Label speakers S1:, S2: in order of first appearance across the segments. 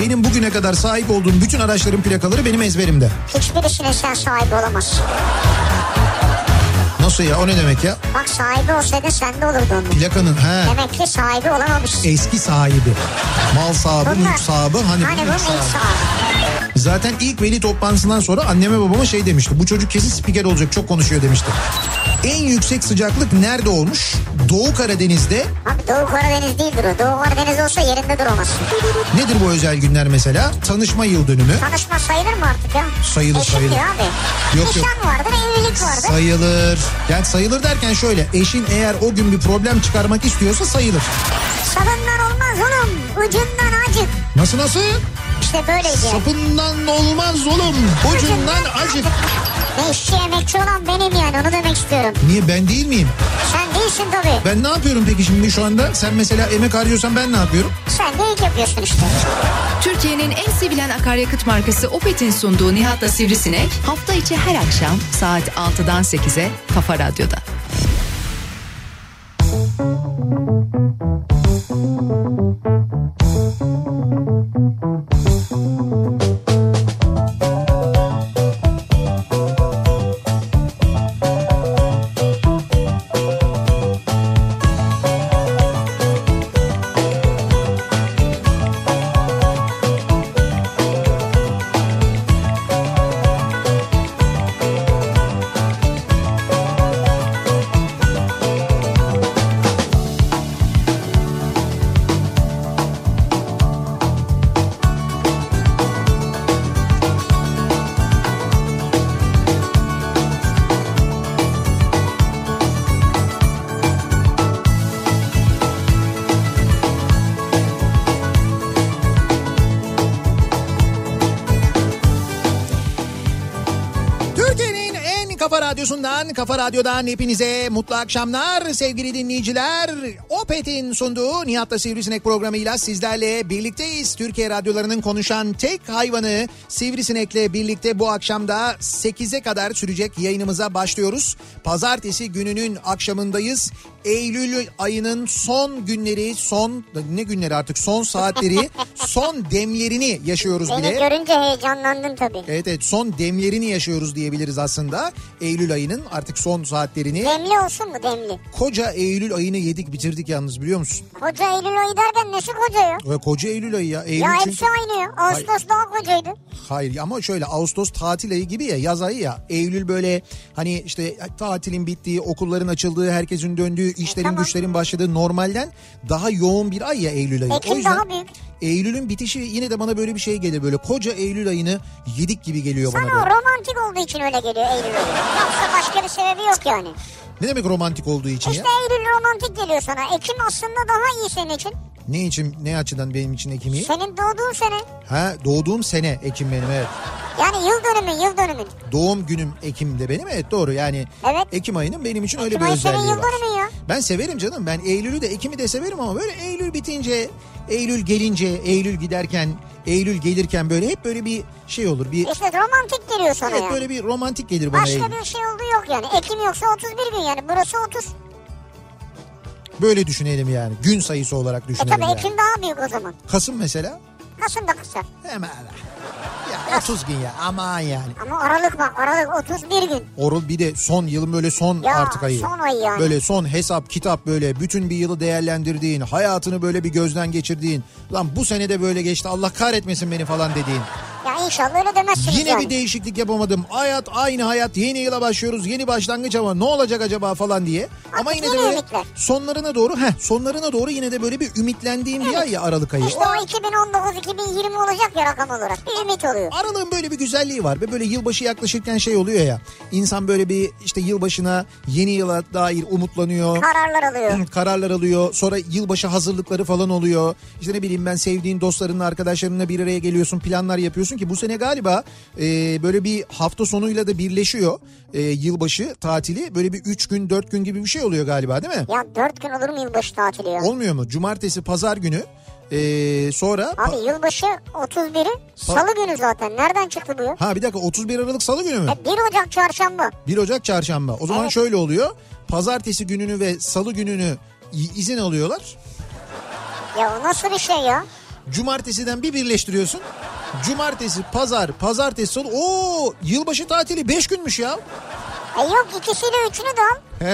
S1: Benim bugüne kadar sahip olduğum bütün araçların plakaları benim ezberimde.
S2: Hiçbirisine sen sahibi olamazsın.
S1: Nasıl ya o ne demek ya?
S2: Bak sahibi olsaydı sende olurdu onun.
S1: Plakanın he
S2: Demek ki sahibi olamamışsın.
S1: eski sahibi. Mal sahibi,
S2: Bunlar-
S1: mülk sahibi. Hani,
S2: hani
S1: bunun
S2: bu
S1: ilk sahibi.
S2: ilk sahibi.
S1: Zaten ilk veli toplantısından sonra anneme babama şey demişti. Bu çocuk kesin spiker olacak çok konuşuyor demişti. En yüksek sıcaklık nerede olmuş? Doğu Karadeniz'de
S2: Abi Doğu Karadeniz değildir o. Doğu Karadeniz olsa yerinde duramaz.
S1: nedir bu özel günler mesela? Tanışma yıl dönümü.
S2: Tanışma sayılır mı artık ya?
S1: Sayılır,
S2: Eşittir
S1: sayılır.
S2: abi.
S1: Yok, yok.
S2: Nişan vardır, evlilik vardır.
S1: Sayılır. Yani sayılır derken şöyle eşin eğer o gün bir problem çıkarmak istiyorsa sayılır.
S2: Salından olmaz oğlum. Ucundan acık.
S1: Nasıl nasıl?
S2: İşte böyleydi. yani.
S1: Sapından olmaz oğlum. Ucundan acık.
S2: Ne işçi emekçi olan benim yani onu demek istiyorum.
S1: Niye ben değil miyim?
S2: Sen değilsin tabii.
S1: Ben ne yapıyorum peki şimdi şu anda? Sen mesela emek harcıyorsan ben ne yapıyorum?
S2: Sen de ilk yapıyorsun işte.
S3: Türkiye'nin en sevilen akaryakıt markası Opet'in sunduğu Nihat'la Sivrisinek hafta içi her akşam saat 6'dan 8'e Kafa Radyo'da.
S1: Türkiye'nin en kafa radyosundan, kafa radyodan hepinize mutlu akşamlar sevgili dinleyiciler. Opet'in sunduğu Nihat'la Sivrisinek programıyla sizlerle birlikteyiz. Türkiye radyolarının konuşan tek hayvanı Sivrisinek'le birlikte bu akşamda 8'e kadar sürecek yayınımıza başlıyoruz. Pazartesi gününün akşamındayız. Eylül ayının son günleri, son ne günleri artık son saatleri, son demlerini yaşıyoruz
S2: Beni
S1: bile.
S2: görünce heyecanlandın tabii.
S1: Evet evet son demlerini yaşıyoruz diyebiliriz aslında. Eylül ayının artık son saatlerini.
S2: Demli olsun mu demli?
S1: Koca Eylül ayını yedik bitirdik yalnız biliyor musun?
S2: Koca Eylül ayı derken nesi koca ya?
S1: Ve Koca Eylül ayı ya. Eylül
S2: Ya
S1: çünkü...
S2: hepsi aynı ya. Ağustos daha kocaydı.
S1: Hayır ama şöyle Ağustos tatil ayı gibi ya yaz ayı ya. Eylül böyle hani işte tatilin bittiği, okulların açıldığı, herkesin döndüğü, işlerin
S2: E, tamam.
S1: güçlerin başladığı normalden daha yoğun bir ay ya Eylül ayı.
S2: Ekim daha büyük.
S1: Eylül'ün bitişi yine de bana böyle bir şey gelir böyle koca Eylül ayını yedik gibi geliyor bana.
S2: Sana
S1: böyle.
S2: o romantik olduğu için öyle geliyor Eylül ayı. Yoksa başka bir sebebi yok yani.
S1: Ne demek romantik olduğu için ya?
S2: İşte Eylül romantik geliyor sana. Ekim aslında daha iyi senin için.
S1: Ne için ne açıdan benim için Ekim iyi?
S2: Senin doğduğun sene.
S1: Ha doğduğum sene Ekim benim evet.
S2: Yani yıl dönümün yıl dönümün.
S1: Doğum günüm Ekim'de benim evet doğru yani.
S2: Evet.
S1: Ekim ayının benim için öyle
S2: Ekim
S1: bir
S2: ayı
S1: özelliği
S2: senin yıl
S1: var.
S2: dönümün ya.
S1: Ben severim canım ben Eylül'ü de Ekim'i de severim ama böyle Eylül bitince, Eylül gelince, Eylül giderken, Eylül gelirken böyle hep böyle bir şey olur. Bir
S2: İşte romantik geliyor sana
S1: evet
S2: yani.
S1: böyle bir romantik gelir bana
S2: Başka
S1: Eylül.
S2: bir şey olduğu yok yani. Ekim yoksa 31 gün yani. Burası E 30.
S1: Böyle düşünelim yani gün sayısı olarak
S2: E
S1: düşünelim
S2: tabii
S1: yani.
S2: Ekim daha büyük o zaman.
S1: Kasım mesela
S2: Kasım da kısa.
S1: hemen ya 30 gün ya aman yani.
S2: Ama Aralık bak Aralık 31 gün.
S1: Orul bir de son yılın böyle son
S2: Ya,
S1: artık ayı.
S2: son ayı yani.
S1: Böyle son hesap kitap böyle bütün bir yılı değerlendirdiğin, hayatını böyle bir gözden geçirdiğin. Lan bu sene de böyle geçti Allah kahretmesin beni falan dediğin.
S2: Ya inşallah öyle demezsiniz
S1: Yine
S2: yani.
S1: bir değişiklik yapamadım. Hayat aynı hayat yeni yıla başlıyoruz yeni başlangıç ama ne olacak acaba falan diye. ama
S2: Artık
S1: yine de
S2: yeni
S1: böyle
S2: ümitler.
S1: sonlarına doğru heh, sonlarına doğru yine de böyle bir ümitlendiğim bir ay ya Aralık ayı.
S2: İşte o 2019-2020 olacak ya rakam olarak. Bir ümit oluyor.
S1: Aralığın böyle bir güzelliği var ve böyle yılbaşı yaklaşırken şey oluyor ya. İnsan böyle bir işte yılbaşına yeni yıla dair umutlanıyor.
S2: Kararlar alıyor.
S1: kararlar alıyor. Sonra yılbaşı hazırlıkları falan oluyor. İşte ne bileyim ben sevdiğin dostlarınla arkadaşlarınla bir araya geliyorsun planlar yapıyorsun ki bu sene galiba e, böyle bir hafta sonuyla da birleşiyor e, yılbaşı tatili. Böyle bir 3 gün 4 gün gibi bir şey oluyor galiba değil mi?
S2: Ya 4 gün olur mu yılbaşı tatili ya?
S1: Olmuyor mu? Cumartesi pazar günü e, sonra...
S2: Abi yılbaşı 31'i salı günü zaten. Nereden çıktı bu ya?
S1: Ha bir dakika 31 Aralık Salı günü mü?
S2: E, 1 Ocak çarşamba.
S1: 1 Ocak çarşamba. O zaman
S2: Evet.
S1: şöyle oluyor. Pazartesi gününü ve salı gününü i- izin alıyorlar.
S2: Ya o nasıl bir şey ya?
S1: Cumartesiden bir birleştiriyorsun. Cumartesi, pazar, pazartesi, salı. Oo, yılbaşı tatili 5 günmüş ya.
S2: E yok ikisiyle üçünü de al.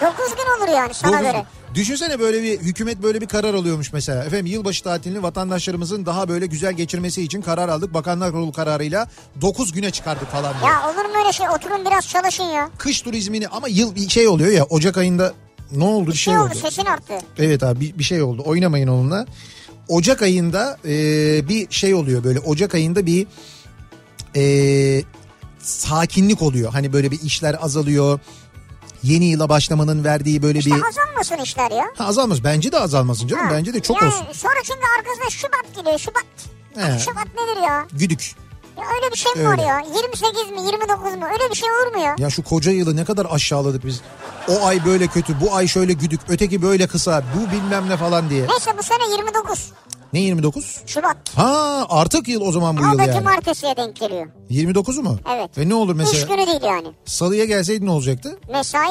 S2: Dokuz gün olur yani sana
S1: Doğru.
S2: göre.
S1: Düşünsene böyle bir hükümet böyle bir karar alıyormuş mesela. Efendim yılbaşı tatilini vatandaşlarımızın daha böyle güzel geçirmesi için karar aldık. Bakanlar Kurulu kararıyla 9 güne çıkardık falan diye.
S2: Ya olur mu öyle şey oturun biraz çalışın ya.
S1: Kış turizmini ama yıl bir şey oluyor ya Ocak ayında ne oldu bir
S2: Bir
S1: şey oldu.
S2: sesin arttı.
S1: Evet abi bir, bir şey oldu. Oynamayın onunla. Ocak ayında e, bir şey oluyor böyle. Ocak ayında bir e, sakinlik oluyor. Hani böyle bir işler azalıyor. Yeni yıla başlamanın verdiği böyle bir...
S2: İşte azalmasın işler ya.
S1: Ha, azalmaz. Bence de azalmasın canım.
S2: Ha.
S1: Bence de çok
S2: yani
S1: olsun.
S2: Sonra çünkü arkasında Şubat geliyor Şubat.
S1: He.
S2: Şubat nedir ya?
S1: Güdük.
S2: ya? Öyle bir şey mi
S1: Öyle.
S2: var ya? 28 mi 29 mu? Öyle bir şey olur mu ya?
S1: Ya şu koca yılı ne kadar aşağıladık biz. O ay böyle kötü, bu ay şöyle güdük, öteki böyle kısa, bu bilmem ne falan diye.
S2: Neyse bu sene 29
S1: Ne 29?
S2: Şubat.
S1: Ha artık yıl o zaman bu
S2: Ama
S1: yıl
S2: da
S1: yani.
S2: cumartesiye denk geliyor.
S1: 29'u mu?
S2: Evet.
S1: Ve ne olur
S2: İş
S1: mesela?
S2: günü değil yani.
S1: Salıya gelseydi ne olacaktı?
S2: Mesai.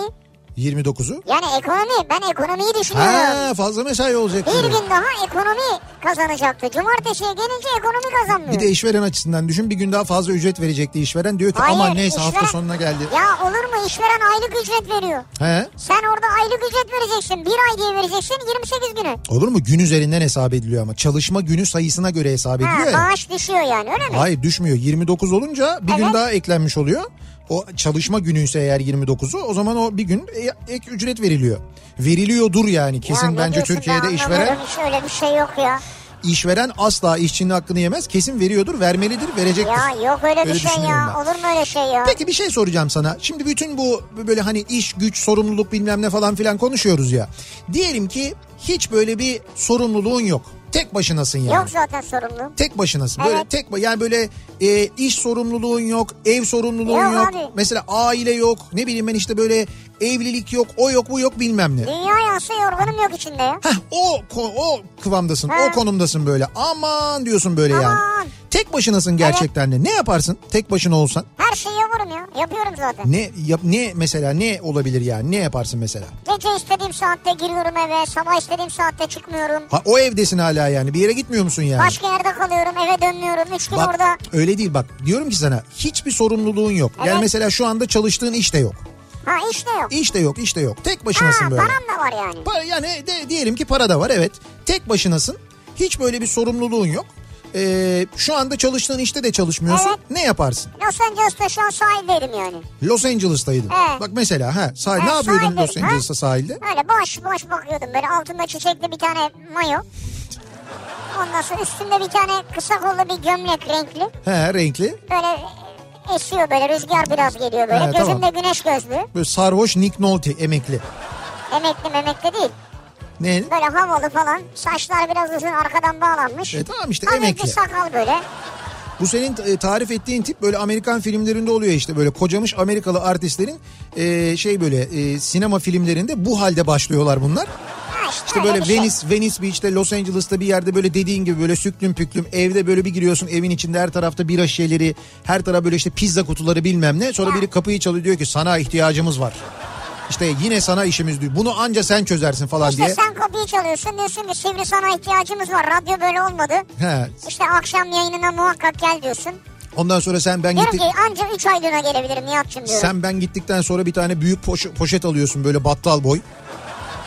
S1: 29'u?
S2: Yani ekonomi. Ben ekonomiyi düşünüyorum.
S1: Ha fazla mesai olacaktı.
S2: Bir gün daha ekonomi kazanacaktı. Cumartesiye gelince ekonomi kazanmıyor.
S1: Bir de işveren açısından düşün bir gün daha fazla ücret verecekti işveren. Diyor ki aman neyse hafta
S2: işveren-
S1: sonuna geldi.
S2: Ya olur mu işveren aylık ücret veriyor.
S1: He?
S2: Sen orada aylık ücret vereceksin. Bir ay diye vereceksin 28 güne.
S1: Olur mu? Gün üzerinden hesap ediliyor ama. Çalışma günü sayısına göre hesap ediliyor
S2: Ha,
S1: ya.
S2: maaş düşüyor yani öyle mi?
S1: E, Hayır düşmüyor. 29 olunca bir gün
S2: Evet.
S1: daha eklenmiş oluyor. O çalışma günü ise eğer 29'u o zaman o bir gün e- ek ücret veriliyor. Veriliyordur yani kesin
S2: Ya ne
S1: bence
S2: diyorsun be,
S1: Türkiye'de işveren
S2: anlamadım hiç, öyle bir şey yok ya.
S1: işveren asla işçinin hakkını yemez. Kesin veriyordur, vermelidir, verecektir.
S2: Ya yok öyle,
S1: Öyle
S2: bir şey
S1: düşünüyorum
S2: ya.
S1: ben.
S2: Olur mu öyle şey ya?
S1: Peki bir şey soracağım sana. Şimdi bütün bu böyle hani iş, güç, sorumluluk bilmem ne falan filan konuşuyoruz ya. Diyelim ki hiç böyle bir sorumluluğun yok. Tek başınasın yani.
S2: Yok zaten sorumlu.
S1: Tek başınasın. Böyle
S2: Evet.
S1: tek ba- yani böyle e, iş sorumluluğun yok, ev sorumluluğun
S2: Yok
S1: yok.
S2: abi.
S1: Mesela aile yok. Ne bileyim ben işte böyle evlilik yok, o yok, bu yok bilmem ne.
S2: Dünya yansı yorganım yok içinde ya.
S1: Heh, o ko- o kıvamdasın.
S2: Ha.
S1: O konumdasın böyle. Aman diyorsun böyle
S2: Aman.
S1: yani. Tek başınasın gerçekten de. Ne yaparsın? Tek başına olsan
S2: Her şeyi yaparım ya. Yapıyorum zaten.
S1: ne yap ne mesela ne olabilir yani? Ne yaparsın mesela?
S2: Gece istediğim saatte giriyorum eve. Sabah istediğim saatte çıkmıyorum.
S1: Ha, o evdesin hala yani. Bir yere gitmiyor musun yani?
S2: Başka yerde kalıyorum. Eve dönmüyorum. Üç gün
S1: Bak
S2: orada.
S1: öyle değil bak. Diyorum ki sana hiçbir sorumluluğun yok.
S2: Evet.
S1: Yani mesela şu anda çalıştığın iş de yok.
S2: Ha iş de yok.
S1: İş de yok, iş de yok. Tek başınasın
S2: Ha
S1: böyle.
S2: param da var yani.
S1: Para yani de, diyelim ki para da var evet. Tek başınasın. Hiç böyle bir sorumluluğun yok. Ee, şu anda çalıştığın işte de çalışmıyorsun.
S2: Evet.
S1: Ne yaparsın?
S2: Los Angeles'ta şu an sahildeydim yani.
S1: Los Angeles'taydın.
S2: Evet.
S1: Bak mesela ha sahil
S2: Evet,
S1: ne yapıyordun
S2: sahilde,
S1: Los
S2: ha?
S1: Angeles'ta sahilde?
S2: Öyle boş boş bakıyordum böyle altında çiçekli bir tane mayo. Ondan sonra üstünde bir tane kısa kollu bir gömlek renkli.
S1: He renkli.
S2: Böyle esiyor böyle rüzgar biraz geliyor böyle.
S1: Ha, tamam.
S2: Gözümde güneş gözlü.
S1: Böyle sarhoş Nick Nolte emekli.
S2: Emekli memekli değil.
S1: Ne?
S2: Böyle havalı falan. Saçlar biraz uzun arkadan bağlanmış.
S1: E, tamam işte,
S2: Hafif
S1: emekli.
S2: bir sakal böyle.
S1: Bu senin e, tarif ettiğin tip böyle Amerikan filmlerinde oluyor işte böyle kocamış Amerikalı artistlerin e, şey böyle e, sinema filmlerinde bu halde başlıyorlar bunlar.
S2: Ha, işte,
S1: İşte
S2: öyle
S1: böyle
S2: bir şey.
S1: Venice, Venice Beach'te Los Angeles'ta bir yerde böyle dediğin gibi böyle süklüm püklüm evde böyle bir giriyorsun evin içinde her tarafta bira şişeleri her taraf böyle işte pizza kutuları bilmem ne sonra biri kapıyı çalıyor diyor ki sana ihtiyacımız var. İşte yine sana işimiz diyor. Bunu anca sen çözersin falan
S2: İşte
S1: diye.
S2: sen kapıyı çalıyorsun diyorsun ki sivri sana ihtiyacımız var. Radyo böyle olmadı.
S1: He.
S2: İşte akşam yayınına muhakkak gel diyorsun.
S1: Ondan sonra sen ben
S2: Diyorum
S1: gitti
S2: ki anca 3 aylığına gelebilirim Nihat'cığım diyorum.
S1: sen ben gittikten sonra bir tane büyük poş- poşet alıyorsun böyle battal boy.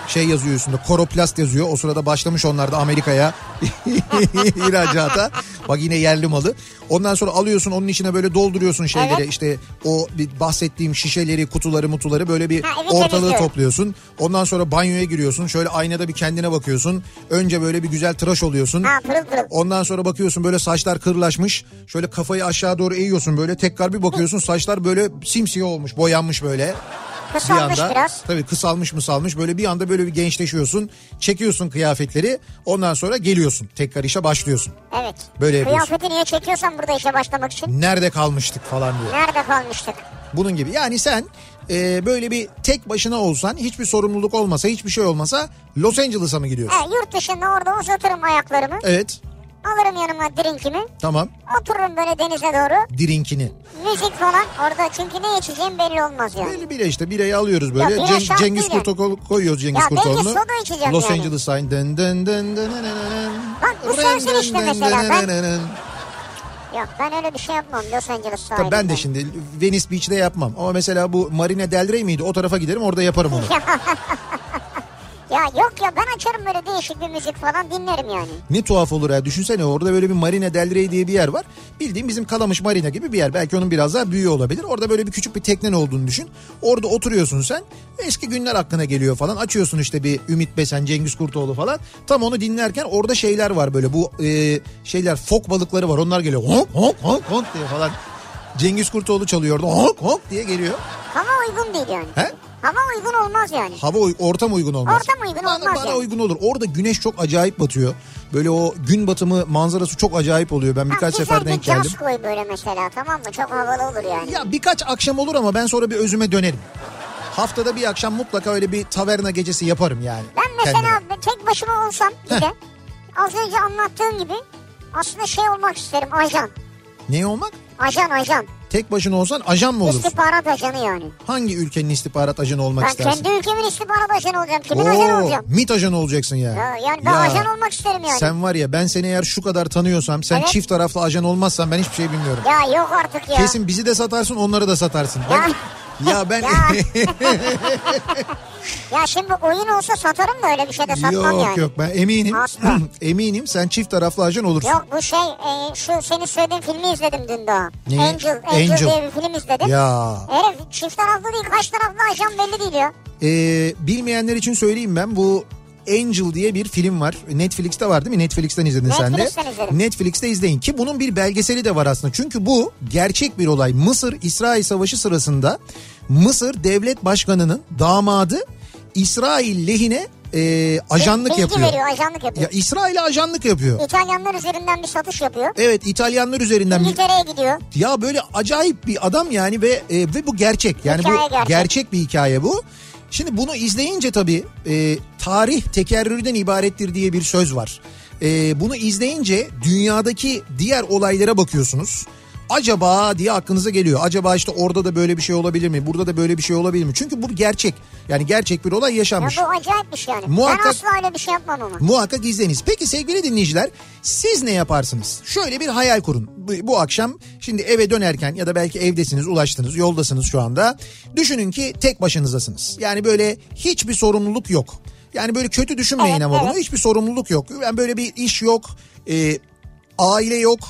S1: Şey yazıyor üstünde koroplast yazıyor. O sırada başlamış onlar da Amerika'ya ihracata. Bak yine yerli malı. Ondan sonra alıyorsun onun içine böyle dolduruyorsun şeyleri.
S2: Evet.
S1: İşte o bir bahsettiğim şişeleri, kutuları, mutuları böyle bir
S2: Ha, evet,
S1: ortalığı
S2: evet, evet.
S1: topluyorsun. Ondan sonra banyoya giriyorsun. Şöyle aynada bir kendine bakıyorsun. Önce böyle bir güzel tıraş oluyorsun.
S2: Ha pırıl pırıl.
S1: Ondan sonra bakıyorsun böyle saçlar kırlaşmış. Şöyle kafayı aşağı doğru eğiyorsun böyle. Tekrar bir bakıyorsun saçlar böyle simsiyah olmuş, boyanmış böyle. Bir
S2: Kısalmış
S1: anda
S2: biraz.
S1: tabii kısalmış mısalmış böyle bir anda böyle bir gençleşiyorsun. Çekiyorsun kıyafetleri. Ondan sonra geliyorsun. Tekrar işe başlıyorsun.
S2: Evet.
S1: Böyle yapıyorsun.
S2: Kıyafeti niye çekiyorsan burada işe başlamak için.
S1: Nerede kalmıştık falan diyor.
S2: Nerede kalmıştık?
S1: Bunun gibi. Yani sen e, böyle bir tek başına olsan, hiçbir sorumluluk olmasa, hiçbir şey olmasa Los Angeles'a mı gidiyorsun?
S2: He, yurt dışında orada uzatırım ayaklarımı.
S1: Evet.
S2: Alırım yanıma drinkimi.
S1: Tamam.
S2: Otururum böyle denize doğru.
S1: Drinkini.
S2: Müzik falan orada çünkü ne içeceğim belli olmaz yani.
S1: Böyle bile işte bireyi alıyoruz böyle.
S2: Ya bira
S1: Ceng-
S2: şart
S1: Cengiz
S2: değil yani.
S1: Kurtokol koyuyoruz Cengiz
S2: Ya belki
S1: Kurtokol'unu.
S2: soda içeceğim
S1: Los
S2: yani.
S1: Angeles sign. Dın dın dın dın dın dın dın.
S2: Bak Bak bu sensin işte mesela. Ben, yok ben öyle bir şey yapmam Los Angeles
S1: Tabii
S2: sahilinde.
S1: ben de şimdi Venice Beach'te yapmam. Ama mesela bu Marina Del Rey miydi? O tarafa giderim orada yaparım onu.
S2: Ya yok ya ben açarım böyle değişik bir müzik falan dinlerim yani.
S1: Ne tuhaf olur ya. Düşünsene orada böyle bir Marina Del Rey diye bir yer var. Bildiğin bizim Kalamış Marina gibi bir yer. Belki onun biraz daha büyüğü olabilir. Orada böyle bir küçük bir teknen olduğunu düşün. Orada oturuyorsun sen. Eski günler aklına geliyor falan. Açıyorsun işte bir Ümit Besen, Cengiz Kurtoğlu falan. Tam onu dinlerken orada şeyler var böyle. Bu e, şeyler fok balıkları var. Onlar geliyor. Honk honk honk honk diye falan. Cengiz Kurtoğlu çalıyordu. Honk honk diye geliyor.
S2: Hava uygun değil yani.
S1: He?
S2: Hava uygun olmaz yani.
S1: Hava uy- ortam uygun olmaz.
S2: Ortam uygun
S1: bana,
S2: olmaz
S1: Bana
S2: yani.
S1: uygun olur. Orada güneş çok acayip batıyor. Böyle o gün batımı manzarası çok acayip oluyor. Ben birkaç
S2: Ha,
S1: sefer
S2: güzel
S1: denk
S2: bir
S1: geldim.
S2: caz koy böyle mesela tamam mı? Çok havalı olur yani.
S1: Ya birkaç akşam olur ama ben sonra bir özüme dönerim. Haftada bir akşam mutlaka öyle bir taverna gecesi yaparım yani.
S2: Ben mesela
S1: kendime.
S2: tek başıma olsam bir de az önce anlattığım gibi aslında şey olmak isterim ajan.
S1: Ne olmak?
S2: Ajan ajan.
S1: Tek başına olsan ajan mı olursun?
S2: İstihbarat ajanı yani.
S1: Hangi ülkenin istihbarat ajanı olmak
S2: Ben
S1: istersin?
S2: kendi ülkemin istihbarat ajanı olacağım. Kimin ajanı olacağım?
S1: MIT ajanı olacaksın yani.
S2: Ya, yani ben
S1: Ya,
S2: ajan olmak isterim yani.
S1: Sen var ya ben seni eğer şu kadar tanıyorsam sen
S2: Evet.
S1: çift taraflı ajan olmazsan ben hiçbir şey bilmiyorum.
S2: Ya yok artık ya.
S1: Kesin bizi de satarsın onları da satarsın. Ben- ya ben
S2: Ya şimdi oyun olsa satarım da öyle bir şey de satmam
S1: yok
S2: yani.
S1: yok ben eminim.
S2: Asla.
S1: eminim sen çift taraflı ajan olursun.
S2: Yok bu şey e, şu senin söylediğin filmi izledim dün daha.
S1: Neyi?
S2: Angel, Angel,
S1: Angel.
S2: diye bir film izledim.
S1: Ya.
S2: Herif çift taraflı değil kaç taraflı ajan belli değil ya.
S1: Ee, bilmeyenler için söyleyeyim ben bu Angel diye bir film var. Netflix'te var değil mi? Netflix'ten izledin sen de.
S2: Netflix'ten izledim.
S1: Netflix'te izleyin ki bunun bir belgeseli de var aslında. Çünkü bu gerçek bir olay. Mısır İsrail Savaşı sırasında Mısır Devlet Başkanı'nın damadı İsrail lehine e, ajanlık
S2: Bilgi
S1: yapıyor.
S2: veriyor ajanlık
S1: Ya
S2: yapıyor.
S1: İsrail'e ajanlık yapıyor.
S2: İtalyanlar üzerinden bir satış yapıyor.
S1: Evet İtalyanlar üzerinden bir
S2: İngiltere'ye gidiyor.
S1: ya böyle acayip bir adam yani ve e, ve bu gerçek. Yani
S2: Hikaye
S1: bu gerçek.
S2: gerçek.
S1: bir hikaye bu. Şimdi bunu izleyince tabii e, tarih tekerrürden ibarettir diye bir söz var. E, bunu izleyince dünyadaki diğer olaylara bakıyorsunuz. Acaba diye aklınıza geliyor. Acaba işte orada da böyle bir şey olabilir mi? Burada da böyle bir şey olabilir mi? Çünkü bu gerçek. Yani gerçek bir olay
S2: Ya
S1: yaşanmış.
S2: bu acayip bir şey yani.
S1: Muhakkak-
S2: Ben asla öyle bir şey yapmam ama.
S1: Muhakkak izleyiniz. Peki sevgili dinleyiciler siz ne yaparsınız? Şöyle bir hayal kurun. Bu, bu akşam şimdi eve dönerken ya da belki evdesiniz, ulaştınız, yoldasınız şu anda. Düşünün ki tek başınızasınız. Yani böyle hiçbir sorumluluk yok. Yani böyle kötü düşünmeyin
S2: Evet,
S1: ama bunu.
S2: evet.
S1: Hiçbir sorumluluk yok. Yani böyle bir iş yok, e, aile yok.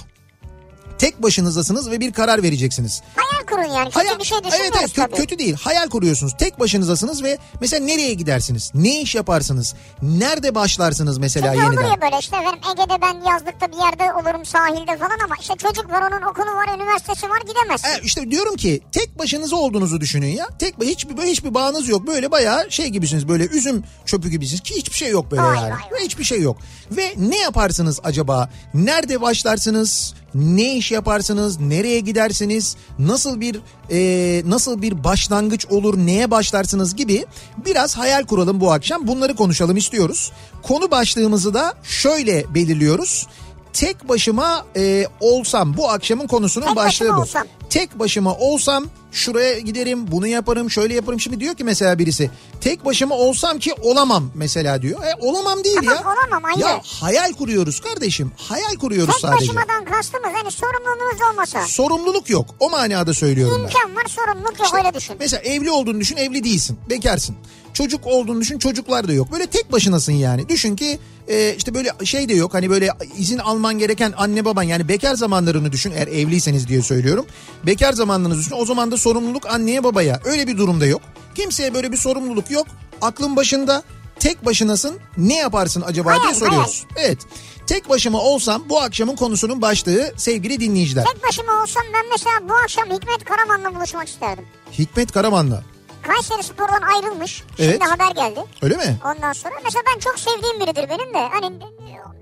S1: Tek başınızdasınız ve bir karar vereceksiniz.
S2: Hayal kurun yani. Kötü bir şey düşünmüyoruz
S1: Evet, evet, kö-
S2: tabii.
S1: kötü değil. Hayal kuruyorsunuz. Tek başınızasınız ve mesela nereye gidersiniz? Ne iş yaparsınız? Nerede başlarsınız mesela
S2: Çünkü
S1: yeniden?
S2: olur ya böyle işte efendim Ege'de ben yazlıkta bir yerde olurum sahilde falan ama işte çocuk var onun okulu var üniversitesi var gidemezsin.
S1: E, işte diyorum ki tek başınıza olduğunuzu düşünün ya. Tek hiçbir böyle hiçbir bağınız yok. Böyle bayağı şey gibisiniz. Böyle üzüm çöpü gibisiniz ki hiçbir şey yok böyle
S2: Vay
S1: yani.
S2: vay vay.
S1: Hiçbir şey yok. Ve ne yaparsınız acaba? Nerede başlarsınız? Ne iş yaparsınız? Nereye gidersiniz? Nasıl bir e, nasıl bir başlangıç olur? Neye başlarsınız gibi biraz hayal kuralım bu akşam. Bunları konuşalım istiyoruz. Konu başlığımızı da şöyle belirliyoruz. Tek başıma e, olsam bu akşamın konusunun
S2: Tek
S1: başlığı
S2: başıma
S1: bu
S2: olsam.
S1: tek başıma olsam şuraya giderim bunu yaparım şöyle yaparım. Şimdi diyor ki mesela birisi tek başıma olsam ki olamam mesela diyor. E olamam değil
S2: Tamam,
S1: ya.
S2: olamam, ayrı.
S1: Ya hayal kuruyoruz kardeşim hayal kuruyoruz
S2: Tek
S1: sadece.
S2: başımadan kastımız hani sorumluluğunuz olmasa.
S1: Sorumluluk yok o manada söylüyorum ben.
S2: İmkan var sorumluluk yok öyle düşün.
S1: Mesela evli olduğunu düşün evli değilsin bekarsın. Çocuk olduğunu düşün çocuklar da yok. Böyle tek başınasın yani. Düşün ki e, işte böyle şey de yok. Hani böyle izin alman gereken anne baban yani bekar zamanlarını düşün. Eğer evliyseniz diye söylüyorum. Bekar zamanlarınızı düşün. O zaman da sorumluluk anneye babaya. Öyle bir durumda yok. Kimseye böyle bir sorumluluk yok. Aklın başında tek başınasın ne yaparsın acaba diye
S2: Hayal,
S1: soruyoruz. Evet. Tek başıma olsam bu akşamın konusunun başlığı sevgili dinleyiciler.
S2: Tek başıma olsam ben mesela bu akşam Hikmet Karaman'la buluşmak isterdim.
S1: Hikmet Karaman'la.
S2: Kayseri Spor'dan ayrılmış.
S1: Evet.
S2: Şimdi haber geldi.
S1: Öyle mi?
S2: Ondan sonra mesela ben çok sevdiğim biridir benim de. Hani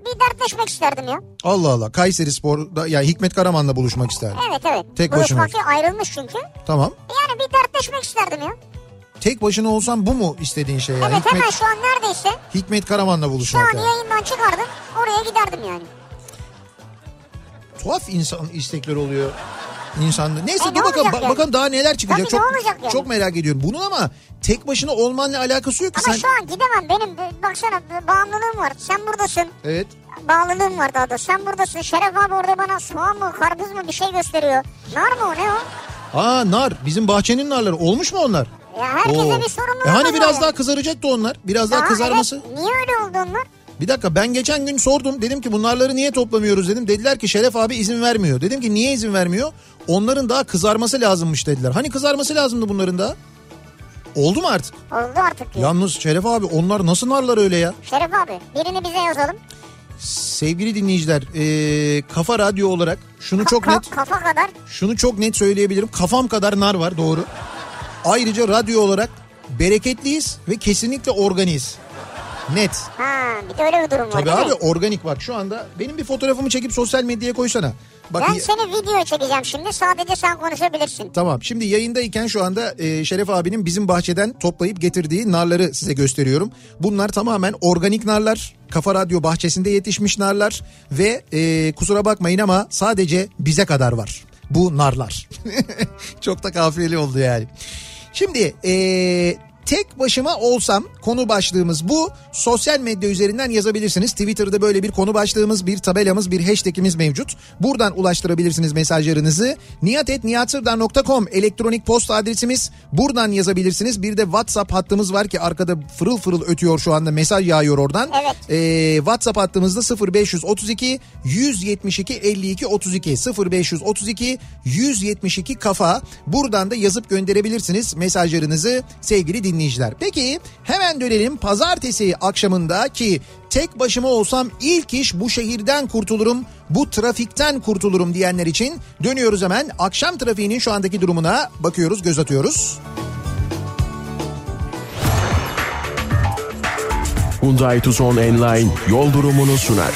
S2: bir dertleşmek isterdim ya.
S1: Allah Allah. Kayseri Spor'da yani Hikmet Karaman'la buluşmak isterdim.
S2: Evet evet.
S1: Tek başına.
S2: Buluşmak yok, ayrılmış çünkü.
S1: Tamam.
S2: Yani bir dertleşmek isterdim ya.
S1: Tek başına olsam bu mu istediğin şey yani?
S2: evet hemen
S1: Hikmet,
S2: şu an neredeyse.
S1: Hikmet Karaman'la
S2: Şu
S1: buluşmak
S2: an
S1: yani.
S2: yayından çıkardım. Oraya giderdim yani.
S1: Tuhaf insan istekleri oluyor. İnsan. Neyse
S2: E,
S1: dur
S2: ne
S1: bakalım
S2: olacak
S1: ba-
S2: yani?
S1: bakalım daha neler çıkacak.
S2: Tabii,
S1: çok
S2: ne olacak yani?
S1: çok merak ediyorum. Bunun ama tek başına olmanla alakası yok ki
S2: Ama
S1: sen.
S2: şu an gidemem benim e, baksana e, bağımlılığım var. Sen buradasın.
S1: Evet.
S2: Bağlılığım var daha da. Sen buradasın. Şeref abi orada bana soğan mı karpuz mu bir şey gösteriyor. Nar mı o ne o?
S1: Aa nar bizim bahçenin narları olmuş mu onlar?
S2: Ya herkese
S1: Oo.
S2: bir sorumluluk
S1: E hani
S2: var
S1: biraz
S2: yani.
S1: daha kızaracaktı onlar. Biraz daha
S2: Aa,
S1: kızarması.
S2: evet. Niye öyle oldu onlar?
S1: Bir dakika ben geçen gün sordum. Dedim ki bunlarları niye toplamıyoruz dedim. Dediler ki Şeref abi izin vermiyor. Dedim ki niye izin vermiyor? Onların daha kızarması lazımmış dediler. Hani kızarması lazımdı bunların da? Oldu mu artık?
S2: Oldu artık. Ya.
S1: Yalnız Şeref abi onlar nasıl narlar öyle ya?
S2: Şeref abi birini bize yazalım.
S1: Sevgili dinleyiciler, ee, Kafa Radyo olarak şunu çok
S2: Ka-
S1: net
S2: Kafa kadar.
S1: Şunu çok net söyleyebilirim. Kafam kadar nar var doğru. Ayrıca radyo olarak bereketliyiz ve kesinlikle organiz. Net.
S2: Ha bir de öyle bir durum var.
S1: Tabii
S2: değil mi?
S1: abi organik bak şu anda benim bir fotoğrafımı çekip sosyal medyaya koysana. Bak
S2: Ben
S1: y-
S2: seni video çekeceğim şimdi. Sadece sen konuşabilirsin.
S1: Tamam şimdi yayındayken şu anda e, Şeref abinin bizim bahçeden toplayıp getirdiği narları size gösteriyorum. Bunlar tamamen organik narlar. Kafa Radyo bahçesinde yetişmiş narlar ve e, kusura bakmayın ama sadece bize kadar var bu narlar. Çok da kafiyeli oldu yani. Şimdi e, tek başıma olsam konu başlığımız bu. Sosyal medya üzerinden yazabilirsiniz. Twitter'da böyle bir konu başlığımız, bir tabelamız, bir hashtagimiz mevcut. Buradan ulaştırabilirsiniz mesajlarınızı. niyatetniyatsırdar.com elektronik posta adresimiz. Buradan yazabilirsiniz. Bir de WhatsApp hattımız var ki arkada fırıl fırıl ötüyor şu anda mesaj yağıyor oradan.
S2: Evet.
S1: Ee, WhatsApp hattımızda 0532 172 52 32 0532 172 kafa. Buradan da yazıp gönderebilirsiniz mesajlarınızı sevgili dinleyiciler. Peki hemen dönelim pazartesi akşamında ki tek başıma olsam ilk iş bu şehirden kurtulurum, bu trafikten kurtulurum diyenler için dönüyoruz hemen. Akşam trafiğinin şu andaki durumuna bakıyoruz, göz atıyoruz.
S4: Hyundai Tucson Enline yol durumunu sunar.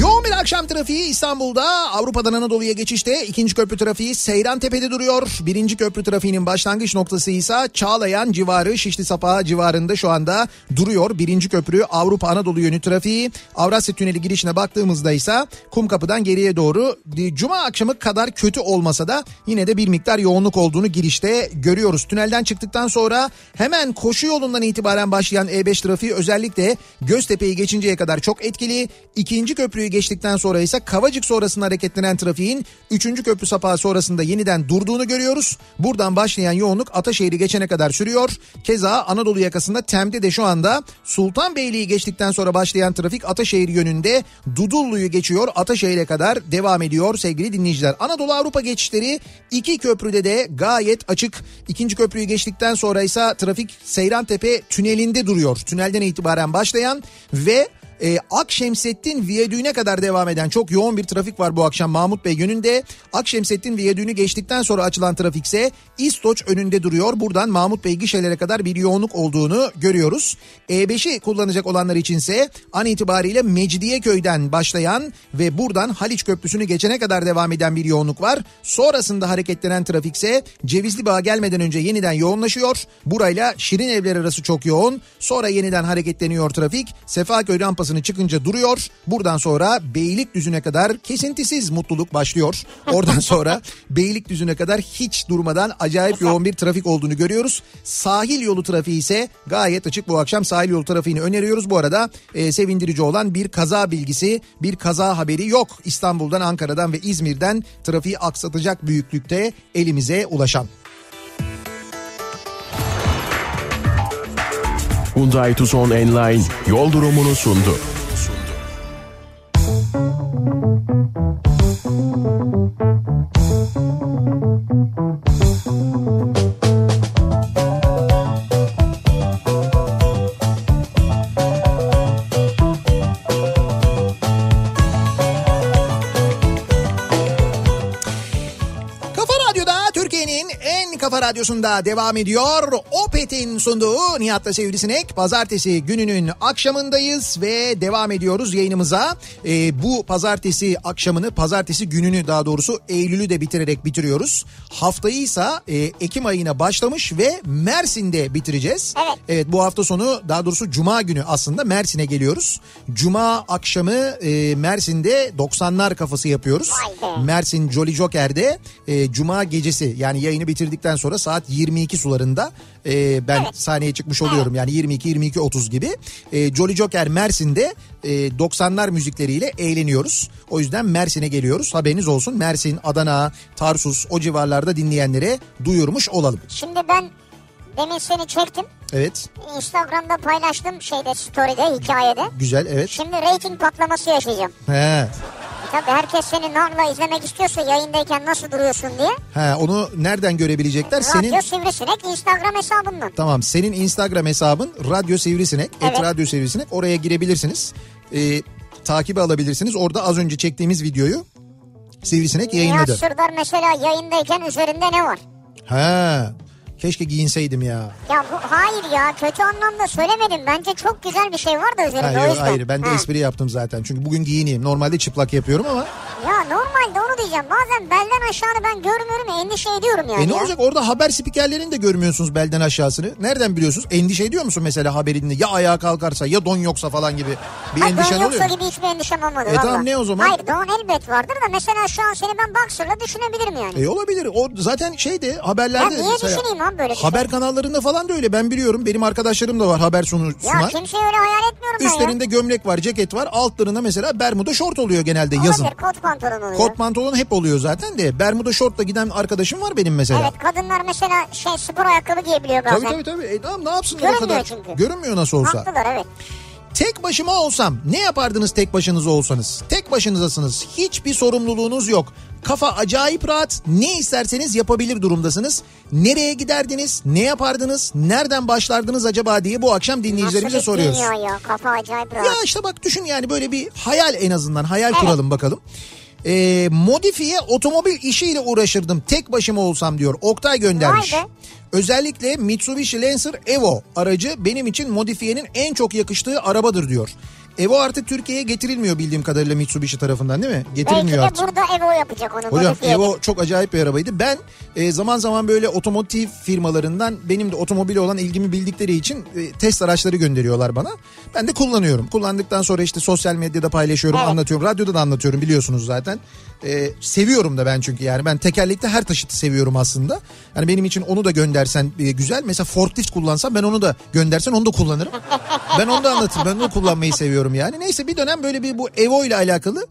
S1: Yoğun bir akşam trafiği İstanbul'da Avrupa'dan Anadolu'ya geçişte ikinci köprü trafiği Seyrantepe'de duruyor. Birinci köprü trafiğinin başlangıç noktası ise Çağlayan civarı Şişli Sapa civarında şu anda duruyor. Birinci köprü Avrupa Anadolu yönü trafiği Avrasya Tüneli girişine baktığımızda ise Kumkapı'dan geriye doğru e, Cuma akşamı kadar kötü olmasa da yine de bir miktar yoğunluk olduğunu girişte görüyoruz. Tünelden çıktıktan sonra hemen koşu yolundan itibaren başlayan E5 trafiği özellikle Göztepe'yi geçinceye kadar çok etkili. İkinci köprüyü geçtikten sonra ise Kavacık sonrasında hareketlenen trafiğin 3. köprü sapağı sonrasında yeniden durduğunu görüyoruz. Buradan başlayan yoğunluk Ataşehir'i geçene kadar sürüyor. Keza Anadolu yakasında Tem'de de şu anda Sultanbeyli'yi geçtikten sonra başlayan trafik Ataşehir yönünde Dudullu'yu geçiyor. Ataşehir'e kadar devam ediyor sevgili dinleyiciler. Anadolu Avrupa geçişleri iki köprüde de gayet açık. İkinci köprüyü geçtikten sonra ise trafik Seyrantepe tünelinde duruyor. Tünelden itibaren başlayan ve e, Akşemsettin Viyadüğü'ne kadar devam eden çok yoğun bir trafik var bu akşam Mahmut Bey yönünde. Akşemsettin Viyadüğü'nü geçtikten sonra açılan trafikse İstoç önünde duruyor. Buradan Mahmut Bey gişelere kadar bir yoğunluk olduğunu görüyoruz. E5'i kullanacak olanlar içinse an itibariyle Mecidiyeköy'den başlayan ve buradan Haliç Köprüsü'nü geçene kadar devam eden bir yoğunluk var. Sonrasında hareketlenen trafikse Cevizli Bağ gelmeden önce yeniden yoğunlaşıyor. Burayla Şirin Evler arası çok yoğun. Sonra yeniden hareketleniyor trafik. Sefaköy rampasını çıkınca duruyor. Buradan sonra Beylikdüzü'ne kadar kesintisiz mutluluk başlıyor. Oradan sonra Beylikdüzü'ne kadar hiç durmadan acayip yoğun bir trafik olduğunu görüyoruz. Sahil yolu trafiği ise gayet açık bu akşam sahil yolu trafiğini öneriyoruz. Bu arada e, sevindirici olan bir kaza bilgisi, bir kaza haberi yok. İstanbul'dan, Ankara'dan ve İzmir'den trafiği aksatacak büyüklükte elimize ulaşan.
S4: Hyundai Tucson Enline yol durumunu sundu.
S1: Kafa Radyo'da Türkiye'nin en kafa Radyosu'nda devam ediyor. Opet'in sunduğu Nihat'la Sivrisinek. Pazartesi gününün akşamındayız ve devam ediyoruz yayınımıza. Ee, bu pazartesi akşamını, pazartesi gününü daha doğrusu Eylül'ü de bitirerek bitiriyoruz. Haftayı ise e, Ekim ayına başlamış ve Mersin'de bitireceğiz.
S2: Evet.
S1: Evet bu hafta sonu daha doğrusu Cuma günü aslında Mersin'e geliyoruz. Cuma akşamı e, Mersin'de 90'lar kafası yapıyoruz.
S2: Vay be.
S1: Mersin Jolly Joker'de e, Cuma gecesi yani yayını bitirdikten sonra saat 22 sularında e, ben sahneye çıkmış oluyorum. Yani 22-22-30 gibi. E, Jolly Joker Mersin'de e, 90'lar müzikleriyle eğleniyoruz. O yüzden Mersin'e geliyoruz. Haberiniz olsun Mersin, Adana, Tarsus o civarlarda dinleyenlere duyurmuş olalım.
S2: Şimdi ben demin seni çektim.
S1: Evet
S2: Instagram'da paylaştım şeyde story'de hikayede.
S1: güzel evet.
S2: Şimdi reyting patlaması yaşayacağım.
S1: He.
S2: E Tabii herkes seni narla izlemek istiyorsa yayındayken nasıl duruyorsun diye.
S1: He, onu nereden görebilecekler? Senin
S2: Radyo Sivrisinek Instagram hesabından.
S1: Tamam senin Instagram hesabın Radyo Sivrisinek. et
S2: Evet.
S1: Radyo Sivrisinek. Oraya girebilirsiniz. Ee, takibi alabilirsiniz. Orada az önce çektiğimiz videoyu Sivrisinek
S2: Nihat
S1: yayınladı.
S2: Sırdar mesela yayındayken üzerinde ne var?
S1: Ha. Keşke giyinseydim ya.
S2: Ya bu hayır ya kötü anlamda söylemedim. Bence çok güzel bir şey var da üzerinde
S1: Ha,
S2: o
S1: yok,
S2: yüzden.
S1: hayır ben de
S2: Ha.
S1: espri yaptım zaten. Çünkü bugün giyineyim. Normalde çıplak yapıyorum ama.
S2: Ya normalde onu diyeceğim. Bazen belden aşağını ben görmüyorum ya, endişe ediyorum yani.
S1: E ne
S2: ya.
S1: olacak orada haber spikerlerini de görmüyorsunuz belden aşağısını. Nereden biliyorsunuz? Endişe ediyor musun mesela haberinde? Ya ayağa kalkarsa ya don yoksa falan gibi bir
S2: Hayır,
S1: endişen
S2: don
S1: oluyor
S2: yoksa
S1: mu?
S2: gibi hiçbir endişem olmadı
S1: E
S2: valla.
S1: tamam, ne o zaman?
S2: Hayır don elbet vardır da mesela şu an seni ben boxer'la düşünebilirim yani.
S1: E olabilir. O zaten şeyde haberlerde
S2: Ya niye düşüneyim abi böyle bir şey?
S1: Haber kanallarında falan da öyle. Ben biliyorum. Benim arkadaşlarım da var haber sunu
S2: ya
S1: sunan.
S2: kimseyi öyle hayal etmiyorum ben ya.
S1: Üstlerinde gömlek var, ceket var. Altlarına mesela bermuda şort oluyor genelde yazın.
S2: Olabilir, kot pantolon oluyor.
S1: Kot pantolon hep oluyor zaten de. Bermuda şortla giden arkadaşım var benim mesela.
S2: Evet kadınlar mesela şey spor ayakkabı giyebiliyor bazen.
S1: Tabii tabii tabii. E, tamam ne yapsınlar o
S2: Görünmüyor
S1: kadar?
S2: çünkü.
S1: Görünmüyor nasıl olsa.
S2: Haklılar evet.
S1: Tek başıma olsam ne yapardınız tek başınıza olsanız? Tek başınızasınız. Hiçbir sorumluluğunuz yok. Kafa acayip rahat. Ne isterseniz yapabilir durumdasınız. Nereye giderdiniz? Ne yapardınız? Nereden başlardınız acaba diye bu akşam
S2: Nasıl
S1: dinleyicilerimize
S2: bir
S1: soruyoruz.
S2: dünya ya kafa acayip rahat.
S1: Ya işte bak düşün yani böyle bir hayal en azından hayal kuralım bakalım. Ee, modifiye otomobil işiyle uğraşırdım tek başıma olsam diyor Oktay göndermiş.
S2: Vay be.
S1: Özellikle Mitsubishi Lancer Evo aracı benim için modifiyenin en çok yakıştığı arabadır diyor. Evo artık Türkiye'ye getirilmiyor bildiğim kadarıyla Mitsubishi tarafından değil mi?
S2: Belki
S1: Getirilmiyor
S2: de
S1: artık.
S2: burada Evo yapacak onu.
S1: Hocam
S2: modifiye edip.
S1: Evo çok acayip bir arabaydı. Ben e, zaman zaman böyle otomotiv firmalarından benim de otomobili olan ilgimi bildikleri için e, test araçları gönderiyorlar bana. Ben de kullanıyorum. Kullandıktan sonra işte sosyal medyada paylaşıyorum,
S2: Evet.
S1: anlatıyorum. Radyoda da anlatıyorum biliyorsunuz zaten. E, seviyorum da ben çünkü yani ben tekerlekli her taşıtı seviyorum aslında. Yani benim için onu da göndersen e, güzel. Mesela forklift kullansam ben onu da göndersen onu da kullanırım. ben onu da anlatırım. Ben onu kullanmayı seviyorum yani. Neyse bir dönem böyle bir bu Evo ile alakalı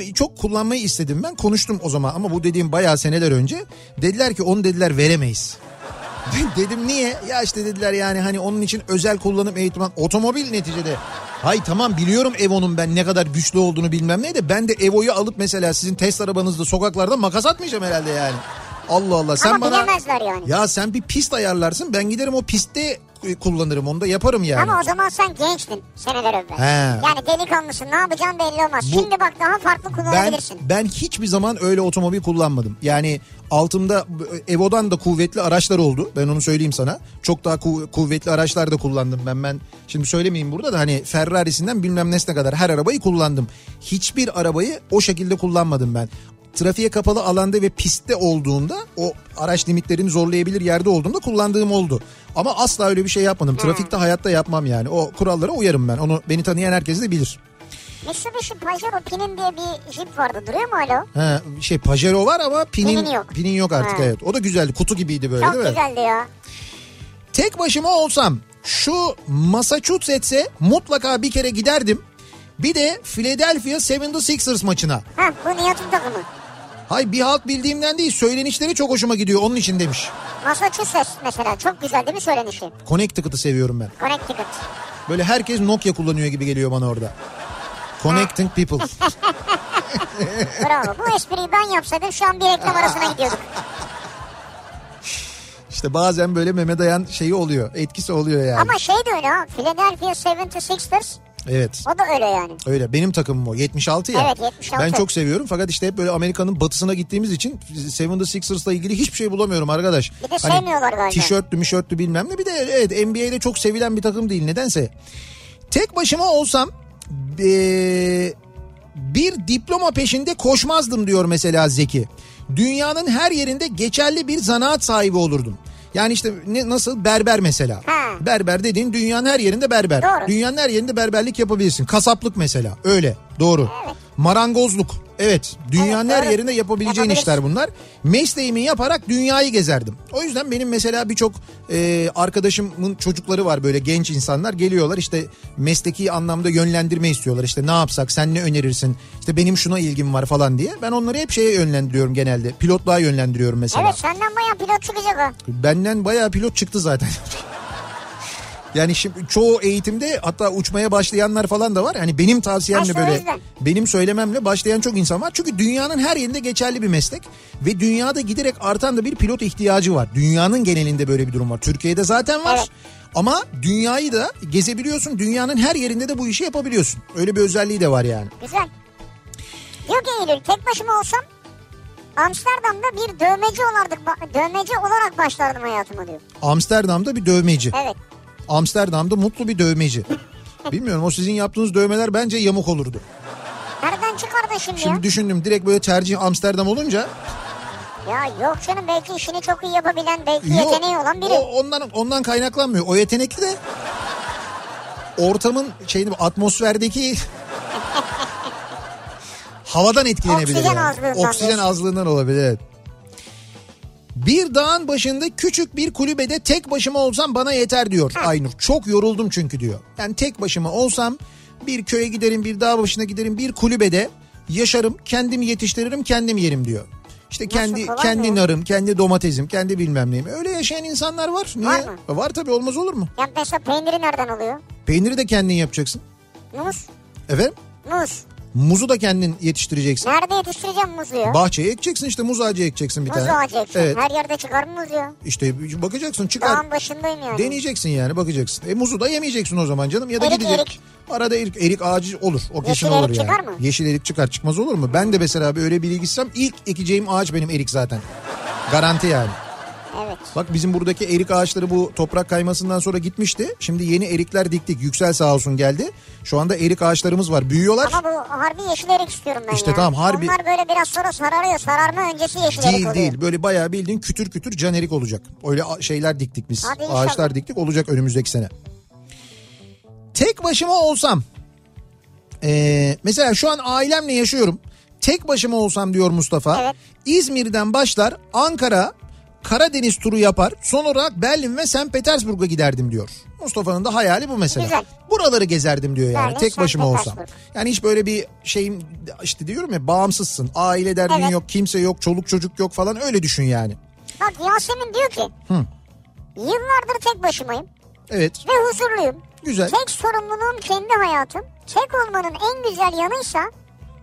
S1: e, çok kullanmayı istedim ben. Konuştum o zaman ama bu dediğim bayağı seneler önce. Dediler ki onu dediler veremeyiz. Dedim niye? Ya işte dediler yani hani onun için özel kullanım eğitimi otomobil neticede. Hay tamam biliyorum Evo'nun ben ne kadar güçlü olduğunu bilmem ne de ben de Evo'yu alıp mesela sizin test arabanızda sokaklarda makas atmayacağım herhalde yani. Allah Allah sen
S2: Ama
S1: bana
S2: bilemezler yani.
S1: Ya sen bir pist ayarlarsın ben giderim o pistte e, kullanırım onu da yaparım yani.
S2: Ama o zaman sen gençtin seneler evvel.
S1: He.
S2: Yani delikanlısın ne yapacağın belli olmaz.
S1: Bu-
S2: Şimdi bak daha farklı
S1: ben
S2: kullanabilirsin.
S1: ben hiçbir zaman öyle otomobil kullanmadım. Yani altımda e, Evo'dan da kuvvetli araçlar oldu. Ben onu söyleyeyim sana. Çok daha kuv- kuvvetli araçlar da kullandım ben. Ben şimdi söylemeyeyim burada da hani Ferrari'sinden bilmem nesine kadar her arabayı kullandım. Hiçbir arabayı o şekilde kullanmadım ben. Trafiğe kapalı alanda ve pistte olduğunda o araç limitlerini zorlayabilir yerde olduğumda kullandığım oldu. Ama asla öyle bir şey yapmadım. Trafikte hayatta yapmam yani. O kurallara uyarım ben. Onu beni tanıyan herkes de bilir.
S2: Mitsubishi Pajero Pin'in diye bir jip vardı duruyor mu hala? o?
S1: Ha, şey Pajero var ama pinin,
S2: Pinin yok.
S1: pinin yok artık
S2: Ha.
S1: evet. O da güzeldi. Kutu gibiydi böyle
S2: Çok
S1: değil mi?
S2: güzeldi ya.
S1: Tek başıma olsam şu Massachusetts'e mutlaka bir kere giderdim. Bir de Philadelphia 76ers maçına.
S2: Ha bu Nihat'ın takımı.
S1: Hay bir halt bildiğimden değil söylenişleri çok hoşuma gidiyor onun için demiş.
S2: Massachusetts mesela çok güzel değil mi söylenişi?
S1: Connecticut'ı seviyorum ben.
S2: Connecticut.
S1: Böyle herkes Nokia kullanıyor gibi geliyor bana orada. Connecting people.
S2: Bravo. Bu espriyi ben yapsaydım şu an bir reklam arasına gidiyorduk.
S1: İşte bazen böyle Mehmet Ayan şeyi oluyor. Etkisi oluyor yani.
S2: Ama şey de öyle ha. Philadelphia 76ers
S1: Evet.
S2: O da öyle yani.
S1: Öyle benim takımım o 76 ya.
S2: Evet, 76.
S1: Ben çok seviyorum fakat işte hep böyle Amerika'nın batısına gittiğimiz için Seven'da Sixers'la ilgili hiçbir şey bulamıyorum arkadaş. Hani
S2: Bir de sevmiyorlar galiba.
S1: Tişörtlü mişörtlü bilmem ne bir de evet NBA'de çok sevilen bir takım değil nedense. Tek başıma olsam eee, bir diploma peşinde koşmazdım diyor mesela Zeki. Dünyanın her yerinde geçerli bir zanaat sahibi olurdum. Yani işte ne, nasıl berber mesela.
S2: Ha.
S1: Berber dediğin dünyanın her yerinde berber.
S2: Doğru.
S1: Dünyanın her yerinde berberlik yapabilirsin. Kasaplık mesela öyle doğru. Marangozluk evet dünyanın
S2: Evet,
S1: her
S2: doğru.
S1: yerinde yapabileceğin
S2: Yapabilirsin.
S1: işler bunlar. Mesleğimi yaparak dünyayı gezerdim. O yüzden benim mesela birçok e, arkadaşımın çocukları var böyle genç insanlar geliyorlar işte mesleki anlamda yönlendirme istiyorlar. İşte ne yapsak sen ne önerirsin işte benim şuna ilgim var falan diye. Ben onları hep şeye yönlendiriyorum genelde pilotluğa yönlendiriyorum mesela.
S2: Evet senden bayağı pilot çıkacak o.
S1: Benden bayağı pilot çıktı zaten. Yani şimdi çoğu eğitimde hatta uçmaya başlayanlar falan da var. Hani benim tavsiyemle
S2: Aslında o
S1: böyle
S2: yüzden.
S1: benim söylememle başlayan çok insan var. Çünkü dünyanın her yerinde geçerli bir meslek ve dünyada giderek artan da bir pilot ihtiyacı var. Dünyanın genelinde böyle bir durum var. Türkiye'de zaten var.
S2: Evet.
S1: Ama dünyayı da gezebiliyorsun. Dünyanın her yerinde de bu işi yapabiliyorsun. Öyle bir özelliği de var yani.
S2: Güzel. Diyor ki Eylül tek başıma olsam Amsterdam'da bir dövmeci olardık, ba- dövmeci olarak başlardım hayatıma diyor.
S1: Amsterdam'da bir dövmeci.
S2: Evet.
S1: Amsterdam'da mutlu bir dövmeci. Bilmiyorum o sizin yaptığınız dövmeler bence yamuk olurdu.
S2: Nereden çıkardın şimdi,
S1: Şimdi düşündüm direkt böyle tercih Amsterdam olunca
S2: ya? Ya yok canım belki işini çok iyi yapabilen, belki
S1: Yok,
S2: yeteneği olan biri.
S1: O, ondan ondan kaynaklanmıyor. O yetenekli de ortamın şeyini atmosferdeki havadan etkilenebilir.
S2: Oksijen
S1: yani.
S2: azlığından
S1: Oksijen
S2: diyorsun.
S1: azlığından olabilir. evet. Bir dağın başında küçük bir kulübede tek başıma olsam bana yeter diyor Aynur. Çok yoruldum çünkü diyor. Yani tek başıma olsam bir köye giderim, bir dağ başına giderim, bir kulübede yaşarım, kendim yetiştiririm, kendim yerim diyor. İşte kendi
S2: kolay mı
S1: kendi
S2: ya?
S1: narım, kendi domatesim, kendi bilmem neyim. Öyle yaşayan insanlar var. Niye?
S2: Var
S1: mı? Var tabii olmaz olur mu?
S2: Ya mesela peyniri nereden oluyor?
S1: Peyniri de kendin yapacaksın.
S2: Muz.
S1: Efendim?
S2: Muz.
S1: Muzu da kendin yetiştireceksin.
S2: Nerede yetiştireceğim muzu ya?
S1: Bahçeye ekeceksin işte muz ağacı ekeceksin bir
S2: Muz
S1: tane.
S2: ağacı ekeceğim.
S1: Evet.
S2: Her yerde çıkar mı muz ya?
S1: İşte bakacaksın çıkar.
S2: Dağın başındayım yani.
S1: Deneyeceksin yani bakacaksın. E muzu da yemeyeceksin o zaman canım ya da
S2: Erik,
S1: gidecek.
S2: erik.
S1: Arada erik, erik ağacı olur. O kesin
S2: Yeşil
S1: olur
S2: erik
S1: yani.
S2: çıkar mı?
S1: Yeşil erik çıkar çıkmaz olur mu? Ben de mesela böyle bir ilgisem ilk ekeceğim ağaç benim erik zaten. Garanti yani.
S2: Evet.
S1: Bak bizim buradaki erik ağaçları bu toprak kaymasından sonra gitmişti. Şimdi yeni erikler diktik. Yüksel sağ olsun geldi. Şu anda erik ağaçlarımız var. Büyüyorlar.
S2: Ama bu harbi yeşil erik istiyorum ben
S1: İşte
S2: ya.
S1: tamam, harbi-
S2: Onlar böyle biraz sonra sararıyor. Sararma öncesi yeşil erik
S1: Değil
S2: oluyor.
S1: değil böyle bayağı bildiğin kütür kütür can erik olacak. Öyle a- şeyler diktik biz.
S2: Hadi inşallah.
S1: Ağaçlar diktik olacak önümüzdeki sene. Tek başıma olsam. ee, mesela şu an ailemle yaşıyorum. Tek başıma olsam diyor Mustafa.
S2: Evet.
S1: İzmir'den başlar Ankara Karadeniz turu yapar. Son olarak Berlin ve St. Petersburg'a giderdim diyor. Mustafa'nın da hayali bu mesela.
S2: Güzel.
S1: Buraları gezerdim diyor yani
S2: Berlin,
S1: tek
S2: St.
S1: başıma olsam.
S2: Petersburg.
S1: Yani hiç böyle bir şeyim işte diyorum ya bağımsızsın. Aile derdin
S2: Evet.
S1: yok, kimse yok, çoluk çocuk yok falan öyle düşün yani.
S2: Bak Yasemin diyor ki. Yıllardır tek başımayım
S1: Evet.
S2: ve huzurluyum.
S1: Güzel.
S2: Tek sorumluluğum kendi hayatım. Tek olmanın en güzel yanıysa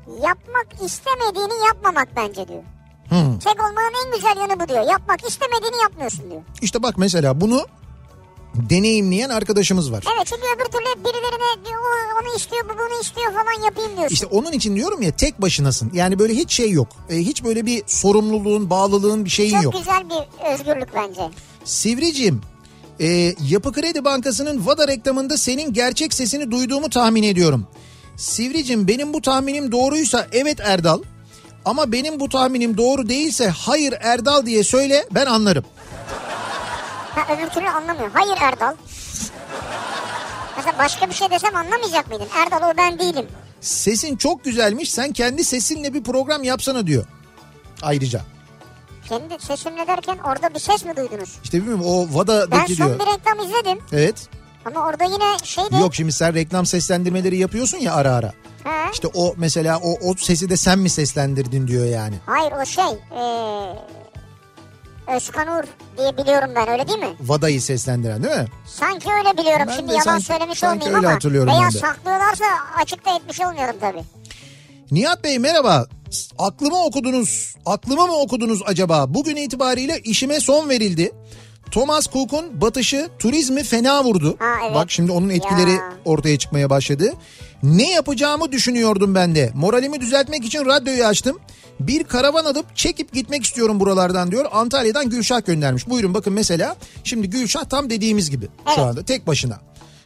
S2: yapmak istemediğini yapmamak bence diyor.
S1: Hı.
S2: Tek olmanın en güzel yanı bu diyor. Yapmak istemediğini yapmıyorsun diyor.
S1: İşte bak mesela bunu deneyimleyen arkadaşımız var.
S2: Evet çünkü öbür türlü birilerine diyor, "O onu istiyor bu bunu istiyor falan yapayım diyorsun.
S1: İşte onun için diyorum ya tek başınasın. Yani böyle hiç şey yok. E, hiç böyle bir sorumluluğun, bağlılığın bir şeyin
S2: Çok
S1: yok.
S2: güzel bir özgürlük bence.
S1: Sivricim, e, Yapı Kredi Bankası'nın Vada reklamında senin gerçek sesini duyduğumu tahmin ediyorum. Sivricim benim bu tahminim doğruysa evet Erdal ama benim bu tahminim doğru değilse hayır Erdal diye söyle ben anlarım.
S2: Ha öbür türlü anlamıyor. Hayır Erdal. Mesela başka bir şey desem anlamayacak mıydın? Erdal o ben değilim.
S1: Sesin çok güzelmiş sen kendi sesinle bir program yapsana diyor ayrıca.
S2: Kendi sesimle derken orada bir ses mi duydunuz?
S1: İşte bilmiyorum o Vada'daki
S2: Ben son
S1: diyor.
S2: bir reklam izledim
S1: Evet.
S2: ama orada yine şey şeydi.
S1: Yok şimdi sen reklam seslendirmeleri yapıyorsun ya ara ara.
S2: Ha?
S1: İşte o mesela o, o sesi de sen mi seslendirdin diyor yani.
S2: Hayır o şey. Ee, Özkan Uğur diye biliyorum ben öyle değil mi?
S1: Vada'yı seslendiren değil mi?
S2: Sanki öyle biliyorum
S1: Ben
S2: şimdi
S1: de
S2: yalan
S1: sanki-
S2: söylemiş
S1: sanki
S2: olmayayım
S1: öyle
S2: ama.
S1: hatırlıyorum
S2: veya
S1: ben de.
S2: saklıyorlarsa açıkta etmiş olmuyorum tabii.
S1: Nihat Bey merhaba. S- Aklımı okudunuz. Aklıma mı okudunuz acaba? Bugün itibariyle işime son verildi. Thomas Cook'un batışı turizmi fena vurdu.
S2: Ha, evet.
S1: Bak şimdi onun etkileri
S2: Ya.
S1: ortaya çıkmaya başladı. Ne yapacağımı düşünüyordum ben de. Moralimi düzeltmek için radyoyu açtım. Bir karavan alıp çekip gitmek istiyorum buralardan diyor. Antalya'dan Gülşah göndermiş. Buyurun bakın mesela şimdi Gülşah tam dediğimiz gibi şu
S2: Evet.
S1: anda tek başına.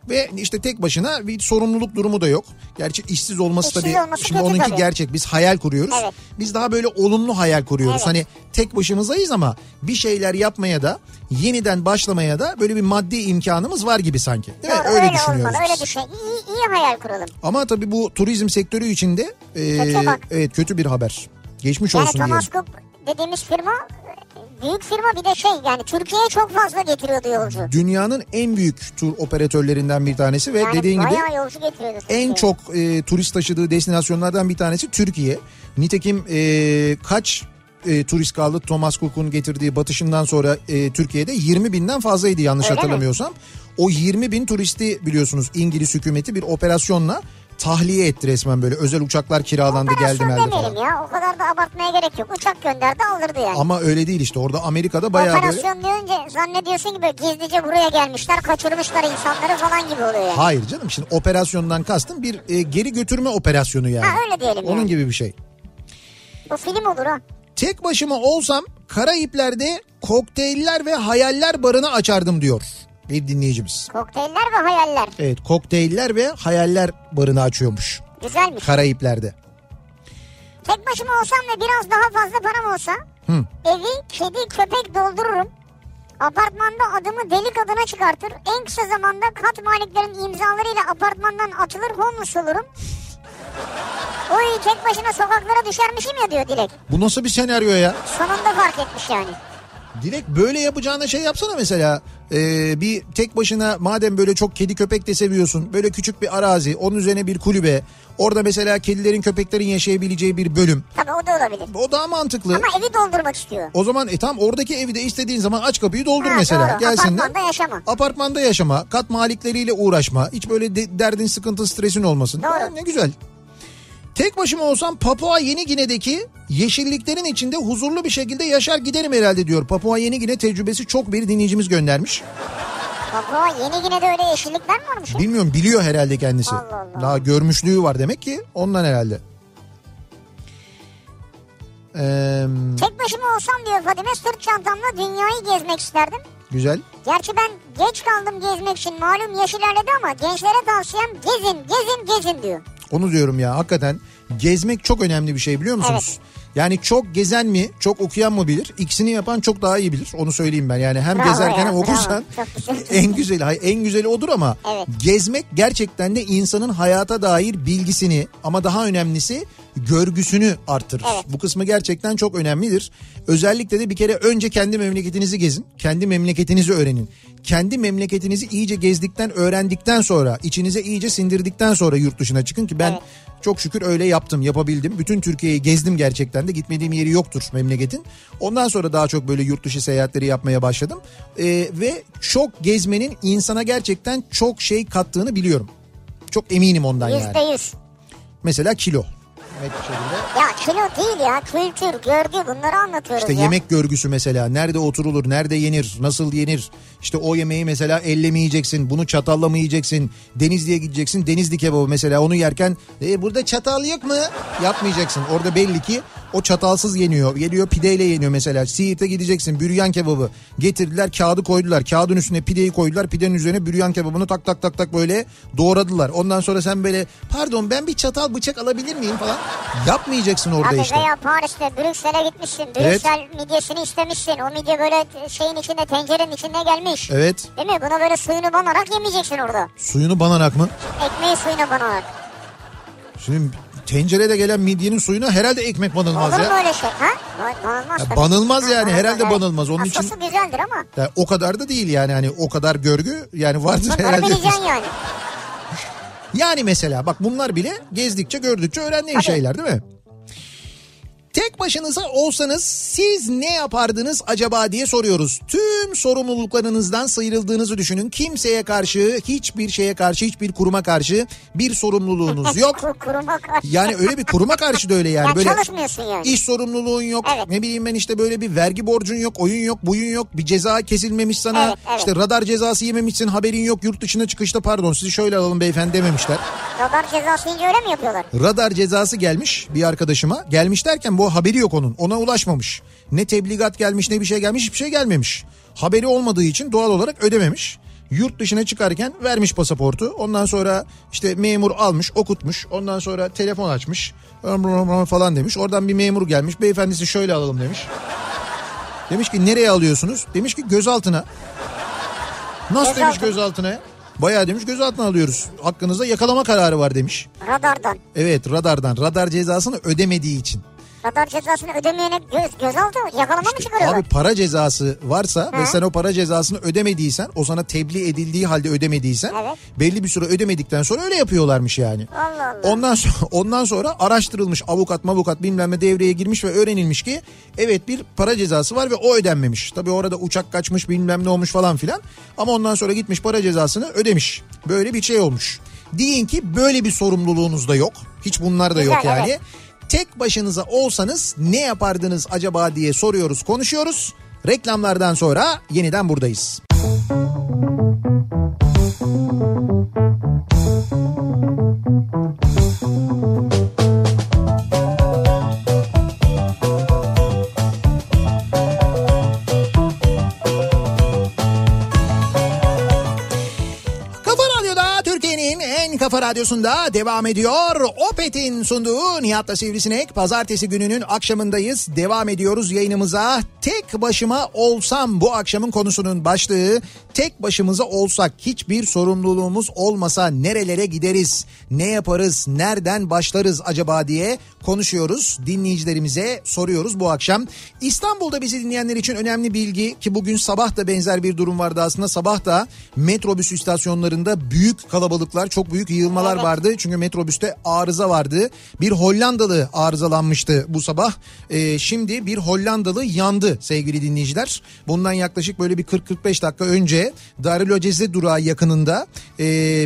S1: Ve işte tek başına bir sorumluluk durumu da yok. Gerçi işsiz olması
S2: İşsiz
S1: tabii
S2: olması
S1: şimdi
S2: kötü
S1: onunki
S2: tabii.
S1: gerçek. Biz hayal kuruyoruz.
S2: Evet.
S1: Biz daha böyle olumlu hayal kuruyoruz.
S2: Evet.
S1: Hani tek başımızdayız ama bir şeyler yapmaya da yeniden başlamaya da böyle bir maddi imkanımız var gibi sanki. Değil mi?
S2: Doğru,
S1: E, öyle,
S2: öyle,
S1: düşünüyoruz.
S2: olmalı.
S1: biz.
S2: Öyle düşün. İyi, iyi hayal kuralım.
S1: Ama tabii bu turizm sektörü içinde e,
S2: Kötü bak.
S1: evet kötü bir haber. Geçmiş
S2: Yani
S1: olsun diyelim.
S2: Thomas Cook dediğimiz firma e, büyük firma bir de şey yani Türkiye'ye çok fazla getiriyordu
S1: E,
S2: yolcu.
S1: Dünyanın en büyük tur operatörlerinden bir tanesi ve
S2: Yani
S1: dediğin gibi
S2: bayağı yolcu
S1: en
S2: getiriyordu. Türkiye'ye.
S1: çok e, turist taşıdığı destinasyonlardan bir tanesi Türkiye. Nitekim e, kaç e, turist kaldı Thomas Cook'un getirdiği batışından sonra e, Türkiye'de 20 binden fazlaydı yanlış
S2: Öyle mi?
S1: hatırlamıyorsam. O 20 bin turisti biliyorsunuz İngiliz hükümeti bir operasyonla tahliye etti resmen böyle özel uçaklar kiralandı geldi
S2: Operasyon
S1: geldi
S2: demeyelim
S1: falan.
S2: ya o kadar da abartmaya gerek yok. Uçak gönderdi aldırdı yani.
S1: Ama öyle değil işte orada Amerika'da bayağı böyle
S2: Operasyon deyince zannediyorsun ki böyle gizlice buraya gelmişler kaçırmışlar insanları falan gibi oluyor yani.
S1: Hayır canım şimdi operasyondan kastım bir e, geri götürme operasyonu yani.
S2: Ha, öyle diyelim
S1: Onun
S2: yani.
S1: gibi bir şey.
S2: Bu film olur ha.
S1: Tek başıma olsam Karayipler'de kokteyller ve hayaller barını açardım diyor bir dinleyicimiz.
S2: Kokteyller ve hayaller.
S1: Evet kokteyller ve hayaller barını açıyormuş
S2: Güzelmiş.
S1: Karayipler'de.
S2: Tek başıma olsam ve biraz daha fazla param olsa evi kedi köpek doldururum. Apartmanda adımı deli kadına çıkartır. En kısa zamanda kat maliklerin imzalarıyla apartmandan atılır homeless olurum. Oy tek başına sokaklara düşermişim ya diyor Dilek.
S1: Bu nasıl bir senaryo ya?
S2: Sonunda fark etmiş yani.
S1: Direkt böyle yapacağına şey yapsana mesela. Ee, bir tek başına madem böyle çok kedi köpek de seviyorsun. Böyle küçük bir arazi onun üzerine bir kulübe. Orada mesela kedilerin köpeklerin yaşayabileceği bir bölüm.
S2: Tabii o da olabilir.
S1: O daha mantıklı.
S2: Ama evi doldurmak istiyor.
S1: O zaman e tam oradaki evi de istediğin zaman aç kapıyı doldur
S2: Ha,
S1: mesela.
S2: doğru.
S1: Gelsinler.
S2: Apartmanda yaşama.
S1: Apartmanda yaşama. Kat malikleriyle uğraşma. Hiç böyle de- derdin sıkıntın stresin olmasın.
S2: Doğru.
S1: Aa, ne güzel. Tek başıma olsam Papua Yeni Gine'deki yeşilliklerin içinde huzurlu bir şekilde yaşar giderim herhalde diyor. Papua Yeni Gine tecrübesi çok bir dinleyicimiz göndermiş.
S2: Baba yeni yine de öyle yeşillikler mi varmış? ya?
S1: Bilmiyorum biliyor herhalde kendisi.
S2: Allah Allah.
S1: Daha görmüşlüğü var demek ki ondan herhalde. Ee,
S2: Tek başıma olsam diyor Fadime sırt çantamla dünyayı gezmek isterdim.
S1: güzel.
S2: Gerçi ben geç kaldım gezmek için malum yaş ilerledi ama gençlere tavsiyem gezin gezin gezin diyor.
S1: Onu diyorum ya hakikaten gezmek çok önemli bir şey biliyor musunuz? Yani çok gezen mi, çok okuyan mı bilir? İkisini yapan çok daha iyi bilir. Onu söyleyeyim ben. Yani hem
S2: Bravo
S1: gezerken
S2: ya,
S1: hem
S2: bravo.
S1: okursan
S2: Çok güzel.
S1: en güzeli hayır, en güzeli odur ama
S2: Evet.
S1: gezmek gerçekten de insanın hayata dair bilgisini ama daha önemlisi görgüsünü arttırır.
S2: Evet.
S1: Bu kısmı gerçekten çok önemlidir. Özellikle de bir kere önce kendi memleketinizi gezin. Kendi memleketinizi öğrenin. Kendi memleketinizi iyice gezdikten, öğrendikten sonra, içinize iyice sindirdikten sonra yurt dışına çıkın ki ben
S2: Evet.
S1: çok şükür öyle yaptım, yapabildim. Bütün Türkiye'yi gezdim gerçekten de. Gitmediğim yeri yoktur memleketin. Ondan sonra daha çok böyle yurt dışı seyahatleri yapmaya başladım. Ee, ve çok gezmenin insana gerçekten çok şey kattığını biliyorum. Çok eminim ondan
S2: Yüzde
S1: yani.
S2: yüz.
S1: Mesela kilo. Net bir şekilde.
S2: Ya kilo değil ya kültür görgü bunları anlatıyoruz
S1: İşte
S2: ya.
S1: yemek görgüsü mesela nerede oturulur, nerede yenir, nasıl yenir. İşte o yemeği mesela elle mi yiyeceksin, bunu çatalla mı yiyeceksin, Denizli'ye gideceksin, Denizli kebabı mesela onu yerken "E, burada çatal yok mu? Yapmayacaksın. Orada belli ki o çatalsız yeniyor. Geliyor pideyle yeniyor mesela. Siirt'e gideceksin büryan kebabı getirdiler kağıdı koydular. Kağıdın üstüne pideyi koydular. Pidenin üzerine büryan kebabını tak tak tak tak böyle doğradılar. Ondan sonra sen böyle pardon ben bir çatal bıçak alabilir miyim falan yapmayacaksın orada
S2: Abi
S1: işte.
S2: veya Paris'te Brüksel'e gitmişsin. Brüksel midyesini istemişsin. O midye böyle şeyin içinde tencerenin içinde gelmiş.
S1: Evet.
S2: Değil mi? Bunu böyle suyunu banarak yemeyeceksin orada.
S1: Suyunu banarak mı?
S2: Ekmeği suyuna banarak.
S1: Şimdi tencerede gelen midyenin suyuna herhalde ekmek banılmaz
S2: Olur mu
S1: ya.
S2: öyle şey? Ha? Ba- Banılmaz
S1: Ya
S2: tabii.
S1: banılmaz yani, herhalde
S2: evet.
S1: banılmaz. Onun
S2: Ha,
S1: için-
S2: Sosu güzeldir ama.
S1: Ya o kadar da değil yani hani o kadar görgü yani vardır
S2: Bunları
S1: herhalde.
S2: bileceksin yani.
S1: Yani mesela bak bunlar bile gezdikçe gördükçe öğrendiğin
S2: Tabii.
S1: şeyler değil mi? Tek başınıza olsanız siz ne yapardınız acaba diye soruyoruz. Tüm sorumluluklarınızdan sıyrıldığınızı düşünün. Kimseye karşı, hiçbir şeye karşı, hiçbir kuruma karşı bir sorumluluğunuz yok.
S2: Kur- Kuruma karşı.
S1: Yani öyle bir kuruma karşı da öyle yani.
S2: Ya
S1: böyle
S2: çalışmıyorsun yani.
S1: İş sorumluluğun yok.
S2: Evet.
S1: Ne bileyim ben işte böyle bir vergi borcun yok, oyun yok, buyun yok. Bir ceza kesilmemiş sana.
S2: Evet, evet.
S1: İşte radar cezası yememişsin, haberin yok. Yurt dışına çıkışta pardon sizi şöyle alalım beyefendi dememişler.
S2: Radar cezası yiyince öyle mi yapıyorlar?
S1: Radar cezası gelmiş bir arkadaşıma. Gelmiş derken bu haberi yok onun. Ona ulaşmamış. Ne tebligat gelmiş ne bir şey gelmiş hiçbir şey gelmemiş. Haberi olmadığı için doğal olarak ödememiş. Yurt dışına çıkarken vermiş pasaportu. Ondan sonra işte memur almış okutmuş. Ondan sonra telefon açmış falan demiş. Oradan bir memur gelmiş. Beyefendisi şöyle alalım demiş. Demiş ki nereye alıyorsunuz? Demiş ki gözaltına. Nasıl demiş
S2: Gözaltına.
S1: gözaltına? ya? Bayağı demiş gözaltına alıyoruz. Hakkınızda yakalama kararı var demiş.
S2: Radardan.
S1: Evet radardan radar cezasını ödemediği için.
S2: Radar cezasını ödemeyene göz, gözaltı yakalama mı çıkarıyorlar?
S1: Abi para cezası varsa ve
S2: Hı.
S1: sen o para cezasını ödemediysen o sana tebliğ edildiği halde ödemediysen
S2: Evet.
S1: belli bir süre ödemedikten sonra öyle yapıyorlarmış yani.
S2: Allah Allah.
S1: Ondan sonra, ondan sonra araştırılmış avukat mavukat bilmem ne devreye girmiş ve öğrenilmiş ki evet bir para cezası var ve o ödenmemiş. Tabi orada uçak kaçmış bilmem ne olmuş falan filan ama ondan sonra gitmiş para cezasını ödemiş. Böyle bir şey olmuş. Deyin ki böyle bir sorumluluğunuz da yok. Hiç bunlar da
S2: Güzel,
S1: yok yani.
S2: evet.
S1: Tek başınıza olsanız ne yapardınız acaba diye soruyoruz konuşuyoruz. Reklamlardan sonra yeniden buradayız. Kafa Radyo'da Türkiye'nin en kafa radyosunda devam ediyor. Opet'in sunduğu Nihat'la Sivrisinek. Pazartesi gününün akşamındayız. Devam ediyoruz yayınımıza. Tek başıma olsam bu akşamın konusunun başlığı. Tek başımıza olsak hiçbir sorumluluğumuz olmasa nerelere gideriz? Ne yaparız? Nereden başlarız acaba diye konuşuyoruz. Dinleyicilerimize soruyoruz bu akşam. İstanbul'da bizi dinleyenler için önemli bilgi ki bugün sabah da benzer bir durum vardı aslında. Sabah da metrobüs istasyonlarında büyük kalabalıklar, çok büyük yığılmalar vardı. Çünkü metrobüste arıza vardı. Bir Hollandalı arızalanmıştı bu sabah. Ee, şimdi bir Hollandalı yandı sevgili dinleyiciler. Bundan yaklaşık böyle bir 40-45 dakika önce Darülhocezi durağı yakınında e,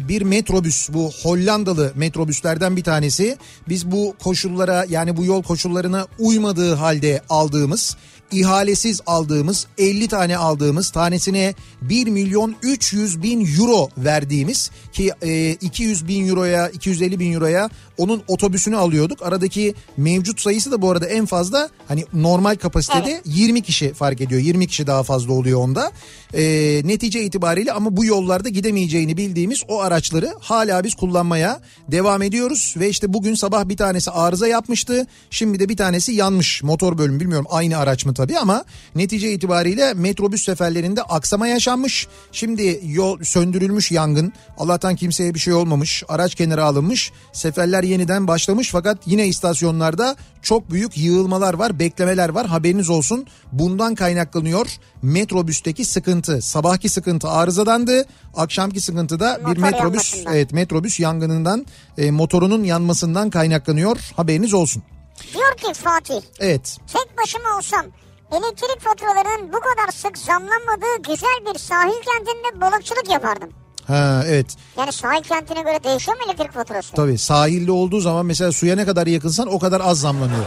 S1: bir metrobüs bu Hollandalı metrobüslerden bir tanesi. Biz bu koşullara yani bu yol koşullarına uymadığı halde aldığımız ihalesiz aldığımız 50 tane aldığımız tanesine 1 milyon 300 bin euro verdiğimiz ki e, 200 bin euroya 250 bin euroya onun otobüsünü alıyorduk. Aradaki mevcut sayısı da bu arada en fazla hani normal kapasitede 20 kişi fark ediyor. 20 kişi daha fazla oluyor onda. E, netice itibariyle ama bu yollarda gidemeyeceğini bildiğimiz o araçları hala biz kullanmaya devam ediyoruz ve işte bugün sabah bir tanesi arıza yapmıştı. Şimdi de bir tanesi yanmış. Motor bölümü bilmiyorum aynı araç mı tabii ama netice itibariyle metrobüs seferlerinde aksama yaşanmış. Şimdi yol söndürülmüş yangın. Allah'tan kimseye bir şey olmamış. Araç kenara alınmış. Seferler yeniden başlamış fakat yine istasyonlarda çok büyük yığılmalar var, beklemeler var. Haberiniz olsun. Bundan kaynaklanıyor metrobüsteki sıkıntı. Sabahki sıkıntı arızadandı. Akşamki sıkıntı da bir
S2: Motor
S1: metrobüs e,
S2: yanmasından.
S1: evet metrobüs yangınından e, motorunun yanmasından kaynaklanıyor. Haberiniz olsun.
S2: Diyor ki Fatih
S1: Evet.
S2: tek başıma olsam elektrik faturalarının bu kadar sık zamlanmadığı güzel bir sahil kentinde balıkçılık yapardım.
S1: Ha evet.
S2: Yani sahil kentine göre değişiyor mu elektrik faturası?
S1: Tabii sahilde olduğu zaman mesela suya ne kadar yakınsan o kadar az zamlanıyor.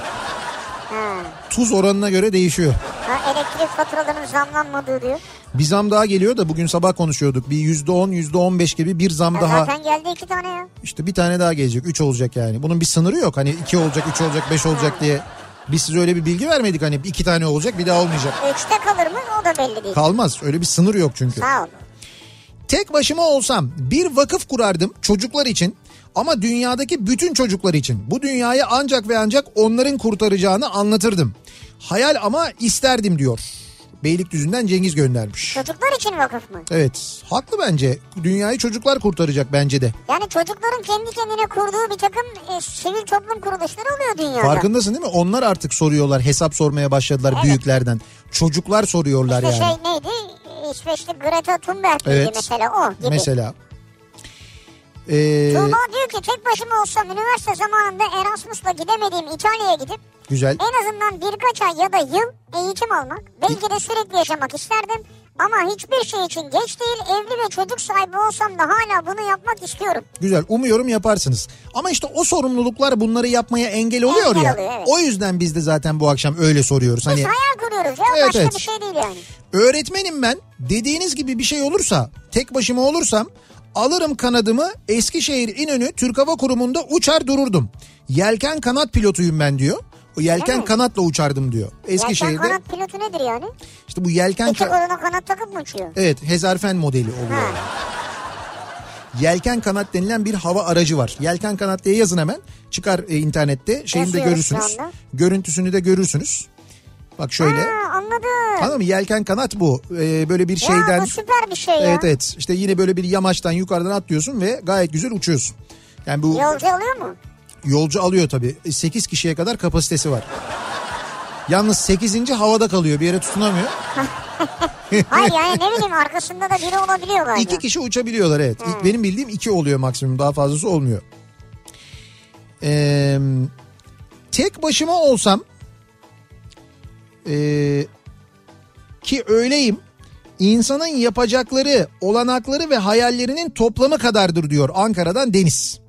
S2: Ha.
S1: Tuz oranına göre değişiyor.
S2: ha, elektrik faturalarının zamlanmadığı diyor.
S1: Bir zam daha geliyor da bugün sabah konuşuyorduk. Bir yüzde on, yüzde on beş gibi bir zam
S2: Ya
S1: daha.
S2: Zaten geldi iki tane ya.
S1: işte bir tane daha gelecek. Üç olacak yani. Bunun bir sınırı yok. Hani iki olacak, üç olacak, beş olacak diye. Biz size öyle bir bilgi vermedik. Hani iki tane olacak bir daha olmayacak.
S2: Üçte kalır mı o da belli değil.
S1: Kalmaz. Öyle bir sınır yok çünkü.
S2: Sağ ol.
S1: Tek başıma olsam bir vakıf kurardım çocuklar için ama dünyadaki bütün çocuklar için. Bu dünyayı ancak ve ancak onların kurtaracağını anlatırdım. Hayal ama isterdim diyor. Beylikdüzü'nden Cengiz göndermiş.
S2: Çocuklar için vakıf mı?
S1: Evet haklı bence. Dünyayı çocuklar kurtaracak bence de.
S2: Yani çocukların kendi kendine kurduğu bir takım e, sivil toplum kuruluşları oluyor dünyada.
S1: Farkındasın değil mi? Onlar artık soruyorlar hesap sormaya başladılar büyüklerden. Çocuklar soruyorlar
S2: İşte
S1: yani.
S2: şey neydi? İsveçli Greta Thunberg miydi
S1: Evet.
S2: mesela o gibi.
S1: Mesela. Ee,
S2: Tuğba diyor ki tek başıma olsam üniversite zamanında Erasmus'la gidemediğim İtalya'ya gidip
S1: Güzel.
S2: En azından birkaç ay ya da yıl eğitim almak. Belki de sürekli yaşamak isterdim. Ama hiçbir şey için geç değil. Evli ve çocuk sahibi olsam da hala bunu yapmak istiyorum.
S1: Güzel umuyorum yaparsınız. Ama işte o sorumluluklar bunları yapmaya engel oluyor
S2: Engel
S1: ya.
S2: oluyor, evet.
S1: O yüzden biz de zaten bu akşam öyle soruyoruz. Hani
S2: Biz hayal kuruyoruz ya
S1: Evet,
S2: başka
S1: evet.
S2: bir şey değil yani.
S1: öğretmenim ben dediğiniz gibi bir şey olursa tek başıma olursam alırım kanadımı Eskişehir İnönü Türk Hava Kurumu'nda uçar dururdum. Yelken kanat pilotuyum ben diyor. O yelken
S2: Evet.
S1: kanatla uçardım diyor.
S2: Yelken
S1: Eskişehir'de
S2: kanat pilotu nedir yani?
S1: işte bu yelken
S2: İki
S1: ka-
S2: koluna kanat takıp mı uçuyor?
S1: evet hezarfen modeli oluyor.
S2: Ha.
S1: Yelken kanat denilen bir hava aracı var. Yelken kanat diye yazın hemen. Çıkar e, internette. Şeyini de
S2: Yazıyoruz şu
S1: görürsünüz.
S2: anda.
S1: Görüntüsünü de görürsünüz. Bak şöyle.
S2: Ha, anladım.
S1: Anladın mı? Yelken kanat bu. Ee, böyle bir
S2: Ya
S1: şeyden.
S2: bu süper bir şey ya.
S1: evet evet. İşte yine böyle bir yamaçtan yukarıdan atlıyorsun ve gayet güzel uçuyorsun. Yani bu
S2: Yolcu oluyor mu?
S1: yolcu alıyor tabii. 8 kişiye kadar kapasitesi var. Yalnız 8. havada kalıyor. Bir yere tutunamıyor.
S2: Hayır yani ne bileyim arkasında da biri olabiliyor galiba.
S1: İki kişi uçabiliyorlar evet. İlk benim bildiğim iki oluyor maksimum daha fazlası olmuyor. Ee, tek başıma olsam ee, ki öyleyim insanın yapacakları olanakları ve hayallerinin toplamı kadardır diyor Ankara'dan Deniz.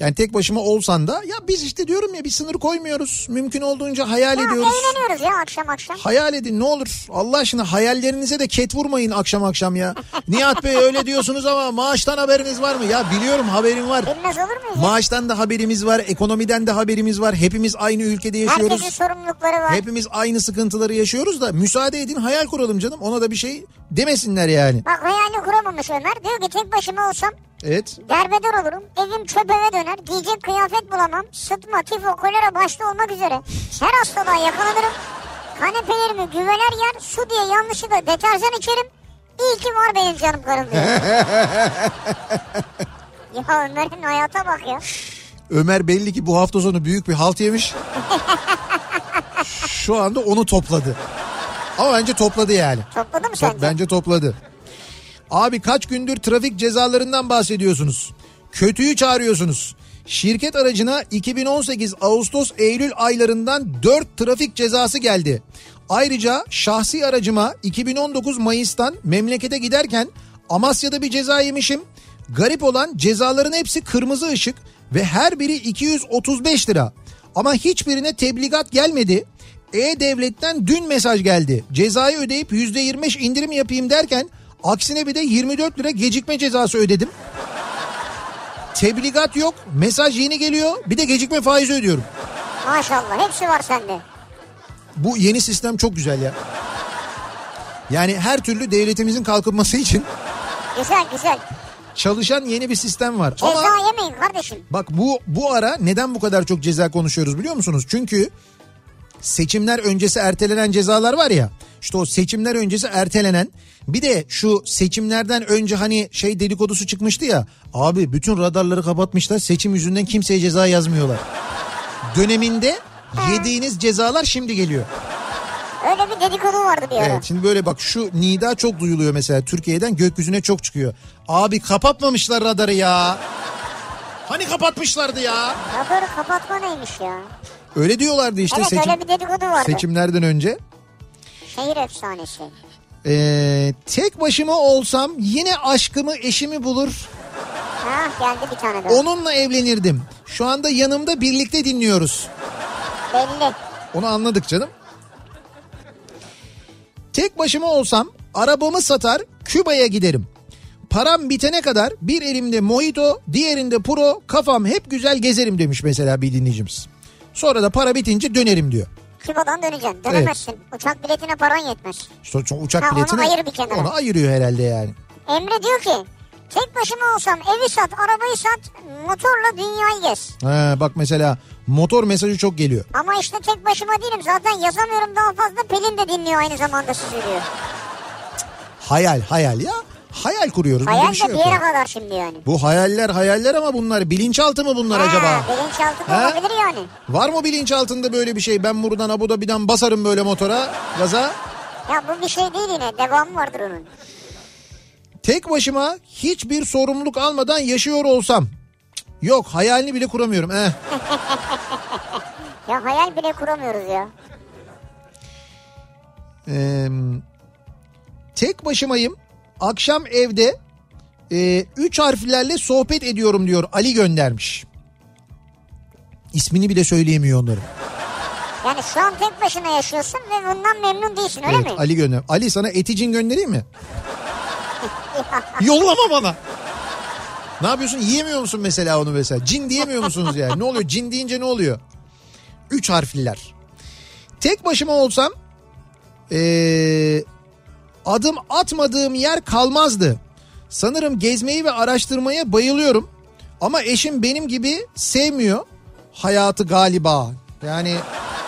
S1: Yani tek başıma olsan da ya biz işte diyorum ya bir sınır koymuyoruz. Mümkün olduğunca hayal
S2: ya,
S1: ediyoruz.
S2: eğleniyoruz ya akşam akşam.
S1: Hayal edin ne olur. Allah aşkına hayallerinize de ket vurmayın akşam akşam ya. Nihat Bey öyle diyorsunuz ama maaştan haberiniz var mı? Ya biliyorum haberim var.
S2: Bilmez olur muyuz? ya?
S1: Maaştan da haberimiz var, ekonomiden de haberimiz var. Hepimiz aynı ülkede yaşıyoruz.
S2: Herkesin sorumlulukları var.
S1: Hepimiz aynı sıkıntıları yaşıyoruz da müsaade edin hayal kuralım canım. Ona da bir şey demesinler yani.
S2: Bak hayali kuramamış Ömer. Diyor ki tek başıma olsam
S1: Evet.
S2: derbeder olurum. Evim çöp eve döner. Giyecek kıyafet bulamam. Sıtma, tifo, kolera başta olmak üzere. Her hastalığa yakalanırım. Kanepelerimi güveler yer. Su diye yanlışlıkla deterjan içerim. İyi ki var benim canım karım diyor. ya Ömer'in hayata bak ya.
S1: Ömer belli ki bu hafta sonu büyük bir halt yemiş. Şu anda onu topladı. Ama bence topladı yani.
S2: Topladı mı
S1: Top-
S2: sence?
S1: bence topladı. Abi kaç gündür trafik cezalarından bahsediyorsunuz. Kötüyü çağırıyorsunuz. Şirket aracına 2018 Ağustos Eylül aylarından 4 trafik cezası geldi. Ayrıca şahsi aracıma 2019 Mayıs'tan memlekete giderken Amasya'da bir ceza yemişim. Garip olan cezaların hepsi kırmızı ışık ve her biri 235 lira. Ama hiçbirine tebligat gelmedi. E-Devlet'ten dün mesaj geldi. Cezayı ödeyip %25 indirim yapayım derken aksine bir de 24 lira gecikme cezası ödedim. Tebligat yok, mesaj yeni geliyor, bir de gecikme faizi ödüyorum.
S2: Maşallah hepsi var sende.
S1: Bu yeni sistem çok güzel ya. Yani her türlü devletimizin kalkınması için
S2: Güzel güzel.
S1: çalışan yeni bir sistem var.
S2: Ceza
S1: Ama
S2: yemeyin kardeşim.
S1: Bak bu bu ara neden bu kadar çok ceza konuşuyoruz biliyor musunuz? Çünkü seçimler öncesi ertelenen cezalar var ya. İşte o seçimler öncesi ertelenen bir de şu seçimlerden önce hani şey dedikodusu çıkmıştı ya. Abi bütün radarları kapatmışlar seçim yüzünden kimseye ceza yazmıyorlar. Döneminde yediğiniz cezalar şimdi geliyor.
S2: Öyle bir dedikodu vardı bir ara.
S1: Evet şimdi böyle bak şu nida çok duyuluyor mesela Türkiye'den gökyüzüne çok çıkıyor. Abi kapatmamışlar radarı ya. Hani kapatmışlardı ya.
S2: Radarı kapatma neymiş ya?
S1: Öyle diyorlardı işte
S2: evet
S1: seçim,
S2: öyle bir dedikodu vardı.
S1: seçimlerden önce.
S2: Şehir efsanesi.
S1: Ee, tek başıma olsam yine aşkımı eşimi bulur
S2: Ha Ah, geldi bir tane daha.
S1: onunla evlenirdim. Şu anda yanımda birlikte dinliyoruz.
S2: Belli.
S1: Onu anladık canım. Tek başıma olsam arabamı satar Küba'ya giderim. Param bitene kadar bir elimde mojito diğerinde puro kafam hep güzel gezerim demiş mesela bir dinleyicimiz. Sonra da para bitince dönerim diyor.
S2: Küba'dan döneceksin. Dönemezsin. Uçak biletine paran yetmez.
S1: İşte o uçak
S2: Ha, onu
S1: biletini
S2: ayır bir kenara.
S1: onu ayırıyor herhalde yani.
S2: Emre diyor ki tek başıma olsam evi sat, arabayı sat, motorla dünyayı gez.
S1: Ha, bak mesela motor mesajı çok geliyor.
S2: Ama işte tek başıma değilim. Zaten yazamıyorum daha fazla. Pelin de dinliyor aynı zamanda sizi diyor.
S1: Hayal hayal ya. Hayal kuruyoruz. Burada
S2: Hayal
S1: bir şey
S2: de bir
S1: yok
S2: yere
S1: ya.
S2: kadar şimdi yani.
S1: Bu hayaller hayaller ama bunlar bilinçaltı mı bunlar acaba?
S2: Ha, bilinçaltı da
S1: Ha?
S2: olabilir yani.
S1: Var mı bilinçaltında böyle bir şey? Ben buradan Abu Dhabi'den basarım böyle motora gaza.
S2: Ya bu bir şey değil yine. Devamı vardır onun.
S1: Tek başıma hiçbir sorumluluk almadan yaşıyor olsam. Cık, Yok hayalini bile kuramıyorum. Eh.
S2: Ya hayal bile kuramıyoruz ya.
S1: Ee, tek başımayım. Akşam evde e, üç harflerle sohbet ediyorum diyor. Ali göndermiş. İsmini bile söyleyemiyor onların.
S2: Yani şu an tek başına yaşıyorsun ve bundan memnun değilsin öyle
S1: Evet
S2: mi?
S1: Ali gönder. Ali sana eticin göndereyim mi? Yollama bana. Ne yapıyorsun? Yiyemiyor musun mesela onu mesela? Cin diyemiyor musunuz yani? Ne oluyor? Cin deyince ne oluyor? Üç harfliler. Tek başıma olsam ee, adım atmadığım yer kalmazdı. Sanırım gezmeyi ve araştırmaya bayılıyorum. Ama eşim benim gibi sevmiyor hayatı galiba. Yani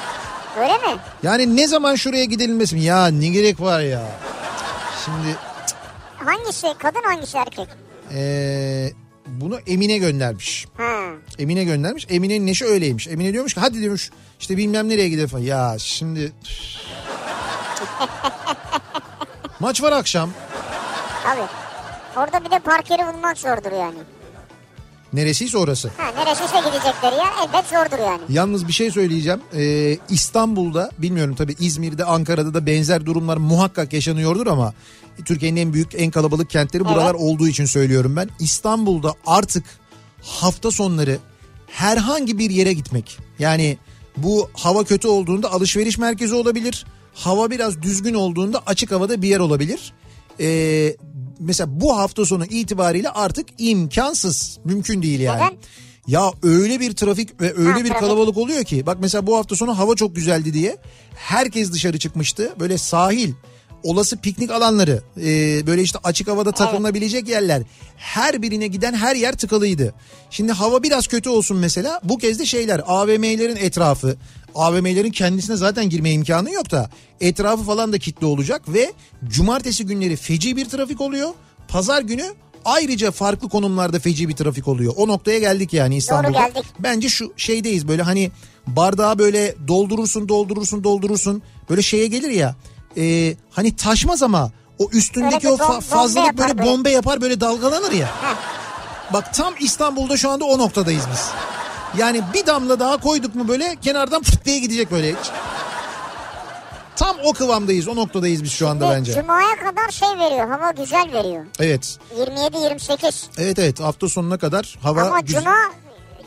S2: Öyle mi?
S1: yani ne zaman şuraya gidilmesi mi? Ya ne gerek var ya? Şimdi
S2: Hangisi kadın hangisi erkek?
S1: eee, Ee, bunu Emine göndermiş.
S2: Ha.
S1: Emine göndermiş. Emine'nin neşi öyleymiş. Emine diyormuş ki hadi diyormuş işte bilmem nereye gidelim falan. Ya şimdi... Maç var akşam.
S2: Abi orada bir de park yeri bulmak zordur yani.
S1: Neresiyse orası.
S2: Ha neresiyse gidecekleri ya elbet zordur yani.
S1: Yalnız bir şey söyleyeceğim. Ee, İstanbul'da bilmiyorum tabii İzmir'de Ankara'da da benzer durumlar muhakkak yaşanıyordur ama Türkiye'nin en büyük en kalabalık kentleri buralar olduğu için söylüyorum ben. İstanbul'da artık hafta sonları herhangi bir yere gitmek yani bu hava kötü olduğunda alışveriş merkezi olabilir. Hava biraz düzgün olduğunda açık havada bir yer olabilir. Ee, mesela bu hafta sonu itibariyle artık imkansız. Mümkün değil yani.
S2: Neden?
S1: Ya öyle bir trafik ve öyle
S2: Ha,
S1: bir
S2: trafik.
S1: kalabalık oluyor ki. Bak mesela bu hafta sonu hava çok güzeldi diye herkes dışarı çıkmıştı. Böyle sahil, olası piknik alanları, e, böyle işte açık havada takılınabilecek yerler. Her birine giden her yer tıkalıydı. Şimdi hava biraz kötü olsun mesela. Bu kez de şeyler AVM'lerin etrafı, AVM'lerin kendisine zaten girme imkanı yok da etrafı falan da kilitli olacak ve cumartesi günleri feci bir trafik oluyor. Pazar günü ayrıca farklı konumlarda feci bir trafik oluyor. O noktaya geldik yani İstanbul'da.
S2: geldik.
S1: Bence şu şeydeyiz böyle hani bardağı böyle doldurursun doldurursun doldurursun böyle şeye gelir ya e, hani taşmaz ama o
S2: Öyle
S1: üstündeki
S2: bir
S1: o fa-
S2: bom- bombe
S1: fazlalık böyle
S2: yapar böyle.
S1: bombe yapar böyle dalgalanır ya.
S2: Heh.
S1: Bak tam İstanbul'da şu anda o noktadayız biz. Yani bir damla daha koyduk mu böyle kenardan fıt diye gidecek böyle. Tam o kıvamdayız o noktadayız biz şu anda
S2: Ve
S1: bence.
S2: Cuma'ya kadar şey veriyor hava güzel veriyor.
S1: Evet.
S2: 27-28
S1: Evet evet hafta sonuna kadar hava
S2: ama
S1: güzel.
S2: Cuma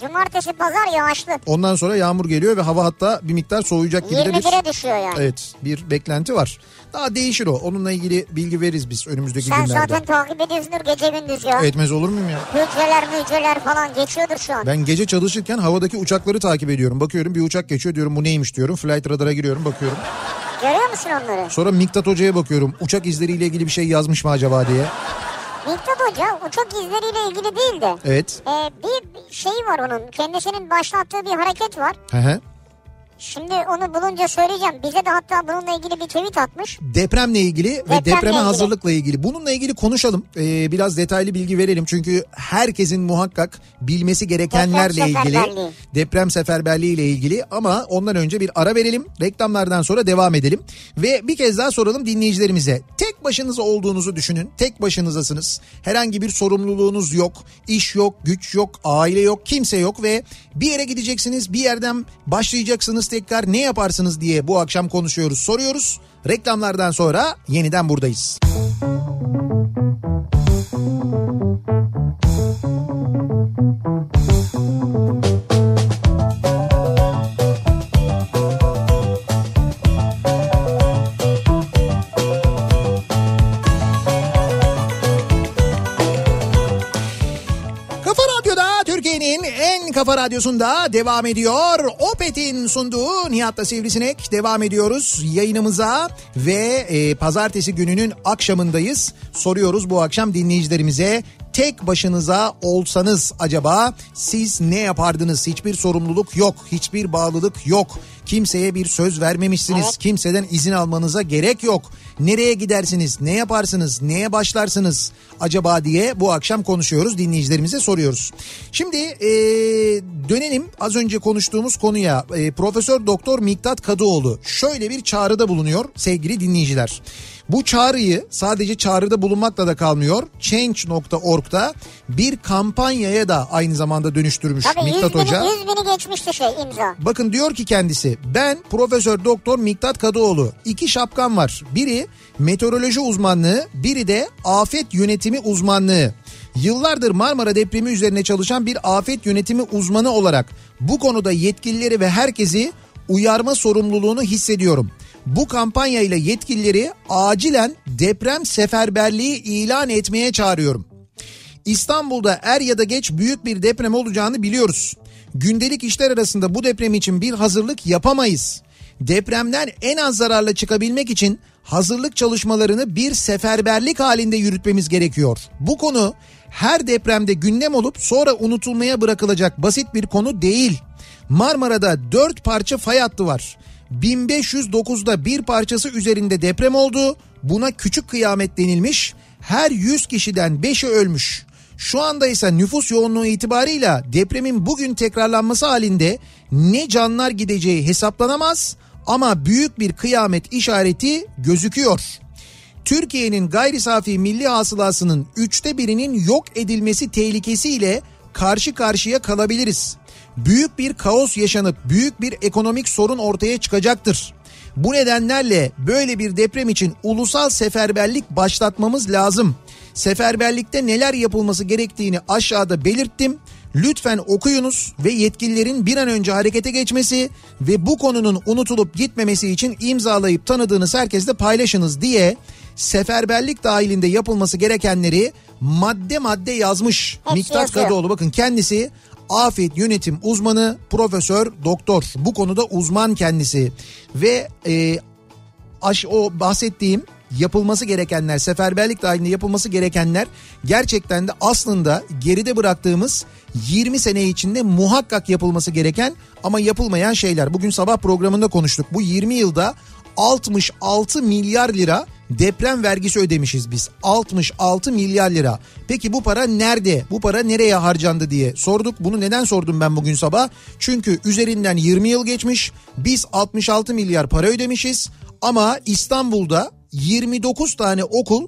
S2: cumartesi pazar yağışlı.
S1: Ondan sonra yağmur geliyor ve hava hatta bir miktar soğuyacak gibi de bir
S2: 21'e düşüyor yani.
S1: Evet bir beklenti var. Daha değişir o. Onunla ilgili bilgi veririz biz önümüzdeki
S2: Sen
S1: günlerde.
S2: zaten takip ediyorsundur gece gündüz ya.
S1: Etmez olur muyum ya?
S2: Hücreler mücreler falan geçiyordur şu an.
S1: Ben gece çalışırken havadaki uçakları takip ediyorum. Bakıyorum bir uçak geçiyor diyorum bu neymiş diyorum. Flight radara giriyorum bakıyorum.
S2: Görüyor musun onları?
S1: Sonra Miktat Hoca'ya bakıyorum. Uçak izleriyle ilgili bir şey yazmış mı acaba diye.
S2: Miktat Hoca uçak izleriyle ilgili değil de.
S1: Evet.
S2: e, bir şey var onun kendisinin başlattığı bir hareket var.
S1: Hı hı.
S2: Şimdi onu bulunca söyleyeceğim. Bize de hatta bununla ilgili bir tweet atmış.
S1: depremle ilgili ve
S2: Depremle
S1: depreme
S2: ilgili.
S1: hazırlıkla ilgili. Bununla ilgili konuşalım. Ee, biraz detaylı bilgi verelim. Çünkü herkesin muhakkak bilmesi gerekenlerle
S2: Deprem
S1: ilgili.
S2: seferberliği.
S1: Deprem seferberliği ile ilgili ama ondan önce bir ara verelim. Reklamlardan sonra devam edelim. Ve bir kez daha soralım dinleyicilerimize. Tek başınıza olduğunuzu düşünün. Tek başınızasınız. Herhangi bir sorumluluğunuz yok. İş yok, güç yok, aile yok, kimse yok ve bir yere gideceksiniz. Bir yerden başlayacaksınız tekrar ne yaparsınız diye bu akşam konuşuyoruz, soruyoruz. Reklamlardan sonra yeniden buradayız. Kafa Radyo'da Türkiye'nin en kafa radyosunda devam ediyor. Opet'in sunduğu Nihat'la Sivrisinek devam ediyoruz yayınımıza ve e, pazartesi gününün akşamındayız. Soruyoruz bu akşam dinleyicilerimize tek başınıza olsanız acaba siz ne yapardınız? Hiçbir sorumluluk yok, hiçbir bağlılık yok. Kimseye bir söz vermemişsiniz. Kimseden izin almanıza gerek yok. Nereye gidersiniz, ne yaparsınız, neye başlarsınız acaba diye bu akşam konuşuyoruz. Dinleyicilerimize soruyoruz. Şimdi e, dönelim az önce konuştuğumuz konuya. E, Profesör Doktor Miktat Kadıoğlu şöyle bir çağrıda bulunuyor sevgili dinleyiciler. Bu çağrıyı sadece çağrıda bulunmakla da kalmıyor. Change.org'da bir kampanyaya da aynı zamanda dönüştürmüş
S2: Tabii 100
S1: Miktat
S2: bini,
S1: Hoca.
S2: 100 bini geçmişti şey imza.
S1: Bakın diyor ki kendisi ben Profesör Doktor Miktat Kadıoğlu. İki şapkam var. Biri meteoroloji uzmanlığı, biri de afet yönetimi uzmanlığı. Yıllardır Marmara depremi üzerine çalışan bir afet yönetimi uzmanı olarak bu konuda yetkilileri ve herkesi uyarma sorumluluğunu hissediyorum. Bu kampanya ile yetkilileri acilen deprem seferberliği ilan etmeye çağırıyorum. İstanbul'da er ya da geç büyük bir deprem olacağını biliyoruz. Gündelik işler arasında bu deprem için bir hazırlık yapamayız. Depremden en az zararla çıkabilmek için hazırlık çalışmalarını bir seferberlik halinde yürütmemiz gerekiyor. Bu konu her depremde gündem olup sonra unutulmaya bırakılacak basit bir konu değil. Marmara'da 4 parça fay hattı var. 1509'da bir parçası üzerinde deprem oldu. Buna küçük kıyamet denilmiş. Her 100 kişiden 5'i ölmüş. Şu anda ise nüfus yoğunluğu itibarıyla depremin bugün tekrarlanması halinde ne canlar gideceği hesaplanamaz ama büyük bir kıyamet işareti gözüküyor. Türkiye'nin gayri safi milli hasılasının üçte birinin yok edilmesi tehlikesiyle karşı karşıya kalabiliriz. Büyük bir kaos yaşanıp büyük bir ekonomik sorun ortaya çıkacaktır. Bu nedenlerle böyle bir deprem için ulusal seferberlik başlatmamız lazım. Seferberlikte neler yapılması gerektiğini aşağıda belirttim. Lütfen okuyunuz ve yetkililerin bir an önce harekete geçmesi ve bu konunun unutulup gitmemesi için imzalayıp tanıdığınız herkesle paylaşınız diye seferberlik dahilinde yapılması gerekenleri madde madde yazmış.
S2: Hepsi
S1: Miktat
S2: yazıyor.
S1: Kadıoğlu bakın kendisi afet yönetim uzmanı profesör doktor bu konuda uzman kendisi ve e, aş o bahsettiğim yapılması gerekenler, seferberlik dahilinde yapılması gerekenler gerçekten de aslında geride bıraktığımız 20 sene içinde muhakkak yapılması gereken ama yapılmayan şeyler. Bugün sabah programında konuştuk. Bu 20 yılda 66 milyar lira deprem vergisi ödemişiz biz. 66 milyar lira. Peki bu para nerede? Bu para nereye harcandı diye sorduk. Bunu neden sordum ben bugün sabah? Çünkü üzerinden 20 yıl geçmiş. Biz 66 milyar para ödemişiz. Ama İstanbul'da 29 tane okul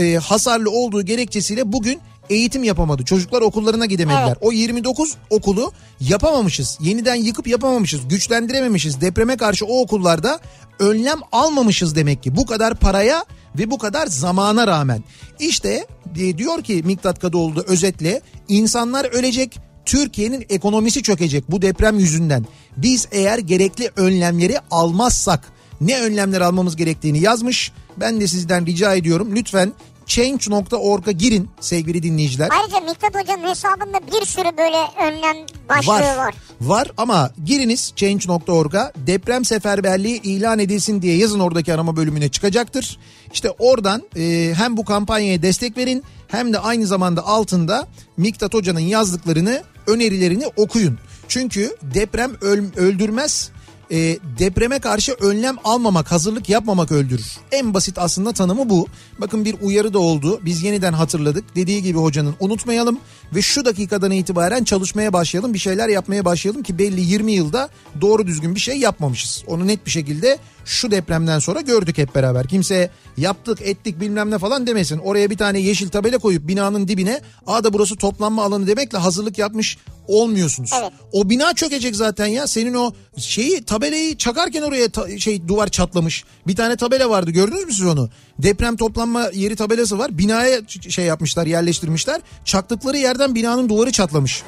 S1: e, hasarlı olduğu gerekçesiyle bugün eğitim yapamadı. Çocuklar okullarına gidemediler.
S2: Evet.
S1: O 29 okulu yapamamışız. Yeniden yıkıp yapamamışız. Güçlendirememişiz. Depreme karşı o okullarda önlem almamışız demek ki. Bu kadar paraya ve bu kadar zamana rağmen. İşte e, diyor ki Miktat Kadıoğlu da özetle insanlar ölecek. Türkiye'nin ekonomisi çökecek bu deprem yüzünden. Biz eğer gerekli önlemleri almazsak ne önlemler almamız gerektiğini yazmış. Ben de sizden rica ediyorum lütfen change.org'a girin sevgili dinleyiciler.
S2: Ayrıca Miktat Hoca'nın hesabında bir sürü böyle önlem başlığı var.
S1: Var ama giriniz change.org'a deprem seferberliği ilan edilsin diye yazın oradaki arama bölümüne çıkacaktır. İşte oradan e, hem bu kampanyaya destek verin hem de aynı zamanda altında Miktat Hoca'nın yazdıklarını önerilerini okuyun. Çünkü deprem öl- öldürmez e, depreme karşı önlem almamak, hazırlık yapmamak öldürür. En basit aslında tanımı bu. Bakın bir uyarı da oldu. Biz yeniden hatırladık. Dediği gibi hocanın unutmayalım ve şu dakikadan itibaren çalışmaya başlayalım. Bir şeyler yapmaya başlayalım ki belli 20 yılda doğru düzgün bir şey yapmamışız. Onu net bir şekilde şu depremden sonra gördük hep beraber. Kimse yaptık ettik bilmem ne falan demesin. Oraya bir tane yeşil tabela koyup binanın dibine aa da burası toplanma alanı demekle hazırlık yapmış olmuyorsunuz.
S2: Evet.
S1: O bina çökecek zaten ya. Senin o şeyi tabelayı çakarken oraya ta- şey duvar çatlamış. Bir tane tabela vardı gördünüz mü siz onu? Deprem toplanma yeri tabelası var. Binaya ç- şey yapmışlar yerleştirmişler. Çaktıkları yerden binanın duvarı çatlamış.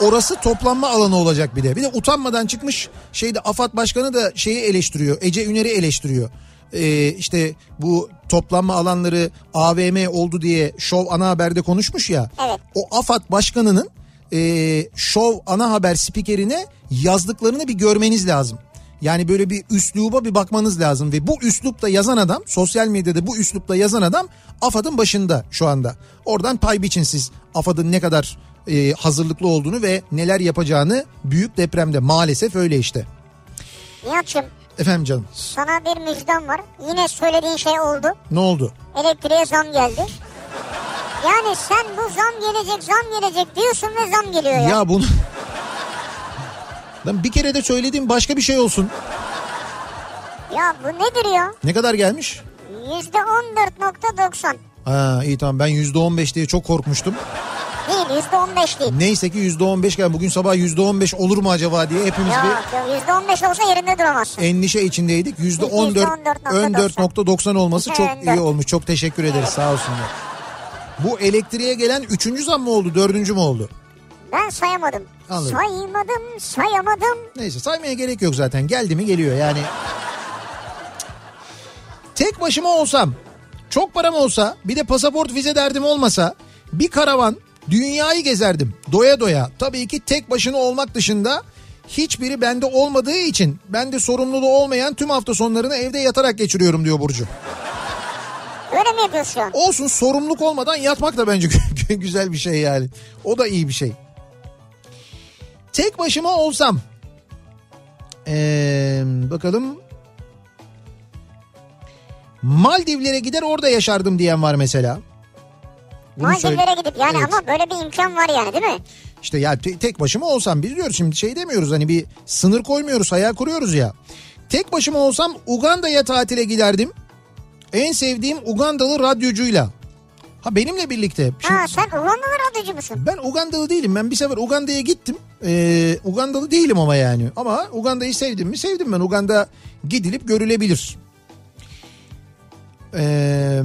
S1: Orası toplanma alanı olacak bir de. Bir de utanmadan çıkmış şeyde AFAD Başkanı da şeyi eleştiriyor. Ece Üner'i eleştiriyor. Ee, işte bu toplanma alanları AVM oldu diye Şov ana haberde konuşmuş ya.
S2: Evet.
S1: O AFAD Başkanı'nın e, Şov ana haber spikerine yazdıklarını bir görmeniz lazım. Yani böyle bir üsluba bir bakmanız lazım ve bu üslupta yazan adam sosyal medyada bu üslupta yazan adam AFAD'ın başında şu anda. Oradan pay biçin siz AFAD'ın ne kadar e, hazırlıklı olduğunu ve neler yapacağını büyük depremde maalesef öyle işte.
S2: Nihat'cığım
S1: Efendim canım
S2: sana bir müjdem var. Yine söylediğin şey oldu.
S1: ne oldu?
S2: Elektriğe zam geldi. Yani sen bu zam gelecek zam gelecek diyorsun ve zam geliyor ya.
S1: Ya bunu... Lan bir kere de söylediğim başka bir şey olsun.
S2: Ya bu nedir ya?
S1: Ne kadar gelmiş?
S2: %14.90
S1: Ha, iyi tamam ben %15 diye çok korkmuştum.
S2: değil %15 değil.
S1: Neyse ki %15 geldi. Bugün sabah %15 olur mu acaba diye hepimiz
S2: Ya,
S1: bir
S2: ya %15 olsa yerinde duramazsın.
S1: endişe içindeydik. Yüzde
S2: %14.90.
S1: 14.90 olması çok
S2: Evet.
S1: iyi olmuş. Çok teşekkür ederiz sağ olsunlar. Bu elektriğe gelen üçüncü zam mı oldu? Dördüncü mü oldu?
S2: Ben sayamadım.
S1: Anladım.
S2: Saymadım sayamadım.
S1: Neyse saymaya gerek yok zaten. Geldi mi geliyor yani. Tek başıma olsam, çok param olsa, bir de pasaport vize derdim olmasa bir karavan dünyayı gezerdim doya doya. Tabii ki tek başına olmak dışında hiçbiri bende olmadığı için ben de sorumluluğu olmayan tüm hafta sonlarını evde yatarak geçiriyorum diyor Burcu.
S2: Öyle mi yapıyorsun? şu an?
S1: Olsun sorumluluk olmadan yatmak da bence güzel bir şey yani. O da iyi bir şey. Tek başıma olsam. Ee, bakalım. Maldivlere gider orada yaşardım diyen var mesela. Bunu
S2: Maldivlere
S1: söyle-
S2: gidip yani
S1: Evet.
S2: ama böyle bir imkan var yani değil mi?
S1: İşte ya te- tek başıma olsam biz diyoruz şimdi şey demiyoruz hani bir sınır koymuyoruz hayal kuruyoruz ya. Tek başıma olsam Uganda'ya tatile giderdim. En sevdiğim Ugandalı radyocuyla. Ha benimle birlikte. Şimdi-
S2: Ha sen Ulanlılar adıcı mısın?
S1: ben Ugandalı değilim. Ben bir sefer Uganda'ya gittim. Ee, Ugandalı değilim ama yani. Ama Uganda'yı sevdim mi? Sevdim ben. Uganda gidilip görülebilir. Ee,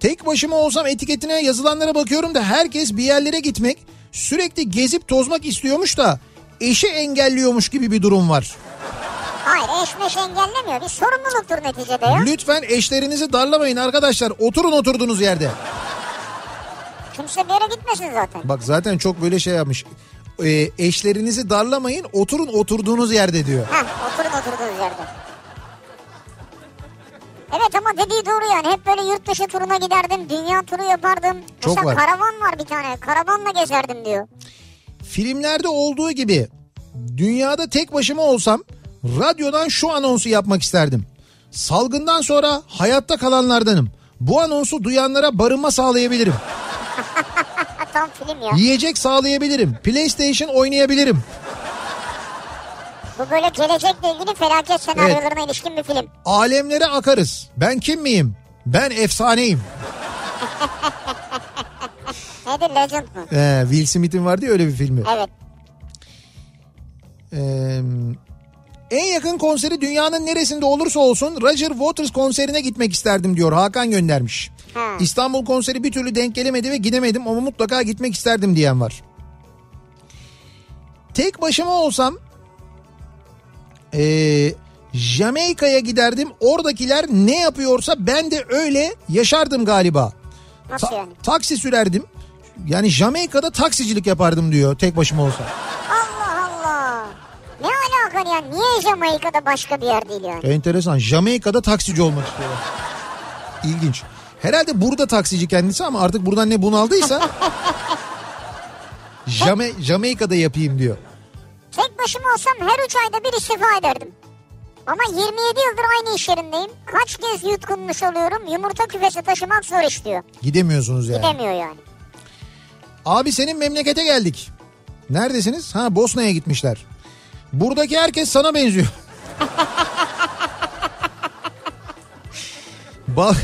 S1: tek başıma olsam etiketine yazılanlara bakıyorum da herkes bir yerlere gitmek, sürekli gezip tozmak istiyormuş da eşi engelliyormuş gibi bir durum var.
S2: Hayır eşmeş engellemiyor. Bir sorumluluktur neticede ya.
S1: Lütfen eşlerinizi darlamayın arkadaşlar. Oturun oturduğunuz yerde.
S2: Kimse bir yere gitmesin zaten.
S1: Bak zaten çok böyle şey yapmış. Ee, eşlerinizi darlamayın oturun oturduğunuz yerde diyor.
S2: Ha oturun oturduğunuz yerde. Evet ama dediği doğru yani hep böyle yurt dışı turuna giderdim, dünya turu yapardım.
S1: Çok
S2: Mesela
S1: var.
S2: karavan var bir tane, karavanla gezerdim diyor.
S1: filmlerde olduğu gibi dünyada tek başıma olsam radyodan şu anonsu yapmak isterdim. Salgından sonra hayatta kalanlardanım. Bu anonsu duyanlara barınma sağlayabilirim.
S2: Ha tam film ya.
S1: Yiyecek sağlayabilirim. PlayStation oynayabilirim.
S2: Bu böyle gelecekle ilgili felaket senaryolarına ilişkin bir film.
S1: Alemlere akarız. Ben kim miyim? Ben efsaneyim.
S2: Nedir Legend mı?
S1: Ee, Will Smith'in vardı ya öyle bir filmi.
S2: Evet.
S1: Ee, en yakın konseri dünyanın neresinde olursa olsun Roger Waters konserine gitmek isterdim diyor. Hakan göndermiş.
S2: Ha.
S1: İstanbul konseri bir türlü denk gelemedi ve gidemedim ama mutlaka gitmek isterdim diyen var. Tek başıma olsam ee, Jamaika'ya giderdim. Oradakiler ne yapıyorsa ben de öyle yaşardım galiba.
S2: Nasıl
S1: Ta-
S2: Şey yani?
S1: taksi sürerdim. Yani Jamaika'da taksicilik yapardım diyor tek başıma olsa.
S2: Allah Allah. Ne alaka ya? Niye Jamaika'da başka bir yer değil yani?
S1: Enteresan. Jamaika'da taksici olmak istiyorlar. İlginç. Herhalde burada taksici kendisi ama artık buradan ne bunaldıysa Jame, Jamaika'da yapayım diyor.
S2: Tek başıma olsam her üç ayda bir istifa ederdim. Ama 27 yıldır aynı iş yerindeyim. Kaç kez yutkunmuş oluyorum. Yumurta küfesi taşımak zor iş diyor.
S1: Gidemiyorsunuz yani.
S2: Gidemiyor yani.
S1: Abi senin memlekete geldik. Neredesiniz? Ha Bosna'ya gitmişler. Buradaki herkes sana benziyor. Bak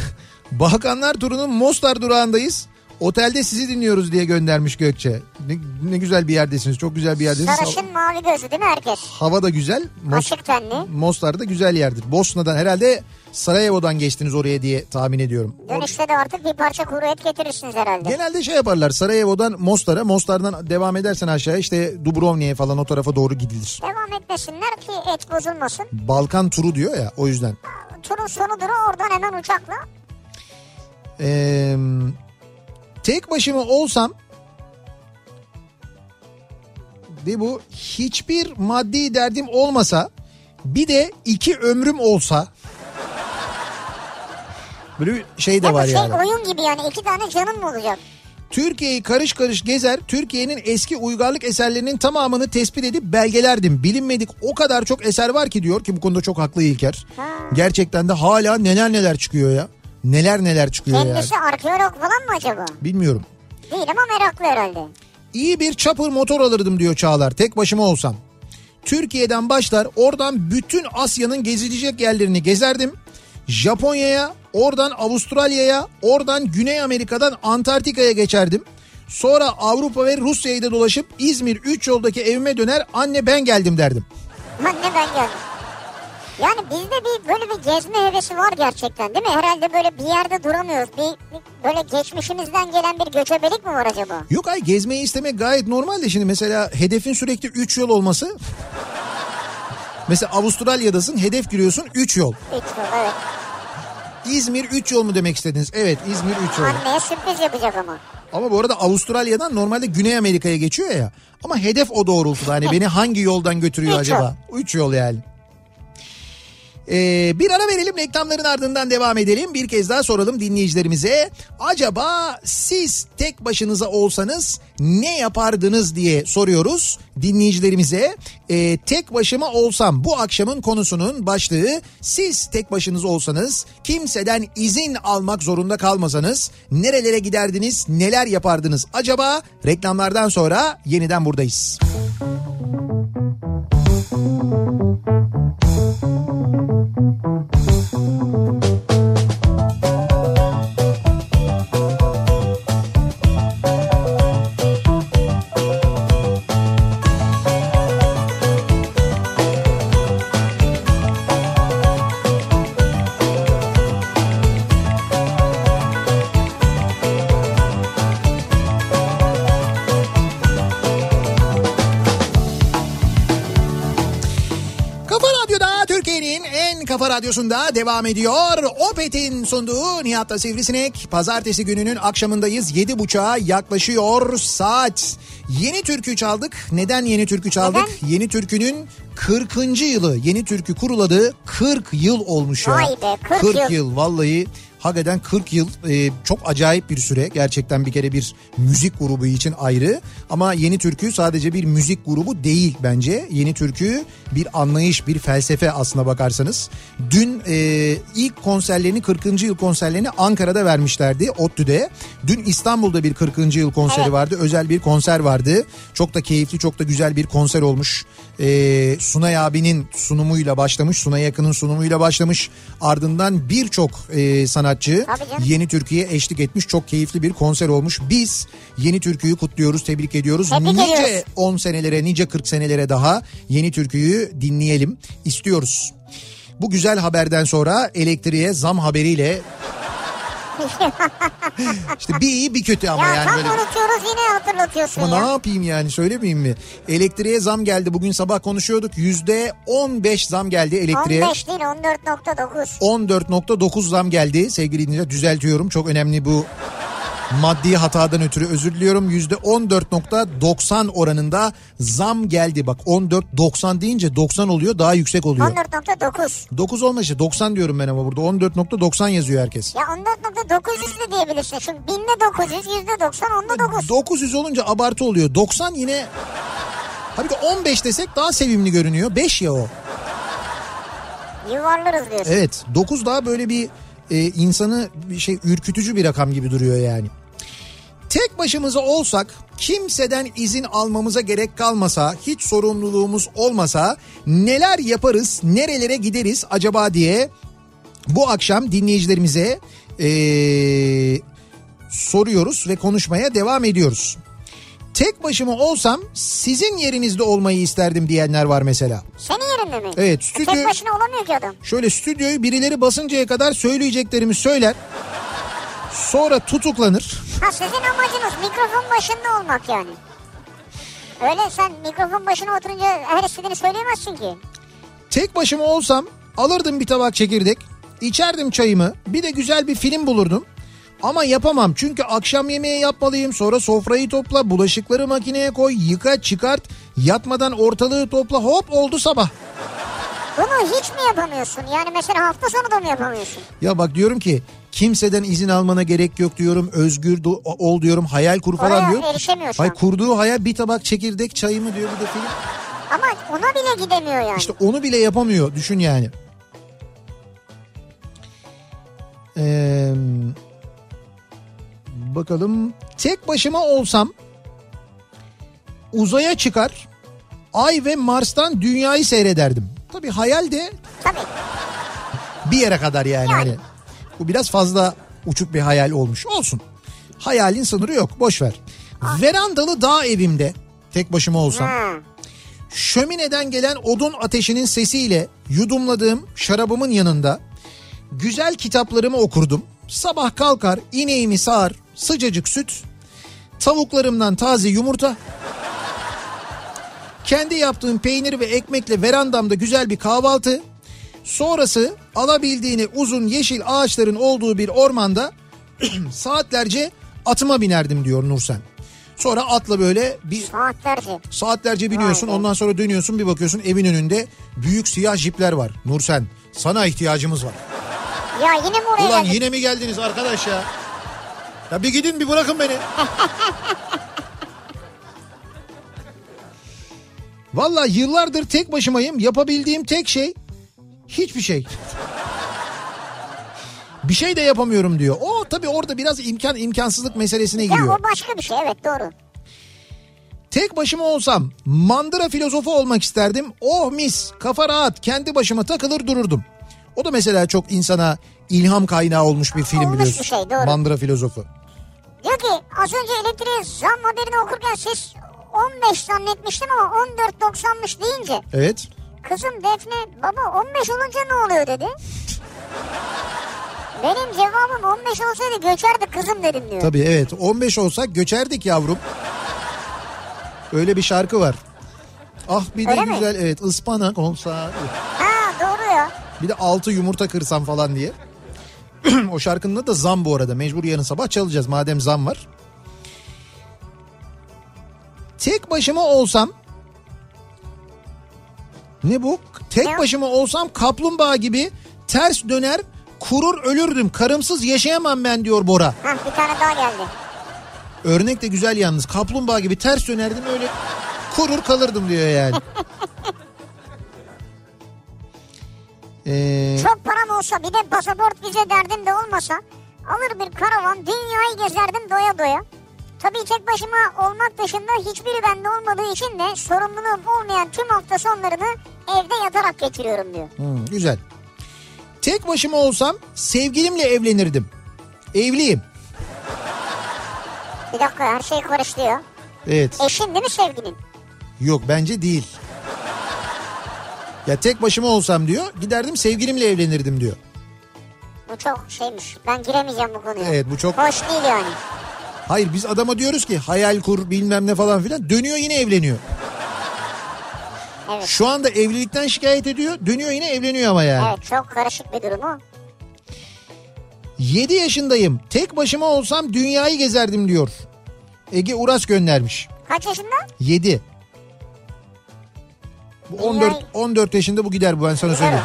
S1: Balkanlar turunun Mostar durağındayız. Otelde sizi dinliyoruz diye göndermiş Gökçe. Ne, ne güzel bir yerdesiniz. Çok güzel bir yerdesiniz.
S2: Sarışın mavi gözü değil mi herkes?
S1: Hava da güzel. Mos-
S2: Açık tenli.
S1: Mostar da güzel yerdir. Bosna'dan herhalde Sarajevo'dan geçtiniz oraya diye tahmin ediyorum.
S2: Dönüşte de artık bir parça kuru et getirirsiniz herhalde.
S1: Genelde şey yaparlar Sarajevo'dan Mostar'a, Mostar'dan devam edersen aşağıya işte Dubrovnik'e falan o tarafa doğru gidilir.
S2: Devam etmesinler ki et bozulmasın.
S1: Balkan turu diyor ya o yüzden.
S2: Turun sonudur oradan hemen uçakla.
S1: Ee, tek başıma olsam ve bu hiçbir maddi derdim olmasa bir de iki ömrüm olsa böyle bir şey de
S2: Ya
S1: var
S2: bu şey
S1: yani.
S2: oyun gibi yani iki tane canın mı olacak?
S1: Türkiye'yi karış karış gezer, Türkiye'nin eski uygarlık eserlerinin tamamını tespit edip belgelerdim. Bilinmedik o kadar çok eser var ki diyor ki bu konuda çok haklı İlker. Gerçekten de hala neler neler çıkıyor ya. Neler neler çıkıyor ya.
S2: Kendisi arkeolog falan mı acaba?
S1: Bilmiyorum.
S2: Değil ama meraklı herhalde.
S1: İyi bir çapır motor alırdım diyor Çağlar tek başıma olsam. Türkiye'den başlar oradan bütün Asya'nın gezilecek yerlerini gezerdim. Japonya'ya, oradan Avustralya'ya, oradan Güney Amerika'dan Antarktika'ya geçerdim. Sonra Avrupa ve Rusya'yı da dolaşıp İzmir 3 yoldaki evime döner anne ben geldim derdim.
S2: Lan ne ben geldim. Yani bizde bir böyle bir gezme hevesi var gerçekten değil mi? Herhalde böyle bir yerde duramıyoruz. Bir, bir böyle geçmişimizden gelen bir göçebelik mi var acaba?
S1: Yok ay gezmeyi istemek gayet normal de şimdi mesela hedefin sürekli 3 yol olması. mesela Avustralya'dasın hedef giriyorsun 3 yol.
S2: Üç yıl evet.
S1: İzmir 3 yol mu demek istediniz? Evet İzmir 3 yol.
S2: Anneye sürpriz yapacak ama.
S1: Ama bu arada Avustralya'dan normalde Güney Amerika'ya geçiyor ya. Ama hedef o doğrultuda. Hani beni hangi yoldan götürüyor
S2: Üç
S1: acaba? Üç yol yani. Ee, bir ara verelim reklamların ardından devam edelim. Bir kez daha soralım dinleyicilerimize. Acaba siz tek başınıza olsanız ne yapardınız diye soruyoruz dinleyicilerimize. Ee, tek başıma olsam bu akşamın konusunun başlığı siz tek başınız olsanız kimseden izin almak zorunda kalmasanız nerelere giderdiniz neler yapardınız acaba reklamlardan sonra yeniden buradayız. Kafa Radyo'da Türkiye'nin en kafa radyosunda devam ediyor. Opet'in sunduğu Nihat'la Sivrisinek. Pazartesi gününün akşamındayız. Yedi buçuğa yaklaşıyor saat. Yeni türkü çaldık. Neden yeni türkü çaldık? Yeni türkünün 40. yılı. Yeni türkü kuruladı. 40 yıl olmuş ya.
S2: Vay be, 40 yıl.
S1: yıl vallahi. Hakikaten 40 yıl e, çok acayip bir süre. Gerçekten bir kere bir müzik grubu için ayrı. Ama Yeni Türkü sadece bir müzik grubu değil bence. Yeni Türkü bir anlayış, bir felsefe aslına bakarsanız. Dün e, ilk konserlerini 40. yıl konserlerini Ankara'da vermişlerdi ODTÜ'de. Dün İstanbul'da bir 40. yıl konseri
S2: Evet.
S1: vardı. Özel bir konser vardı. Çok da keyifli, çok da güzel bir konser olmuş. E, Sunay abinin sunumuyla başlamış. Sunay Akın'ın sunumuyla başlamış. Ardından birçok e, sanatçı
S2: Tabii canım.
S1: Yeni Türkü'ye eşlik etmiş. Çok keyifli bir konser olmuş. Biz Yeni Türkü'yü kutluyoruz, tebrik ediyoruz.
S2: Tebrik
S1: nice
S2: ediyoruz.
S1: 10 senelere, nice 40 senelere daha Yeni Türkü'yü dinleyelim istiyoruz. Bu güzel haberden sonra elektriğe zam haberiyle işte bir iyi bir kötü ama
S2: ya
S1: yani
S2: tam
S1: böyle
S2: unutuyoruz yine hatırlatıyorsun
S1: ama
S2: ya.
S1: ne yapayım yani söylemeyeyim mi? Elektriğe zam geldi. Bugün sabah konuşuyorduk. Yüzde 15 zam geldi elektriğe.
S2: 15 değil 14.9.
S1: 14.9 zam geldi sevgili dinleyiciler düzeltiyorum çok önemli bu maddi hatadan ötürü özür diliyorum %14.90 oranında zam geldi bak 14.90 deyince 90 oluyor daha yüksek oluyor
S2: 14.9.
S1: 9 olmaz işte 90 diyorum ben ama burada 14.90 yazıyor herkes.
S2: Ya 14.900 de diyebilirsin. Şimdi binde 900, yüzde 90, onda 9.
S1: 900 olunca abartı oluyor 90 yine halbuki 15 desek daha sevimli görünüyor 5 ya o.
S2: Yuvarlarız diyorsun.
S1: Evet 9 daha böyle bir e, insanı bir şey ürkütücü bir rakam gibi duruyor yani. Tek başımıza olsak kimseden izin almamıza gerek kalmasa hiç sorumluluğumuz olmasa neler yaparız nerelere gideriz acaba diye bu akşam dinleyicilerimize e, soruyoruz ve konuşmaya devam ediyoruz. Tek başıma olsam sizin yerinizde olmayı isterdim diyenler var mesela.
S2: Senin yerinde mi?
S1: Evet,
S2: E,
S1: stüdyo-
S2: Tek başına olamıyor ki adam.
S1: Şöyle stüdyoyu birileri basıncaya kadar söyleyeceklerimi söyler. Sonra tutuklanır.
S2: Ha sizin amacınız mikrofon başında olmak yani. Öyle sen mikrofon başına oturunca her istediğini söyleyemezsin ki.
S1: Tek başıma olsam alırdım bir tabak çekirdek. içerdim çayımı. Bir de güzel bir film bulurdum. Ama yapamam çünkü akşam yemeği yapmalıyım. Sonra sofrayı topla, bulaşıkları makineye koy, yıka, çıkart. Yatmadan ortalığı topla. Hop oldu sabah.
S2: Bunu hiç mi yapamıyorsun? Yani mesela hafta sonu da mı yapamıyorsun?
S1: Ya bak diyorum ki Kimseden izin almana gerek yok diyorum. Özgür do- ol diyorum. Hayal kur falan
S2: Oraya
S1: diyor.
S2: erişemiyorsun.
S1: Ay kurduğu hayal bir tabak çekirdek çayı mı diyor bir de film.
S2: Ama ona bile gidemiyor yani.
S1: İşte onu bile yapamıyor. Düşün yani. Ee, bakalım. Tek başıma olsam uzaya çıkar Ay ve Mars'tan dünyayı seyrederdim. Tabii hayal de
S2: Tabii.
S1: bir yere kadar yani.
S2: Yani.
S1: Hani bu biraz fazla uçuk bir hayal olmuş. Olsun. Hayalin sınırı yok. Boş ver. Verandalı dağ evimde tek başıma olsam
S2: Ha.
S1: şömineden gelen odun ateşinin sesiyle yudumladığım şarabımın yanında güzel kitaplarımı okurdum. Sabah kalkar ineğimi sağar sıcacık süt tavuklarımdan taze yumurta kendi yaptığım peynir ve ekmekle verandamda güzel bir kahvaltı sonrası alabildiğini uzun yeşil ağaçların olduğu bir ormanda saatlerce atıma binerdim diyor Nursen. Sonra atla böyle bir
S2: Saatlerce.
S1: Saatlerce biniyorsun
S2: Vay be.
S1: ondan sonra dönüyorsun bir bakıyorsun evin önünde büyük siyah jipler var. Nursen sana ihtiyacımız var.
S2: Ya yine mi oraya
S1: Ulan
S2: geldin?
S1: yine mi geldiniz arkadaş ya? Ya bir gidin bir bırakın beni. Valla yıllardır tek başımayım. Yapabildiğim tek şey hiçbir şey. Bir şey de yapamıyorum diyor. O tabii orada biraz imkan imkansızlık meselesine
S2: Ya
S1: giriyor.
S2: o başka bir şey evet doğru.
S1: Tek başıma olsam mandıra filozofu olmak isterdim. Oh mis kafa rahat kendi başıma takılır dururdum. O da mesela çok insana ilham kaynağı olmuş bir film
S2: Olmuş bir
S1: biliyorsun.
S2: şey, doğru.
S1: Mandıra filozofu.
S2: Diyor ki az önce elektriğe zam haberini okurken siz 15 zannetmiştim ama 14.90'mış deyince
S1: Evet.
S2: kızım Defne baba 15 olunca ne oluyor dedi. Benim cevabım 15 olsaydı göçerdik kızım dedim diyor.
S1: Tabii evet 15 olsak göçerdik yavrum. Öyle bir şarkı var. Ah bir de
S2: Öyle mi?
S1: güzel evet ıspanak olsa
S2: Ha doğru ya.
S1: bir de altı yumurta kırsam falan diye. o şarkının adı da zam bu arada. Mecbur yarın sabah çalacağız madem zam var. Tek başıma olsam ne bu? Tek
S2: Ne o?
S1: başıma olsam kaplumbağa gibi ters döner kurur ölürdüm. Karımsız yaşayamam ben diyor Bora.
S2: Ha bir tane daha geldi.
S1: Örnek de güzel yalnız. Kaplumbağa gibi ters dönerdim öyle kurur kalırdım diyor yani. Ee,
S2: Çok param olsa bir de pasaport vize derdim de olmasa alır bir karavan dünyayı gezerdim doya doya. Tabii tek başıma olmak dışında hiçbiri bende olmadığı için de sorumluluğum olmayan tüm hafta sonlarını evde yatarak geçiriyorum diyor.
S1: Hmm, güzel. Tek başıma olsam sevgilimle evlenirdim. Evliyim.
S2: Bir dakika her şey karıştı ya.
S1: Evet.
S2: Eşin değil mi sevgilin?
S1: Yok bence değil. Ya tek başıma olsam diyor giderdim sevgilimle evlenirdim diyor.
S2: Bu çok şeymiş. Ben giremeyeceğim bu konuya.
S1: Evet, bu çok-
S2: Hoş değil yani.
S1: Hayır biz adama diyoruz ki hayal kur bilmem ne falan filan dönüyor yine evleniyor.
S2: Evet.
S1: Şu anda evlilikten şikayet ediyor dönüyor yine evleniyor ama yani.
S2: Evet çok karışık bir durum o.
S1: 7 yaşındayım tek başıma olsam dünyayı gezerdim diyor. Ege Uras göndermiş.
S2: Kaç yaşında?
S1: 7. Bu 14
S2: Dünyayı-
S1: 14 yaşında bu gider bu ben sana söyleyeyim.